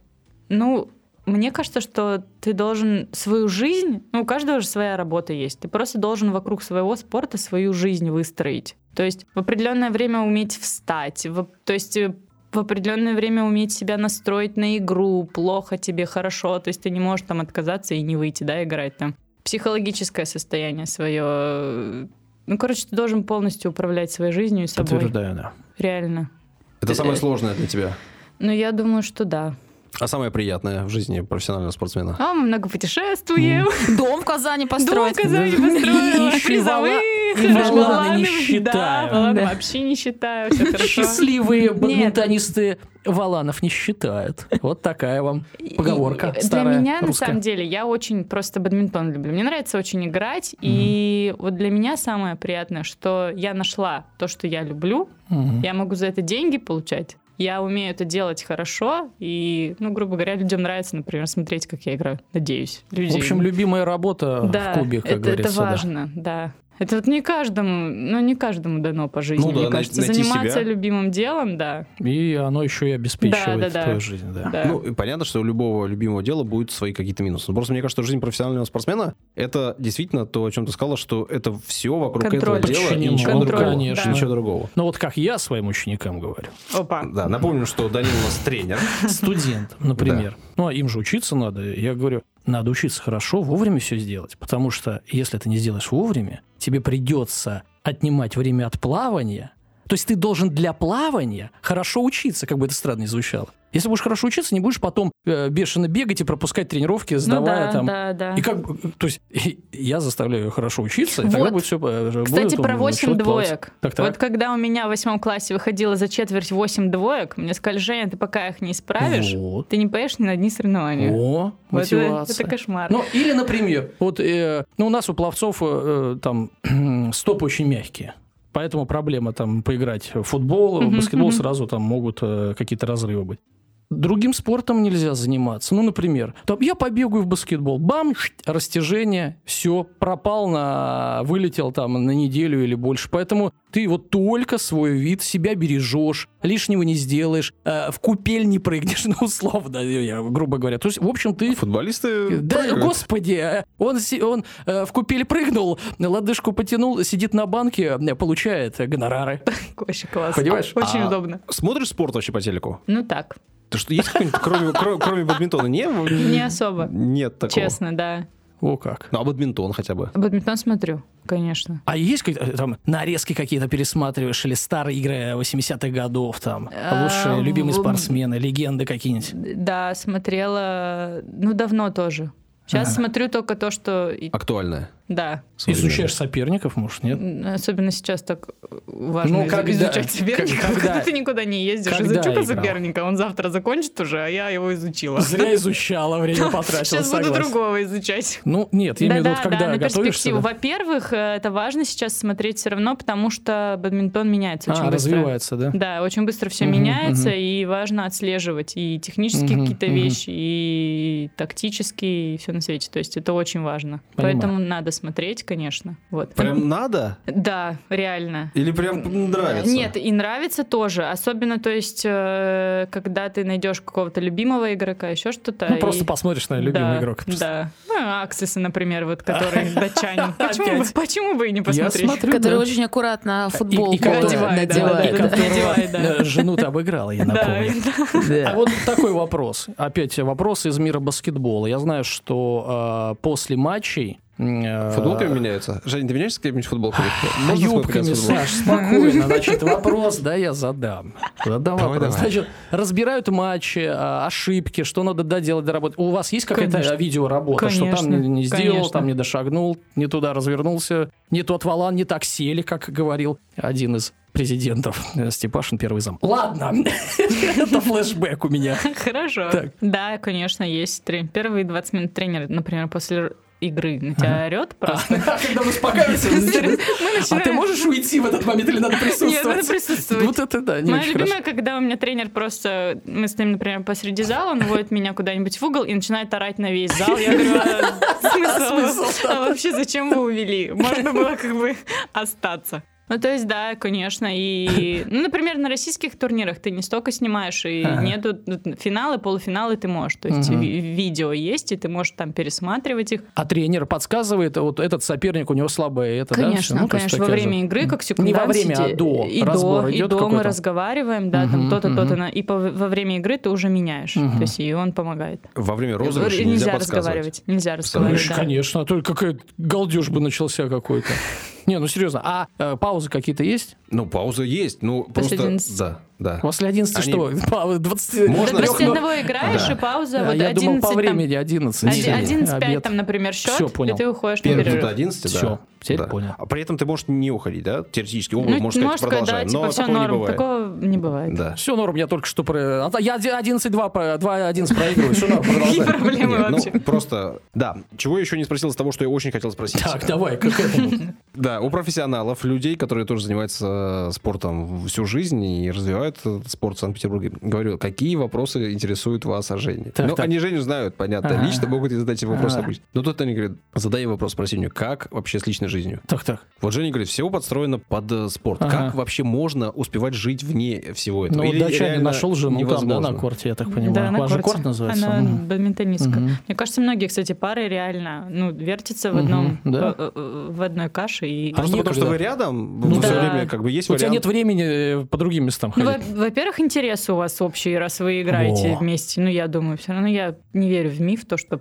S4: Ну, мне кажется, что ты должен свою жизнь, ну, у каждого же своя работа есть, ты просто должен вокруг своего спорта свою жизнь выстроить. То есть в определенное время уметь встать, в- то есть э, в определенное время уметь себя настроить на игру, плохо тебе, хорошо, то есть ты не можешь там отказаться и не выйти, да, играть там. Психологическое состояние свое. Ну, короче, ты должен полностью управлять своей жизнью и собой.
S2: Подтверждаю, да.
S4: Реально.
S1: Это самое сложное для тебя.
S4: Ну, я думаю, что да.
S1: А самое приятное в жизни профессионального спортсмена?
S4: А мы много путешествуем.
S3: Дом в Казани
S4: Дом
S3: построить.
S4: Казани
S2: И
S4: построила,
S2: еще и
S4: призовых,
S2: и валаны
S4: валаны,
S2: не
S4: да,
S2: считаю.
S4: валаны
S3: Да.
S4: вообще не считаю, все хорошо.
S2: Счастливые
S4: Нет.
S2: бадминтонисты Валанов не считают. Вот такая вам поговорка
S4: И- и
S2: старая
S4: Для меня, на
S2: русская.
S4: самом деле, я очень просто бадминтон люблю. Мне нравится очень играть, и вот для меня самое приятное, что я нашла то, что я люблю,
S2: Мгм.
S4: я могу за это деньги получать, я умею это делать хорошо, и, ну, грубо говоря, людям нравится, например, смотреть, как я играю. Надеюсь.
S2: В
S4: Людей.
S2: общем, любимая работа
S4: да,
S2: в кубе, как
S4: это,
S2: говорится.
S4: это
S2: да.
S4: важно, да. Это вот не каждому, ну не каждому дано по жизни,
S1: Ну да,
S4: мне
S1: най-
S4: кажется.
S1: найти
S4: Заниматься
S1: себя.
S4: любимым делом, да.
S2: И оно еще и обеспечивает
S4: Да, да, да.
S2: твою жизнь. Да.
S4: да.
S1: Ну, и понятно, что у любого любимого дела будут свои какие-то минусы. Но Просто мне кажется, что жизнь профессионального спортсмена это действительно то, о чем ты сказала, что это все вокруг
S4: Контроль.
S1: этого дела и
S2: Подчинение.
S1: ничего
S4: Контроль,
S1: другого.
S2: конечно.
S1: Ничего другого.
S2: Ну вот как я своим ученикам говорю.
S4: Опа.
S1: Да, напомню, что Данил у нас тренер.
S2: Студент, например. Ну, а им же учиться надо. Я говорю, надо учиться хорошо, вовремя все сделать. Потому что если ты не сделаешь вовремя, тебе придется отнимать время от плавания. То есть ты должен для плавания хорошо учиться, как бы это странно не звучало. Если будешь хорошо учиться, не будешь потом э, бешено бегать и пропускать тренировки,
S4: Ну
S2: сдавая
S4: да,
S2: там...
S4: да, да.
S2: И как, бы, то есть я заставляю ее хорошо учиться, и тогда
S4: Вот.
S2: будет все...
S4: Кстати, про 8 двоек.
S2: Так, так.
S4: Вот когда у меня в восьмом классе выходило за четверть 8 двоек, мне сказали, Женя, ты пока их не исправишь,
S2: Вот.
S4: ты не поешь ни на одни соревнования.
S2: О,
S4: Вот это,
S2: мотивация.
S4: это кошмар.
S2: Ну, или, например, вот э, ну, у нас у пловцов э, э, там стопы очень мягкие. Поэтому проблема там поиграть в футбол, в
S4: Мгм,
S2: баскетбол
S4: мгм.
S2: сразу там могут э, какие-то разрывы быть. Другим спортом нельзя заниматься. Ну, например, там я побегаю в баскетбол, бам, растяжение, все, пропал на, вылетел там на неделю или больше. Поэтому ты вот только свой вид себя бережешь, лишнего не сделаешь, э, в купель не прыгнешь, ну, условно, я, грубо говоря. То есть, в общем, ты
S1: Футболисты
S2: да,
S1: прыгают.
S2: господи, э, он, си- он э, в купель прыгнул, лодыжку потянул, сидит на банке, э, получает э, гонорары.
S4: Очень классно.
S2: Понимаешь?
S4: Очень
S1: А-
S4: удобно.
S1: Смотришь спорт вообще по телеку?
S4: Ну так,
S1: Ты что, есть какой-нибудь, кроме, кро- кроме бадминтона? Не,
S4: не особо.
S1: Нет такого.
S4: Честно, да.
S2: О как.
S1: Ну, а бадминтон хотя бы.
S4: Бадминтон смотрю, конечно.
S2: А есть как- э, там нарезки какие-то пересматриваешь или старые игры 80-х годов там?
S4: А,
S2: Лучшие любимые
S4: в-
S2: спортсмены, легенды какие-нибудь?
S4: Да, смотрела, ну, давно тоже. Сейчас
S2: Ага. А
S4: смотрю только то, что... и-
S1: Актуальное.
S4: Да.
S1: Современное.
S2: Изучаешь соперников, может, нет?
S4: М, Особенно сейчас так важно
S2: Ну,
S4: из-
S2: когда-
S4: изучать
S2: к-
S4: соперника, когда,
S2: когда-
S4: ты никуда не ездишь.
S2: когда
S4: Изучу-ка
S2: играл?
S4: соперника, он завтра закончит уже, а я его изучила.
S2: Зря изучала, время потратила,
S4: Сейчас буду
S2: согласен.
S4: другого изучать.
S2: Ну, нет, я имею в виду, вот когда
S4: на
S2: готовишься...
S4: перспективу.
S2: да. А,
S4: Во-первых, э, это важно сейчас смотреть все равно, потому что бадминтон меняется очень
S2: А,
S4: быстро.
S2: развивается, да?
S4: Да, очень быстро все
S2: Мгм,
S4: меняется,
S2: мгм.
S4: и важно отслеживать и технические
S2: Мгм,
S4: какие-то
S2: мгм.
S4: вещи, и тактические, и все на свете. То есть это очень важно.
S2: Понимаю.
S4: Поэтому надо смотреть, конечно. Вот.
S1: Прям надо?
S4: Да, реально.
S1: Или прям нравится?
S4: Нет, и нравится тоже. Особенно, то есть, э, когда ты найдешь какого-то любимого игрока, еще что-то.
S2: Ну,
S4: и-
S2: просто посмотришь на любимый
S4: да,
S2: игрок.
S4: Да. Ну, Аксисы, например, вот, который датчанин. Почему бы-
S2: Опять.
S4: Почему бы и не
S2: Я
S4: посмотреть?
S2: смотрю,
S3: Который
S2: да.
S3: очень аккуратно
S2: И-
S3: футболку
S2: и которого-
S4: надевает, да,
S2: да, и
S3: надевает.
S4: да, да.
S2: которого,
S4: Надевает, да.
S2: э, Жену-то обыграла, я
S4: Да,
S2: напомню. А вот такой вопрос. Опять вопрос из мира баскетбола. Я знаю, что э, после матчей... м, э,
S1: Футболками меняются? Женя, ты меняешься с какими-нибудь футболками?
S2: а
S1: Можно с фоткой
S2: юбками,
S1: с футболкой?
S2: Саш, спокойно. Значит, вопрос, да, я задам. Задам
S1: Давай,
S2: вопрос.
S1: давай.
S2: Значит, разбирают матчи, а, ошибки, что надо доделать, доработать. У вас есть какая-то
S4: Конечно.
S2: видеоработа, что там
S4: Конечно,
S2: не, не сделал,
S4: конечно.
S2: там не дошагнул, не туда развернулся, не тот валан, не так сели, как говорил один из президентов э, Степашин, первый зам. Ладно, это флешбэк у меня.
S4: Хорошо.
S2: Так.
S4: Да, конечно, есть. трен- Первые 20 минут тренер, например, после игры на тебя орет просто.
S2: Когда мы успокаиваемся,
S4: Мы
S2: значит, а ты
S4: начинаем-
S2: можешь уйти в этот момент или надо
S4: Нет,
S2: присутствовать?
S4: надо присутствовать.
S2: Вот это да, не
S4: Моя
S2: очень хорошо.
S4: любимая, когда у меня тренер просто... Мы стоим, например, посреди зала, он водит меня куда-нибудь в угол и начинает орать на весь зал. Я говорю, а смысл? А вообще зачем вы увели? Можно было как бы остаться. Ну, то есть, да, конечно, и... Ну, например, на российских турнирах ты не столько снимаешь, и
S2: Ага.
S4: нету... ну, Финалы, полуфиналы ты можешь. То есть,
S2: Мгм.
S4: ви- видео есть, и ты можешь там пересматривать их.
S2: А тренер подсказывает, вот этот соперник у него слабое это, да, всё?
S4: Конечно,
S2: Ну, то есть
S4: конечно, во
S2: такая же.
S4: время игры, как
S2: Не
S4: секундант
S2: во время, а
S4: сиди-
S2: до.
S4: И
S2: Разбор
S4: до, и
S2: идет
S4: до мы
S2: какой-то?
S4: разговариваем, да,
S2: Мгм,
S4: там то-то,
S2: мгм.
S4: то-то. на- И по- во время игры ты уже меняешь.
S2: Мгм.
S4: То есть и он помогает.
S1: Во время розыгрыша
S4: Нельзя
S1: нельзя подсказывать.
S4: разговаривать. Нельзя
S1: Представляешь,
S4: разговаривать. да.
S2: Конечно, а то какая галдеж бы начался какой-то. Не, ну серьезно, а э, паузы какие-то есть?
S1: Ну, пауза есть, ну,
S4: После
S1: просто...
S4: 11.
S1: Да, да.
S2: После 11
S1: Они-
S2: что? Паузы 20...
S4: Да
S1: Можно
S4: До
S1: Трех,
S4: 21
S1: но-
S4: играешь,
S1: Да.
S4: и пауза,
S2: А
S4: вот
S2: я думал,
S4: 11
S2: по
S4: там-
S2: времени 11.
S4: оди-
S2: Обед.
S4: 11-5 там, например, счет,
S2: Всё, понял.
S4: и ты уходишь на
S1: Первый
S4: перерыв.
S1: минута 11, да.
S2: Всё, теперь
S1: Да.
S2: понял.
S1: А при этом ты можешь не уходить, да? Теоретически, оба,
S4: Ну,
S1: можно сказать,
S4: можешь сказать, да,
S1: продолжаем.
S4: типа,
S1: но
S4: все
S1: такого не
S4: норм.
S1: бывает.
S4: Такого не бывает.
S1: Да.
S2: Все норм, я только что про... а, Я 11-2, по- 2-11 проигрываю, все норм,
S4: Какие
S2: продолжай.
S4: проблемы
S1: Нет, ну,
S4: вообще?
S1: просто, да. Чего я еще не спросил из того, что я очень хотел спросить.
S2: Так, давай, как этому.
S1: Да, у профессионалов, людей, которые тоже занимаются э, спортом всю жизнь и развивают этот спорт в Санкт-Петербурге. Говорю, какие вопросы интересуют вас о Жене?
S2: Так,
S1: ну,
S2: так.
S1: они Женю знают, понятно.
S2: Ага.
S1: Лично могут и задать эти вопросы
S2: Ага.
S1: обычно. Но тут они говорят, задай вопрос Арсению, как вообще с личной жизнью?
S2: Так, так.
S1: Вот Женя говорит, всего подстроено под э, спорт.
S2: Ага.
S1: Как вообще можно успевать жить вне всего этого?
S2: Ну,
S1: Или
S2: дача
S1: реально
S2: нашел жену ну, там, да,
S1: невозможно?
S2: на корте, я так
S4: Да,
S2: понимаю.
S4: на
S2: У вас же
S4: корте.
S2: корт называется?
S4: Она
S2: Мгм.
S4: бадминтонистка.
S2: Мгм.
S4: Мне кажется, многие, кстати, пары реально ну, вертятся в
S2: Мгм,
S4: одном
S2: да.
S4: э, э, в одной каше и.
S2: А
S1: Просто потому, что
S2: некогда.
S1: вы рядом,
S2: Ну
S1: вы всё
S4: да.
S1: время как бы есть
S2: У тебя
S1: вариант.
S2: нет времени э, по другим местам
S4: Ну,
S2: ходить.
S4: во- во-первых, интересы у вас общие, раз вы играете
S2: Во.
S4: вместе. Ну, я думаю, все равно я не верю в миф, то, что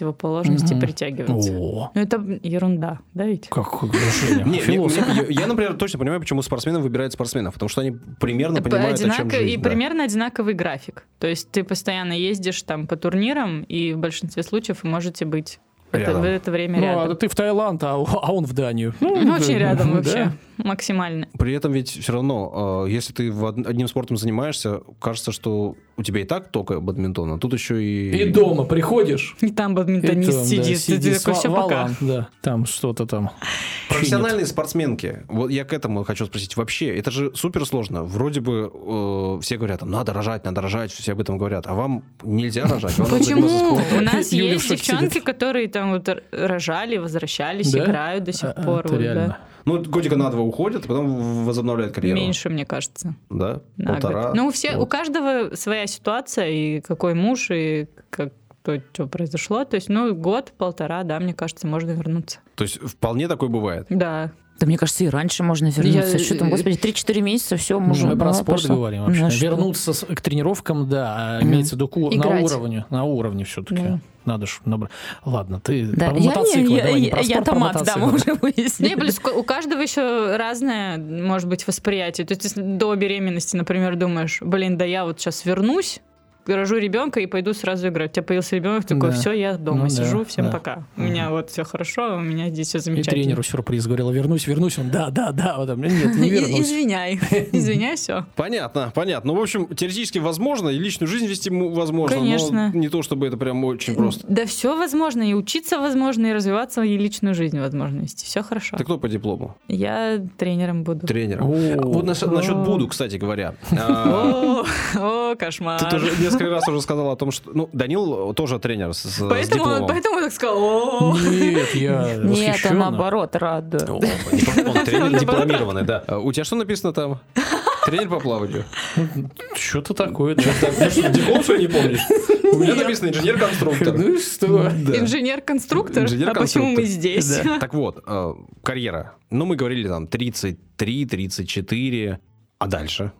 S4: противоположности
S2: Мгм.
S4: притягиваются.
S2: О,
S4: Ну, это ерунда, да ведь?
S2: как Женя,
S1: Не, не,
S2: А, философ.
S1: мне- я, я, например, точно понимаю, почему спортсмены выбирают спортсменов, потому что они примерно понимают, о чем
S4: Одинако-
S1: жизнь.
S4: и
S1: да.
S4: примерно одинаковый график. То есть ты постоянно ездишь там по турнирам, и в большинстве случаев вы можете быть это-
S1: Рядом.
S4: в это время
S2: Ну,
S4: рядом.
S2: а ты в Таиланд, а, а он в Данию.
S4: Ну, очень
S2: да,
S4: рядом
S2: да.
S4: вообще. максимально.
S1: При этом ведь все равно, э, если ты в од- одним спортом занимаешься, кажется, что у тебя и так только бадминтон, а тут еще и...
S2: И дома приходишь.
S4: И там бадминтонист
S2: там, да,
S4: сидит, ты
S2: сидит
S4: такой,
S2: с
S4: все
S2: ва-
S4: пока.
S2: валом, Да, там что-то там.
S1: Профессиональные спортсменки. Вот я к этому хочу спросить. Вообще, это же супер сложно. Вроде бы э, все говорят, там, надо рожать, надо рожать, все об этом говорят. А вам нельзя рожать. вам надо заниматься
S4: Ну, Почему?
S1: спортом.
S4: У нас
S2: Юля
S4: есть
S2: в шоке сидит.
S4: девчонки, которые там вот р- рожали, возвращались,
S2: Да?
S4: играют до сих
S2: А,
S4: пор.
S2: это
S4: вот, да.
S2: реально.
S1: Ну, вот годика на два уходят, а потом возобновляют карьеру.
S4: Меньше, мне кажется.
S1: Да?
S4: на год.
S1: Полтора.
S4: Ну, у, все, у
S1: Вот.
S4: каждого своя ситуация, и какой муж, и как то, что произошло. То есть, ну, год-полтора, да, мне кажется, можно вернуться.
S1: То есть вполне такое бывает.
S4: Да.
S3: Да мне кажется, и раньше можно вернуться.
S4: Я- э,
S3: Что там, господи, 3-4 месяца, все, мужу.
S2: Мы про
S3: ну,
S2: спорт
S3: пошло.
S2: говорим вообще.
S3: Ну, что?
S2: Вернуться с- к тренировкам, да, а
S3: Мгм.
S2: имеется в виду ку- на
S3: Играть.
S2: уровне, на уровне все-таки.
S4: Да.
S2: Надо ж набрать. Ладно, ты
S3: Да.
S2: про
S3: Я, не-
S2: мотоциклы,
S3: я,
S2: давай, не про
S3: я- я
S2: спорт, про
S3: томат, да, мы
S2: мотоциклы.
S3: уже
S4: Не,
S3: выяснили.
S4: плюс ко- у каждого еще разное, может быть, восприятие. То есть, если до беременности, например, думаешь, блин, да я вот сейчас вернусь, рожу ребенка и пойду сразу играть. У тебя появился ребенок,
S2: Да.
S4: такой, все, я
S2: Ну
S4: дома
S2: да,
S4: сижу, всем
S2: да.
S4: пока. У меня вот все хорошо, у меня здесь все
S2: И
S4: замечательно.
S2: тренеру сюрприз говорила, вернусь, вернусь. Он, да, да, да. Вот, а мне нет, не
S4: И-
S2: вернусь.
S4: Извиняй, извиняй, все.
S1: Понятно, понятно. Ну, в общем, теоретически возможно, и личную жизнь вести м- возможно.
S4: Конечно.
S1: Но не то, чтобы это прям очень просто.
S4: Да все возможно, и учиться возможно, и развиваться, и личную жизнь возможно вести. Все хорошо.
S1: Ты кто по диплому?
S4: Я тренером буду.
S1: Тренером. Вот
S2: Вот
S1: нас- насчет буду, кстати говоря. А,
S4: О, о, кошмар.
S1: Ты тоже несколько раз уже сказал о том, что... Ну, Данил тоже тренер с, с- с
S4: Поэтому он
S1: дипломом.
S4: поэтому он так сказал. «О».
S2: Нет, я
S3: Нет, а
S2: восхищён.
S3: наоборот, рада.
S2: Ну,
S1: О, не просто Он тренер дипломированный, да. А У тебя что написано там? Тренер по плаванию.
S2: Что-то такое, да.
S1: ну Диплом свой не помнишь? У меня написано инженер-конструктор.
S2: Ну и что?
S4: Инженер-конструктор? А почему
S1: Инженер-конструктор.
S4: мы здесь?
S1: Так вот, э, карьера. Ну, мы говорили там 33, 34. А дальше?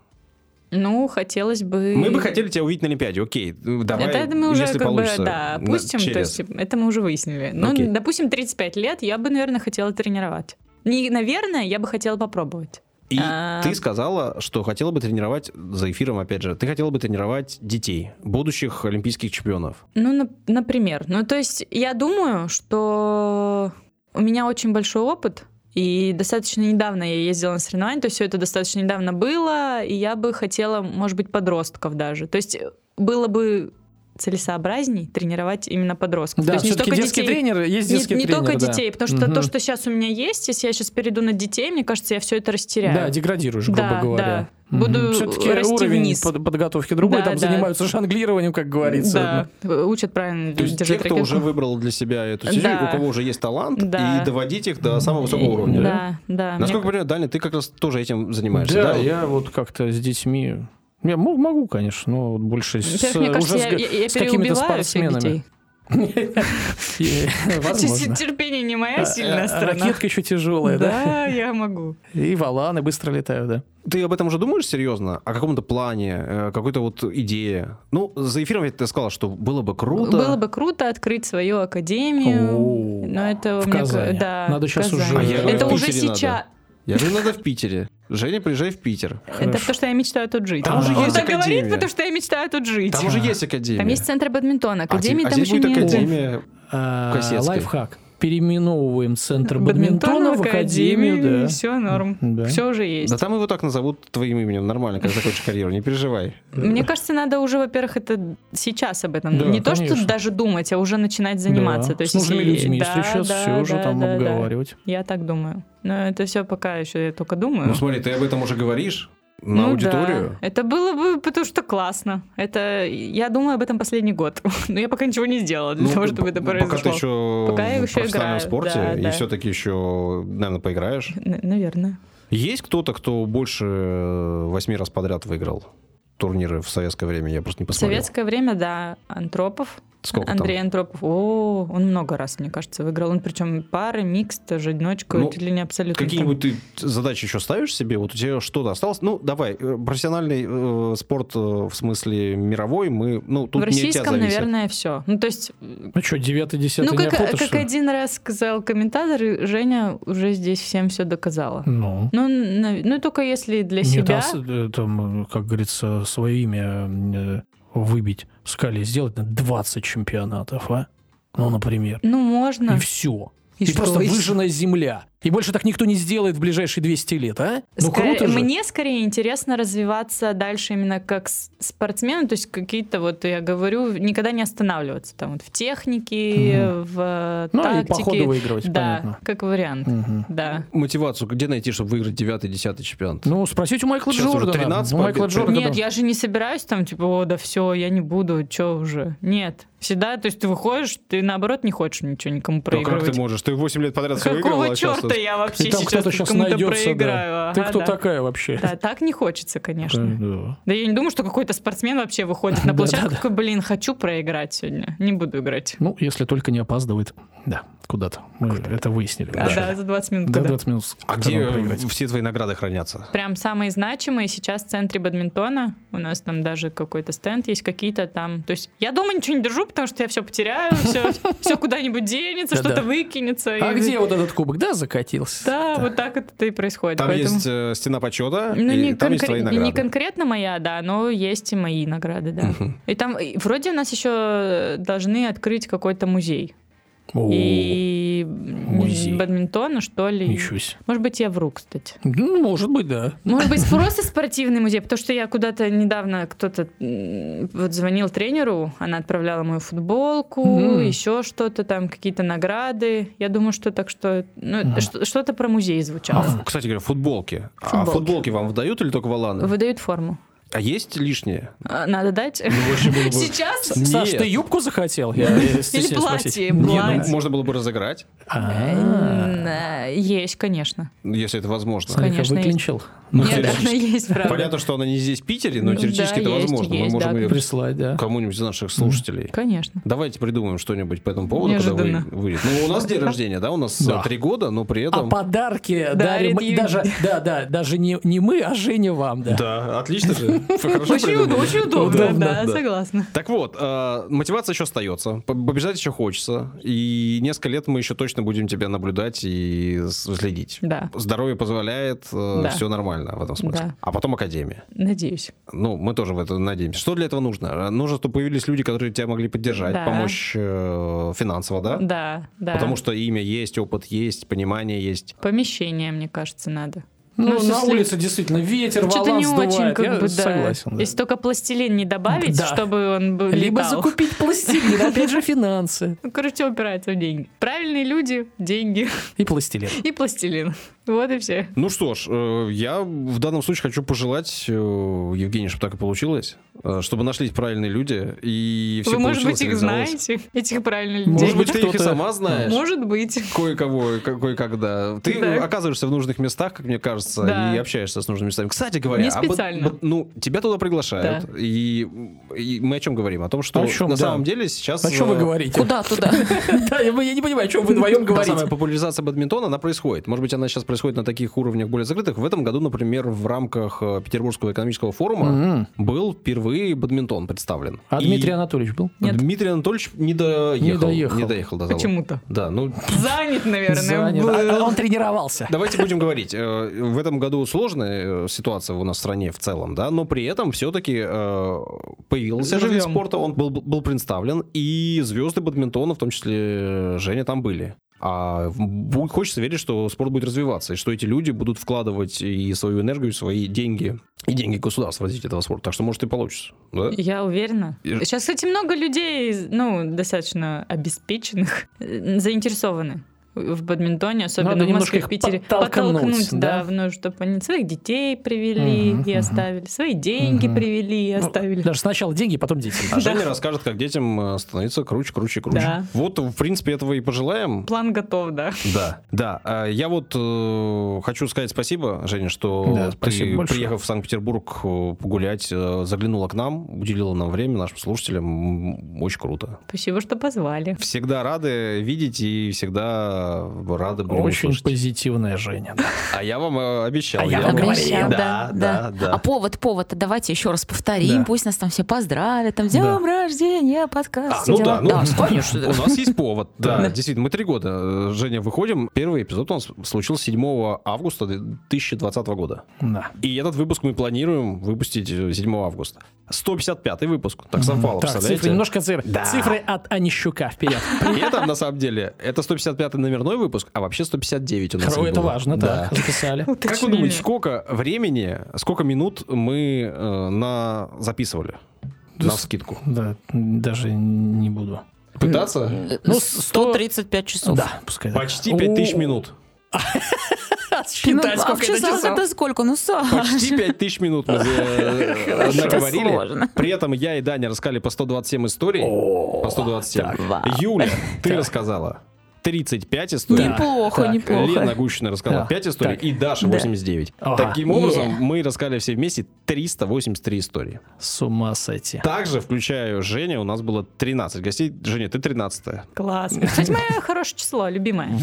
S4: Ну, хотелось бы...
S1: Мы бы хотели тебя увидеть на Олимпиаде. Окей, ну, давай,
S4: это, это мы уже
S1: если
S4: как
S1: получится.
S4: бы, да,
S1: на-
S4: опустим, то
S1: через.
S4: есть типа, это мы уже выяснили. Ну,
S1: Окей.
S4: допустим, 35 лет я бы, наверное, хотела тренировать. Не, наверное, я бы хотела попробовать.
S1: И
S4: А.
S1: ты сказала, что хотела бы тренировать, за эфиром опять же, ты хотела бы тренировать детей, будущих олимпийских чемпионов.
S4: Ну, нап- например. Ну, то есть я думаю, что у меня очень большой опыт, и достаточно недавно я ездила на соревнования, то есть все это достаточно недавно было, и я бы хотела, может быть, подростков даже. То есть э, было бы целесообразней тренировать именно подростков.
S2: Да,
S4: то есть не
S2: все-таки
S4: только
S2: детский
S4: детей,
S2: тренер, есть
S4: не,
S2: детский
S4: не
S2: тренер.
S4: только
S2: да.
S4: детей, потому что
S2: Мгм.
S4: то, что сейчас у меня есть, если я сейчас перейду на детей, мне кажется, я все это растеряю.
S2: Да, деградируешь, грубо
S4: Да,
S2: говоря.
S4: да. Буду
S2: Все-таки
S4: расти
S2: уровень
S4: вниз.
S2: под- подготовки другой,
S4: Да,
S2: там
S4: да.
S2: занимаются жонглированием, как говорится.
S4: Да, учат правильно
S1: То есть те,
S4: держать
S1: кто
S4: ракетку.
S1: уже выбрал для себя эту
S4: Да.
S1: стезю, у кого уже есть талант,
S4: Да.
S1: и доводить их до самого высокого уровня.
S4: Да, да. мне
S1: Насколько я понимаю, Даня, ты как раз тоже этим занимаешься, да?
S2: Да, я вот как-то с детьми... Я мо- могу, конечно, но вот больше с,
S4: Во-первых, мне кажется,
S2: уже с
S4: я,
S2: г-
S4: я- я
S2: с какими-то
S4: переубиваю всех
S2: спортсменами.
S4: детей.
S2: Возможно.
S4: Терпение не
S1: Э,
S4: моя сильная
S2: А, а,
S4: сторона.
S2: Ракетка еще тяжелая, да?
S4: Да, я могу.
S2: И валаны быстро летают, да.
S1: Ты об этом уже думаешь серьезно? О каком-то плане, э, какой-то вот идее? Ну, за эфиром ведь ты сказала, что было бы круто.
S4: Было бы круто открыть свою академию.
S2: О,
S4: Но это
S2: в
S4: мне ка-
S2: Казани.
S4: да,
S2: Надо
S4: в
S2: щас
S4: Казани.
S2: уже- А я
S4: это
S1: говорю, в
S4: уже
S1: Питере надо.
S4: сейчас.
S1: Я говорю, надо в Питере. Женя, приезжай в Питер.
S4: Это потому что я мечтаю тут жить.
S1: Там
S2: же
S4: Он
S1: есть
S4: так говорит,
S1: академия.
S4: потому что я мечтаю тут жить.
S1: Там уже есть академия.
S4: Там есть центр бадминтона.
S1: А те-
S4: Академии
S1: а
S4: там
S1: здесь
S4: еще
S1: будет
S4: нет.
S1: академия.
S2: А,
S1: Косецкой.
S2: Лайфхак. Переименовываем центр бадминтона в
S4: академию,
S2: академию.
S4: и
S2: да.
S4: все норм.
S2: Да.
S4: Все уже есть.
S1: Да там его так назовут твоим именем нормально, когда закончишь карьеру, не переживай.
S4: Мне кажется, надо уже, во-первых, это сейчас об этом.
S2: Да,
S4: не то,
S2: конечно.
S4: что даже думать, а уже начинать заниматься.
S2: Да,
S4: То есть,
S2: с нужными
S4: если-
S2: людьми,
S4: Да,
S2: если сейчас
S4: да,
S2: все уже
S4: да,
S2: там
S4: да, да.
S2: обговаривать.
S4: Я так думаю. Но это все пока еще я только думаю.
S1: Ну смотри, ты об этом уже говоришь на
S4: А. Ну
S1: аудиторию.
S4: да. Это было бы, потому что классно. Это я думаю об этом последний год. Но я пока ничего не сделала для
S1: Ну,
S4: того, чтобы это
S1: п-
S4: произошло.
S1: Пока ты еще
S4: Пока я
S1: в
S4: еще
S1: профессиональном
S4: играю,
S1: спорте,
S4: да,
S1: и
S4: да.
S1: все-таки еще, наверное, поиграешь.
S4: Н- Наверное.
S1: Есть кто-то, кто больше э, восьми раз подряд выиграл турниры в советское время? Я просто не
S4: В
S1: посмотрел.
S4: советское время, да, Антропов.
S1: Сколько
S4: Андрей Антропов. О, он много раз, мне кажется, выиграл. Он причем пары, микс, тоже одиночку,
S1: Ну,
S4: чуть ли не абсолютно. там.
S1: Какие-нибудь ты задачи еще ставишь себе? Вот у тебя что-то осталось? Ну, давай, э, профессиональный э, спорт, э, в смысле мировой, мы, ну, тут
S4: в
S1: не от тебя
S4: российском,
S1: зависит.
S4: наверное, все. Ну, то есть,
S2: Ну что, 9 10
S4: ну,
S2: не
S4: как,
S2: опутаешь?
S4: как один раз сказал комментатор, Женя уже здесь всем все доказала.
S2: Ну.
S4: Ну, на- ну, только если для
S2: Нет,
S4: себя.
S2: а с- э, там, э, как говорится, свое имя э, выбить в скале, сделать на 20 чемпионатов, а? Ну, например.
S4: Ну, можно.
S2: И все.
S4: И
S2: И,
S4: что?
S2: просто
S4: И-
S2: выжженная земля. И больше так никто не сделает в ближайшие 200 лет, а? Ну
S4: Скорее-
S2: круто же.
S4: Мне скорее интересно развиваться дальше именно как с- спортсмену, то есть какие-то вот я говорю никогда не останавливаться там вот в технике, в э,
S2: Ну и
S4: тактике,
S2: по ходу выигрывать,
S4: да,
S2: понятно.
S4: как вариант,
S2: Мгм.
S4: да.
S1: Мотивацию где найти, чтобы выиграть 9-10 чемпионат?
S2: Ну, спросите у Майкла
S1: Сейчас уже
S2: Джордана.
S1: 13
S2: у Майкла
S1: побед.
S2: Джордана.
S4: Нет, я же не собираюсь там типа о да все, я не буду, что уже, нет, всегда, то есть ты выходишь, ты наоборот не хочешь ничего никому
S1: Ну, как ты
S4: проигрывать.
S1: можешь? Ты 8 лет подряд все выигрывал,
S4: Какого
S1: а сейчас
S4: черта я вообще
S2: И там
S4: сейчас
S2: кто-то
S4: тут
S2: сейчас
S4: кому-то
S2: найдется,
S4: проиграю?
S2: да. Ты
S4: Ага,
S2: кто
S4: да.
S2: такая вообще? Э,
S4: Да, так не хочется, конечно.
S2: Да.
S4: Да я не думаю, что какой-то спортсмен вообще выходит на
S2: Да,
S4: площадку,
S2: да, да.
S4: такой, блин, хочу проиграть сегодня, не буду играть.
S2: Ну, если только не опаздывает. Да, куда-то. Мы это выяснили.
S4: А, Да, за 20 минут.
S2: До
S4: когда.
S2: 20 минут.
S1: А
S2: когда
S1: где
S2: надо проиграть.
S1: все твои награды хранятся?
S4: Прям самые значимые сейчас в центре бадминтона. У нас там даже какой-то стенд есть, какие-то там. То есть я дома ничего не держу, потому что я все потеряю, все, куда-нибудь денется,
S2: Да-да.
S4: что-то выкинется.
S2: А
S4: и-
S2: где вот этот кубок? Да, закатился.
S4: Да, вот так это и происходит.
S1: Там
S4: Поэтому-
S1: есть э, стена почета,
S4: Ну,
S1: и
S4: не,
S1: там есть
S4: конкре-
S1: твои
S4: не
S1: награды.
S4: конкретно моя, да, но есть и мои награды, да.
S1: Мгм.
S4: И там и вроде у нас еще должны открыть какой-то музей.
S2: О,
S4: и
S2: музей.
S4: бадминтона, что ли.
S2: Ничего себе.
S4: Может быть, я вру, кстати.
S2: Ну, может быть, да.
S4: Может быть, просто спортивный музей, потому что я куда-то недавно кто-то м, вот звонил тренеру, она отправляла мою футболку,
S2: Мгм.
S4: еще что-то там, какие-то награды. Я думаю, что так что ну,
S2: Мгм.
S4: что- что-то про музей звучало.
S1: А, ф- кстати говоря, футболки. А
S4: Футболки.
S1: футболки вам выдают или только валаны?
S4: Выдают форму.
S1: А есть лишние?
S4: А, Надо дать.
S1: Ну, вообще было бы-
S4: Сейчас
S1: Нет.
S2: Саш, ты юбку захотел? Я, я
S4: Или
S2: стесняюсь спросить.
S4: платье,
S1: Не, ну,
S4: платье.
S1: можно было бы разыграть,
S2: А,
S4: М, да, Есть, конечно.
S1: если это возможно.
S4: Ск-
S2: смотри, как
S4: Конечно,
S2: выклинчил.
S1: Ну,
S4: Нет,
S1: теоретически.
S4: она есть, правда.
S1: Понятно, что она не здесь, в Питере, но
S4: Ну Да,
S1: теоретически это
S4: есть,
S1: возможно. Мы
S4: есть,
S1: можем
S4: да.
S1: ее
S2: Прислать, да.
S1: кому-нибудь из наших слушателей.
S4: Конечно.
S1: Давайте придумаем что-нибудь по этому поводу, когда
S4: Неожиданно.
S1: вы выйдет. Ну, у нас день рождения, да? У нас
S2: Да.
S1: э, три года, но при
S2: А
S1: этом...
S2: подарки дарим
S4: Дарит
S2: мы-
S4: Юль.
S2: даже, да, да, даже не, не мы, а Женя вам, да.
S1: Да, отлично же. Вы хорошо
S4: Очень
S1: придумали.
S4: удобно, очень удобно,
S2: Удобно,
S4: да, согласна.
S1: Так вот, э, мотивация еще остается, по- побежать еще хочется, и несколько лет мы еще точно будем тебя наблюдать и с- следить.
S4: Да,
S1: Здоровье позволяет,
S4: Да.
S1: все нормально в этом смысле.
S4: Да.
S1: А потом академия.
S4: надеюсь. Ну,
S1: Ну, мы тоже в это надеемся. Что для этого нужно? Э, Нужно, чтобы появились люди, которые тебя могли поддержать,
S4: Да.
S1: помочь э, финансово, да?
S4: Да, да.
S1: Потому что имя есть, опыт есть, понимание есть.
S4: Помещение, мне кажется, надо.
S2: Ну,
S4: Ну,
S2: на
S4: если-
S2: улице действительно ветер,
S4: Что-то
S2: валан
S4: не
S2: сдувает.
S4: очень, как
S2: Я
S4: бы, да.
S2: согласен. да.
S4: Если только пластилин не добавить,
S2: Да.
S4: чтобы он был
S2: Либо
S4: летал.
S2: закупить пластилин, опять же финансы.
S4: Ну, короче, упирается в деньги. Правильные люди, деньги
S2: И пластилин.
S4: и пластилин. Вот и все.
S1: Ну что ж, э, я в данном случае хочу пожелать э, Евгению, чтобы так и получилось, э, чтобы нашлись правильные люди и все
S4: Вы, может
S1: получилось
S4: быть,
S1: и
S4: их
S1: реализовалось.
S4: знаете, этих правильных людей.
S1: Может быть,
S2: Может,
S1: ты их и
S2: кто-то-
S1: сама знаешь.
S4: Может быть.
S1: Кое-кого, и ко- кое-когда. Ты
S4: Да.
S1: оказываешься в нужных местах, как мне кажется,
S4: Да.
S1: и общаешься с нужными местами. Кстати говоря,
S4: Не
S1: об этом-
S4: специально.
S1: вот, ну, тебя туда приглашают.
S4: Да.
S1: И, и мы о чем говорим? О том, что
S2: О чем,
S1: на
S2: да.
S1: самом деле сейчас...
S2: О чем вы
S1: э,
S2: говорите?
S3: Куда туда?
S2: Да, я я не понимаю, о чем вы вдвоем
S1: Та самая
S2: говорите.
S1: популяризация бадминтона, она происходит. Может быть, она сейчас происходит на таких уровнях более закрытых. В этом году, например, в рамках э, Петербургского экономического форума
S2: М.
S1: был впервые бадминтон представлен.
S2: А
S1: И
S2: Дмитрий Анатольевич был?
S4: Нет.
S1: Дмитрий Анатольевич не доехал.
S2: Не доехал.
S1: Не доехал до зала.
S4: Почему-то.
S1: Да, ну
S4: Занят, наверное,
S2: Занят. А- а
S4: был.
S2: Он тренировался.
S1: Давайте будем говорить. Э, В этом году сложная э, ситуация у нас в стране в целом, да, но при этом все-таки появился же вид
S4: Живем.
S1: спорта, он был, был представлен, и звезды бадминтона, в том числе э, Женя, там были. А в- бу- хочется верить, что спорт будет развиваться, и что эти люди будут вкладывать и свою энергию, и свои деньги, и деньги государства в развитие этого спорта. Так что, может, и получится. Да?
S4: Я уверена.
S1: И-
S4: Сейчас, кстати, много людей, ну, достаточно обеспеченных, э, заинтересованы в бадминтоне, особенно
S2: Надо
S4: в Москве,
S2: немножко
S4: в
S2: их
S4: Питере.
S2: подтолкнуть, да.
S4: да, чтобы они своих детей привели
S2: Мгм,
S4: и
S2: мгм.
S4: оставили, свои деньги
S2: Мгм.
S4: привели и
S2: Ну,
S4: оставили.
S2: Даже сначала деньги, потом дети.
S1: А Женя расскажет, как детям э, становиться круче, круче, круче.
S4: Да.
S1: Вот, в принципе, этого и пожелаем.
S4: План готов, да.
S1: Да, да. А Я вот э, хочу сказать спасибо, Женя, что
S2: Да,
S1: ты,
S2: спасибо большое.
S1: приехав в Санкт-Петербург э, погулять, э, заглянула к нам, уделила нам время, нашим слушателям. М, Очень круто.
S4: Спасибо, что позвали.
S1: Всегда рады видеть и всегда рады будем
S2: Очень
S1: услышать.
S2: позитивная Женя. да.
S1: А я вам э, обещал.
S2: А я
S1: вам
S2: вам
S1: говорил.
S2: говорил,
S1: Да, да, да.
S3: А повод, повод, давайте еще раз повторим,
S2: Да.
S3: пусть нас там все поздравят, там, с днем рождения, подкаст.
S1: А,
S3: все
S1: ну да,
S3: дела».
S1: ну,
S3: конечно. да.
S1: У нас есть повод, да, действительно, мы три года, э, Женя, выходим. Первый эпизод у нас случился 7 августа 2020 года.
S2: Да.
S1: И этот выпуск мы планируем выпустить э, 7 августа. 155 выпуск. Так совпало,
S2: Так,
S1: представляете?
S2: цифры, немножко цифр.
S1: Да.
S2: Цифры от Анищука вперед.
S1: При этом, на самом деле, это 155 номер номерной выпуск, а вообще 159 у нас.
S2: Хоро-
S1: их
S2: это
S1: было.
S2: важно,
S1: Да.
S2: так, записали.
S1: Как вы
S4: Уточнили.
S1: думаете, сколько времени, сколько минут мы э, на записывали?
S2: Да
S1: На
S2: с-
S1: скидку.
S2: Да, даже не буду.
S1: Пытаться?
S2: Ну,
S3: Ну, 135 часов.
S2: Да, пускай. так.
S1: Почти 5000
S2: О,
S1: минут.
S3: Ну,
S4: Считать,
S3: а в
S4: сколько это
S3: часах
S4: часов.
S3: это сколько? Ну, Саш.
S1: Почти 5000 минут мы э,
S3: Хорошо,
S1: наговорили.
S3: сложно.
S1: При этом я и Даня рассказали по 127 историй. По 127.
S3: Вау.
S1: Юля, ты
S2: Так.
S1: рассказала 35 историй.
S3: Неплохо,
S2: Так,
S3: неплохо.
S1: Лена Гущина рассказала
S2: Да.
S1: 5 историй
S2: Так.
S1: и Даша
S3: Да.
S1: 89.
S2: Ага.
S1: Таким образом,
S3: Yeah.
S1: мы рассказали все вместе 383 истории.
S2: С ума сойти.
S1: Также, включая Женя, у нас было 13 гостей. Женя, ты 13
S4: Класс. Кстати, мое хорошее число, любимое.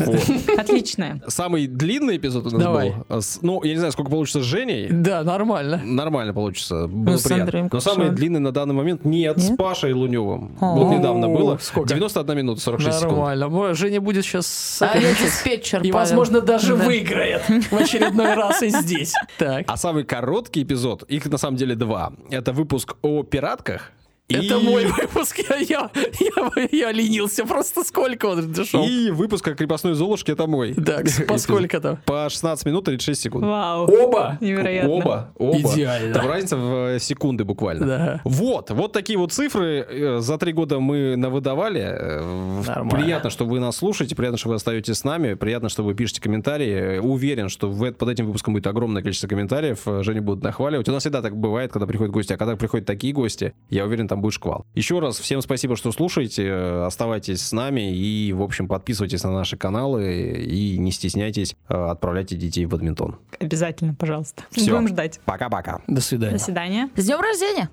S4: Отличное.
S1: Самый длинный эпизод у нас
S2: Давай.
S1: был. э, с- Ну, я не знаю, сколько получится с Женей.
S2: Да, нормально.
S1: Нормально получится. Было
S2: Ну,
S3: с
S1: приятно.
S3: Андреем
S1: Но самый
S3: Кушлан.
S1: длинный на данный момент нет, с
S3: Нет?
S1: Пашей Луневым.
S3: О.
S1: Вот недавно было.
S2: Сколько?
S1: 91 минута 46 секунд.
S2: Нормально. Мо- Женя будет сейчас...
S3: А я диспетчер,
S2: И,
S3: Павел.
S2: возможно, даже
S3: Да.
S2: выиграет в очередной раз и здесь. Так.
S1: А самый короткий эпизод, их на самом деле два. Это выпуск о пиратках. и-
S2: Это мой выпуск. Я, я, я- я ленился просто сколько он дошел.
S1: И выпуск о крепостной Золушке это мой.
S2: Так, по сколько там?
S1: По 16 минут 36 секунд.
S4: Вау.
S2: Оба?
S4: Невероятно.
S1: Оба, оба.
S2: Идеально.
S1: Там разница в э, секунды буквально.
S2: Да.
S1: Вот, вот такие вот цифры э, за три года мы навыдавали. Э, в-
S2: Нормально.
S1: Приятно, что вы нас слушаете, приятно, что вы остаетесь с нами, приятно, что вы пишете комментарии. Э, Уверен, что в эт- под этим выпуском будет огромное количество комментариев, Э, Женя будут нахваливать. У нас всегда так бывает, когда приходят гости, а когда приходят такие гости, я уверен, там будет шквал. Еще раз всем спасибо, что слушаете, Э, оставайтесь с нами и, в общем, подписывайтесь на наши каналы и не стесняйтесь, э, отправляйте детей в бадминтон.
S4: Обязательно, пожалуйста.
S1: Всё.
S4: Будем ждать.
S1: Пока-пока.
S2: До свидания.
S4: До свидания.
S3: С днем рождения!